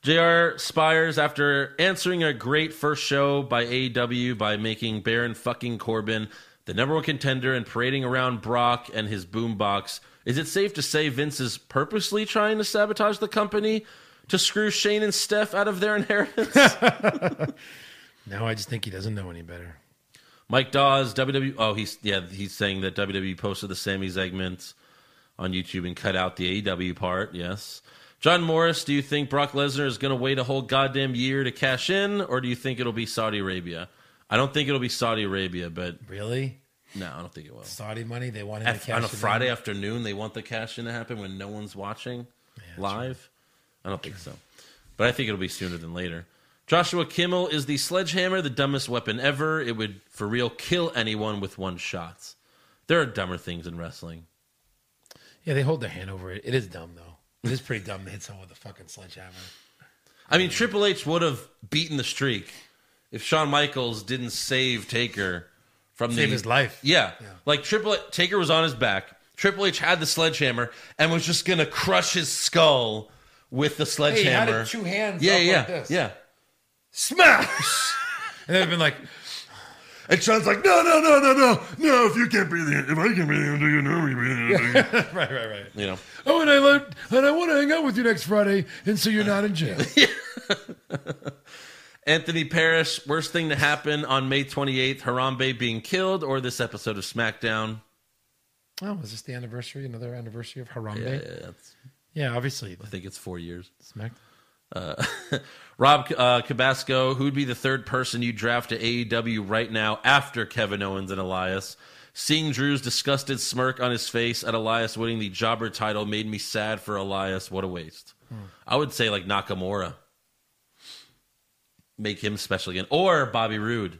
JR Spires, after answering a great first show by AEW by making Baron fucking Corbin the number one contender and parading around Brock and his boombox, is it safe to say Vince is purposely trying to sabotage the company to screw Shane and Steph out of their inheritance? Now I just think he doesn't know any better. Mike Dawes, WWE. Oh, he's yeah, he's saying that WWE posted the Sammy segment on YouTube and cut out the AEW part. Yes. John Morris, do you think Brock Lesnar is going to wait a whole goddamn year to cash in, or do you think it'll be Saudi Arabia? I don't think it'll be Saudi Arabia, but Really? no, I don't think it will. Saudi money? They want him to At- cash on a it in? Friday afternoon, they want the cash in to happen when no one's watching live. I don't think so, but I think it'll be sooner than later. Joshua Kimmel is the sledgehammer, the dumbest weapon ever. It would, for real, kill anyone with one shot. There are dumber things in wrestling. Yeah, they hold their hand over it. It is dumb though. It is pretty dumb to hit someone with a fucking sledgehammer. I mean, Triple H would have beaten the streak if Shawn Michaels didn't save Taker from Save the, his life. Yeah, like Triple H, Taker was on his back. Triple H had the sledgehammer and was just gonna crush his skull with the Hey, how sledgehammer. did two hands? yeah, up yeah, like this? yeah. Smash. and they've been like, [LAUGHS] And Sean's like, no, no, no, no, no, no. If you can't be the, if I can't be the Undertaker, nobody can be the Undertaker. right, right, right. [LAUGHS] You know, Oh, and I loved, and I want to hang out with you next Friday, and so you're not in [LAUGHS] jail. Anthony Paris, worst thing to happen on May 28th, Harambe being killed or this episode of SmackDown. oh, was this the anniversary? Another anniversary of Harambe? Yeah, yeah, that's- Yeah, obviously. I think it's four years. Smack. Uh, Rob uh, Cabasco, who'd be the third person you draft to AEW right now after Kevin Owens and Elias? Seeing Drew's disgusted smirk on his face at Elias winning the jobber title made me sad for Elias. What a waste. Hmm. I would say like Nakamura. Make him special again. Or Bobby Roode.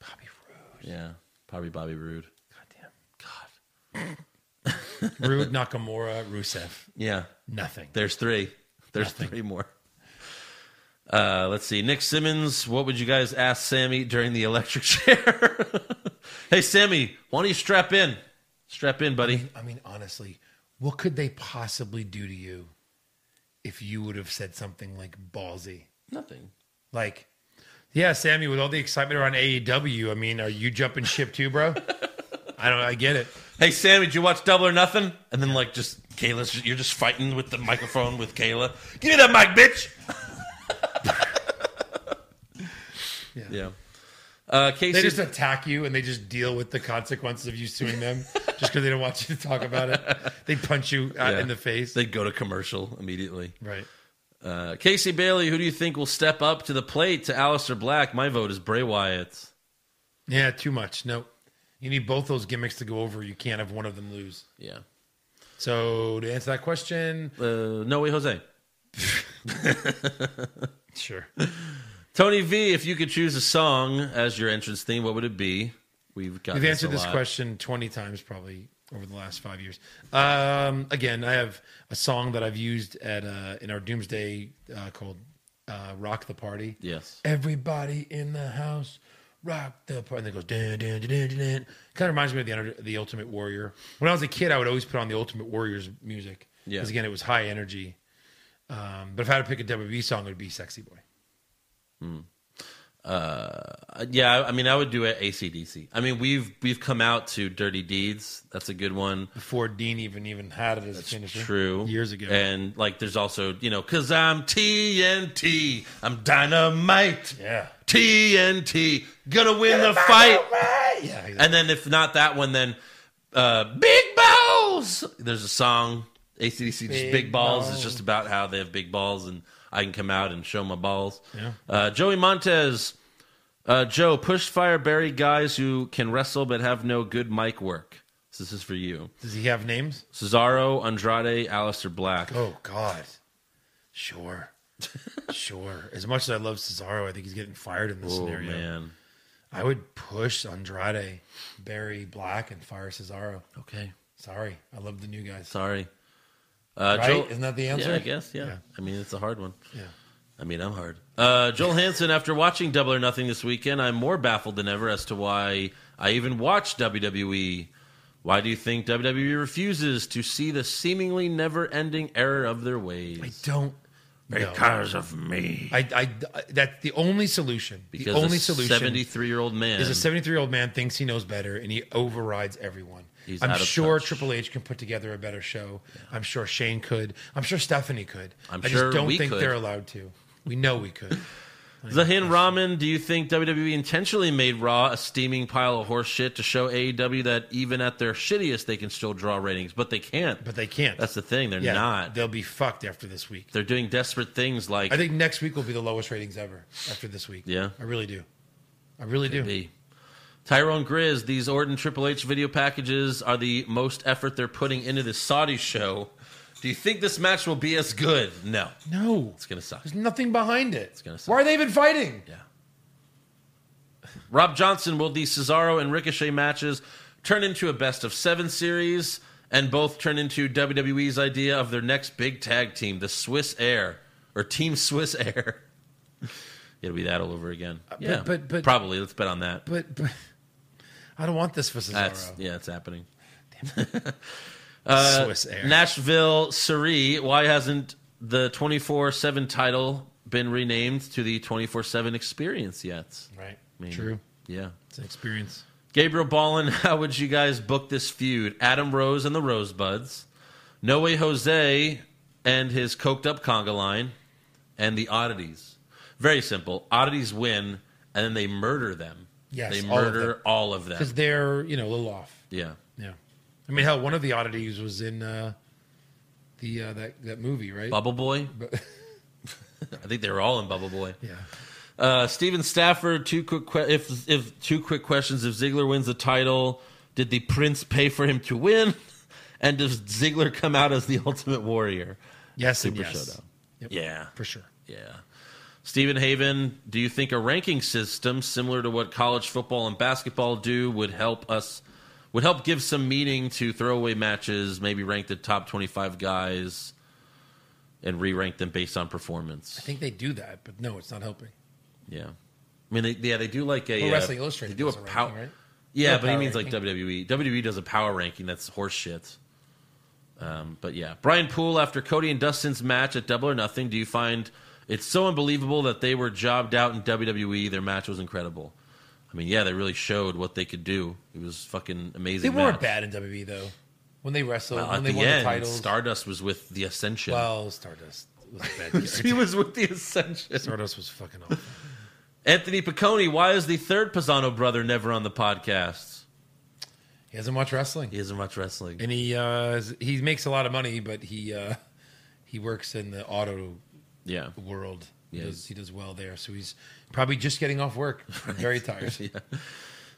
Bobby Roode. Yeah. Probably Bobby Roode. [LAUGHS] Rude, Nakamura, Rusev. Yeah. Nothing. There's three. There's three more. Uh, let's see. Nick Simmons, what would you guys ask Sammy during the electric [LAUGHS] chair? hey, Sammy, why don't you strap in? Strap in, buddy. I mean, honestly, what could they possibly do to you if you would have said something like ballsy? Nothing. Like, yeah, Sammy, with all the excitement around AEW, I mean, are you jumping ship too, bro? I don't. I get it. Hey, Sammy, did you watch Double or Nothing? And then, like, just Kayla, you're just fighting with the microphone with Kayla. Give me that mic, bitch. yeah. Uh, Casey, They just attack you and they just deal with the consequences of you suing them just because they don't want you to talk about it. They punch you out Yeah. in the face. They'd go to commercial immediately. Right. Uh, Casey Bailey, who do you think will step up to the plate to Aleister Black? My vote is Bray Wyatt. Yeah, too much. No, you need both those gimmicks to go over. You can't have one of them lose. Yeah. So to answer that question, Uh, no way, Jose. sure. Tony V, if you could choose a song as your entrance theme, what would it be? We've got We've answered this question 20 times probably over the last five years. Um, again, I have a song that I've used at uh, in our Doomsday uh, called uh, "Rock the Party." Yes. Everybody in the house, rock the party. And it goes dun, dun, dun, dun, dun, dun. Kind of reminds me of the Under- the Ultimate Warrior. When I was a kid, I would always put on the Ultimate Warrior's music Yeah. because again, it was high energy. Um, but if I had to pick a WWE song, it would be "Sexy Boy." Uh, yeah, I- I mean, I would do it ACDC. I mean, we've we've come out to Dirty Deeds. That's a good one. Before Dean even even had it as a finisher. True. Years ago. And like, there's also you know, cause I'm TNT, I'm dynamite. Yeah. TNT, gonna win the fight. Yeah, exactly. And then if not that one, then uh, Big Balls. There's a song ACDC just Big, Big balls. is balls. just about how they have big balls and I can come out and show my balls. Yeah. Uh, Joey Montez, uh, Joe, push fire Barry guys who can wrestle but have no good mic work. So this is for you. Does he have names? Cesaro, Andrade, Aleister Black. Oh God. Sure. [LAUGHS] sure. As much as I love Cesaro, I think he's getting fired in this Oh, scenario. man. I would push Andrade, Barry Black, and fire Cesaro. Okay. Sorry. I love the new guys. Sorry. Uh, Right? Isn't that the answer? Yeah, I guess. Yeah. Yeah. I mean, it's a hard one. Yeah. I mean, I'm hard. Uh, Joel Hansen, after watching Double or Nothing this weekend, I'm more baffled than ever as to why I even watch WWE. E. Why do you think WWE refuses to see the seemingly never ending error of their I ways? don't know. Because of me. I, I, that's the only solution. Because the only a solution. 73 year old man. is a 73 year old man thinks he knows better and he overrides everyone. He's I'm out of sure touch. Triple H can put together a better show. I'm sure Shane could. I'm sure Stephanie could. I'm I sure just don't we think could. they're allowed to. We know [LAUGHS] we could. Zahin Rahman, do you think WWE intentionally made Raw a steaming pile of horse shit to show AEW that even at their shittiest they can still draw ratings, but they can't. But they can't. That's the thing; they're Yeah, not. They'll be fucked after this week. They're doing desperate things like I think next week will be the lowest ratings ever after this week. Yeah. I really do. I really do. be. Tyrone Grizz, these Orton Triple H video packages are the most effort they're putting into this Saudi show. Do you think this match will be as good? No, No. it's gonna suck. There's nothing behind it. gonna suck. Why are they even fighting? Rob Johnson, will the Cesaro and Ricochet matches turn into a best of seven series? and both turn into WWE's idea of their next big tag team, the Swiss Air or Team Swiss Air. [LAUGHS] It'll be that all over again. yeah, Uh, but- but- probably. Let's bet on that. But, but I don't want this for Cesaro. That's, yeah, it's happening. Uh, Swiss Air. Nashville, Surrey. Why hasn't the 24 7 title been renamed to the 24 7 experience yet? Right. I mean, True. Yeah. It's an experience. Gabriel Ballin, [LAUGHS] how would you guys book this feud? Adam Rose and the Rosebuds, No Way Jose and his coked up conga line, and the Oddities. Very simple. Oddities win, and then they murder them. Yes, they all of murder them. all of them. Because they're, you know, a little off. yeah. Yeah. I mean, hell, one of the oddities was in uh, the uh, that, that movie, right? [LAUGHS] Bubble Boy. But- I think they were all in Bubble Boy. Yeah. Uh, Steven Stafford. Two quick. Que- if if two quick questions. If Ziggler wins the title, did the Prince pay for him to win? [LAUGHS] And does Ziggler come out as the [LAUGHS] Ultimate Warrior? Yes, and Super yes. Showdown. Yeah. For sure. Yeah. Stephen Haven, do you think a ranking system similar to what college football and basketball do would help us would help give some meaning to throwaway matches, maybe rank the top 25 guys and re-rank them based on performance? I think they do that, but no, it's not helping. Yeah. I mean, they, yeah, they do like a Well, uh, Wrestling Illustrated They do a does a power, ranking, right? Yeah, Yeah, but he power means like E. ranking. WWE. WWE does a power ranking that's horse shit. Um, but yeah, Brian Poole after Cody and Dustin's match at Double or Nothing, do you find it's so unbelievable that they were jobbed out in WWE? Their match was incredible. I mean, yeah, they really showed what they could do. It was fucking They amazing. weren't match. bad in WWE though. When they wrestled, Well, when at they the won end, the titles, Stardust was with the Ascension. well, Stardust was a bad. [LAUGHS] he was with the Ascension. [LAUGHS] Stardust was fucking awful. Anthony Piccone, why is the third Pisano brother never on the podcast? He hasn't watched wrestling, He doesn't watch wrestling. and he uh, is- he makes a lot of money, but he uh, he works in the auto Yeah. world. Yeah. He, does, he does well there, so he's probably just getting [LAUGHS] off work. Very tired. Yeah.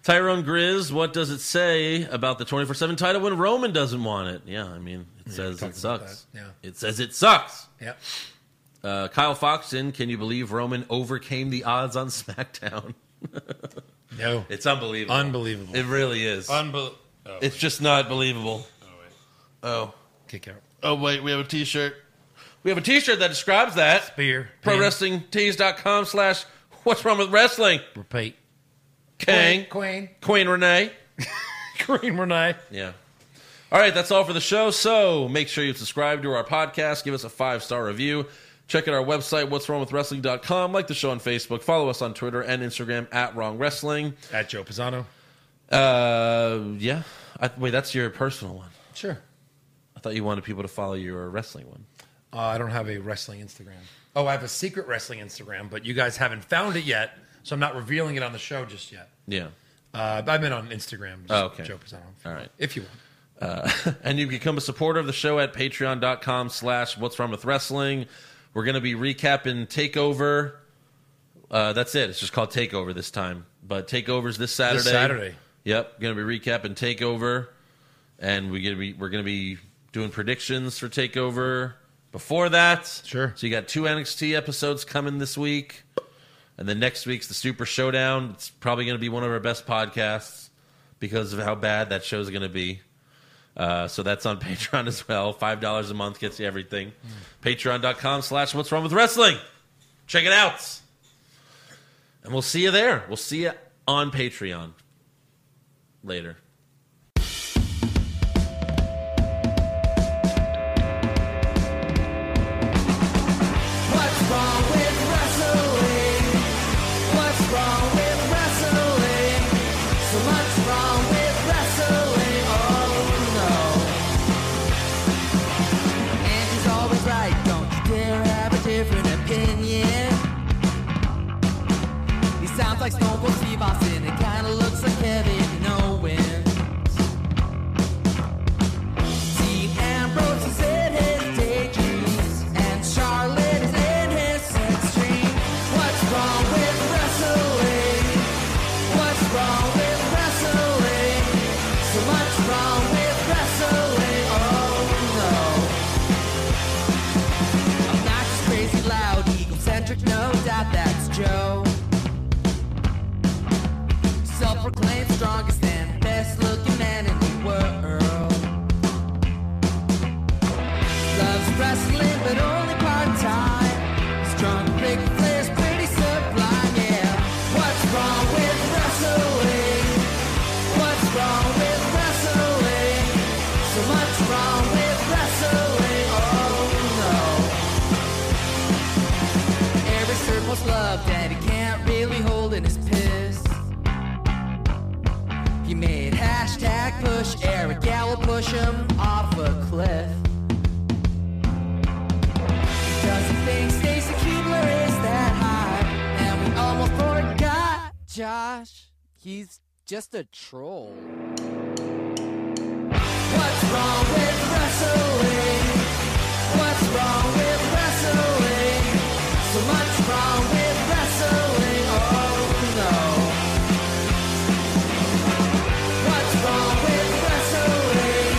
Tyrone Grizz, what does it say about the 24 7 title when Roman doesn't want it? Yeah, I mean, it says talked it about sucks. that, yeah. It says it sucks. yeah. Uh, Kyle Foxton, can you believe Roman overcame the odds on SmackDown? [LAUGHS] No. It's unbelievable. Unbelievable. It really is. Unbelievable. Oh, it's just not believable. Oh. kick out. Oh, wait, we have a t shirt. We have a t shirt that describes that. Spear. Pro Pin. Wrestling Tees.com slash What's Wrong with Wrestling? Repeat. Kang. Queen. Queen Renee. [LAUGHS] Queen. Queen Renee. Yeah. All right, that's all for the show. So make sure you subscribe to our podcast, give us a five star review. Check out our website, what's wrong with wrestling.com. Like the show on Facebook. Follow us on Twitter and Instagram at wrong wrestling. At Joe Pisano. Uh, yeah. I, wait, that's your personal one. Sure. I thought you wanted people to follow your wrestling one. Uh, I don't have a wrestling Instagram. Oh, I have a secret wrestling Instagram, but you guys haven't found it yet, so I'm not revealing it on the show just yet. Yeah. Uh, I've been on Instagram. Just Oh, okay. Joe Pisano. All right. If you want. [LAUGHS] and you can become a supporter of the show at patreon.com slash what's wrong with wrestling we're going to be recapping takeover uh, that's it it's just called takeover this time but takeovers this saturday Saturday. yep going to be recapping takeover and we're going to be we're going to be doing predictions for takeover before that Sure. so you got two nxt episodes coming this week and then next week's the super showdown it's probably going to be one of our best podcasts because of how bad that show's going to be uh, so that's on [LAUGHS] Patreon as well. Five dollars a month gets you everything. Patreon.com slash what's wrong with wrestling. Check it out. And we'll see you there. We'll see you on Patreon later. What's wrong with wrestling? What's wrong with wrestling? So much wrong with wrestling. Oh no. And she's always right. Don't you dare have a different opinion. He sounds like Stone Cold Steve Austin. It kinda looks like Kevin Owens. Dean Ambrose is in his daydreams, and Charlotte is in his sex dream. What's wrong with wrestling? What's wrong with wrestling? So much wrong with wrestling. Oh no. Obnoxious, crazy, loud, egocentric, no doubt that's Joe. Self-proclaimed strongest and best-looking man in the world. wrestling, but only part time. Strong big players, pretty sublime, yeah. What's wrong with wrestling? What's wrong with wrestling? So much wrong with wrestling. Oh no. Every circle's love that he can't really hold in his piss. He made hashtag push Eric Gallo push him off a cliff. He doesn't think Stacy Kubler is that hot, and we almost forgot Josh. He's just a troll. What's wrong with wrestling? What's wrong with wrestling? So much wrong with wrestling. Oh no. What's wrong with wrestling?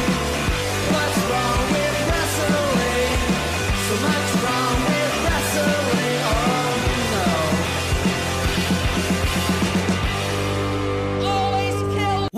What's wrong with wrestling? So much wrong with wrestling. Oh no. Always kill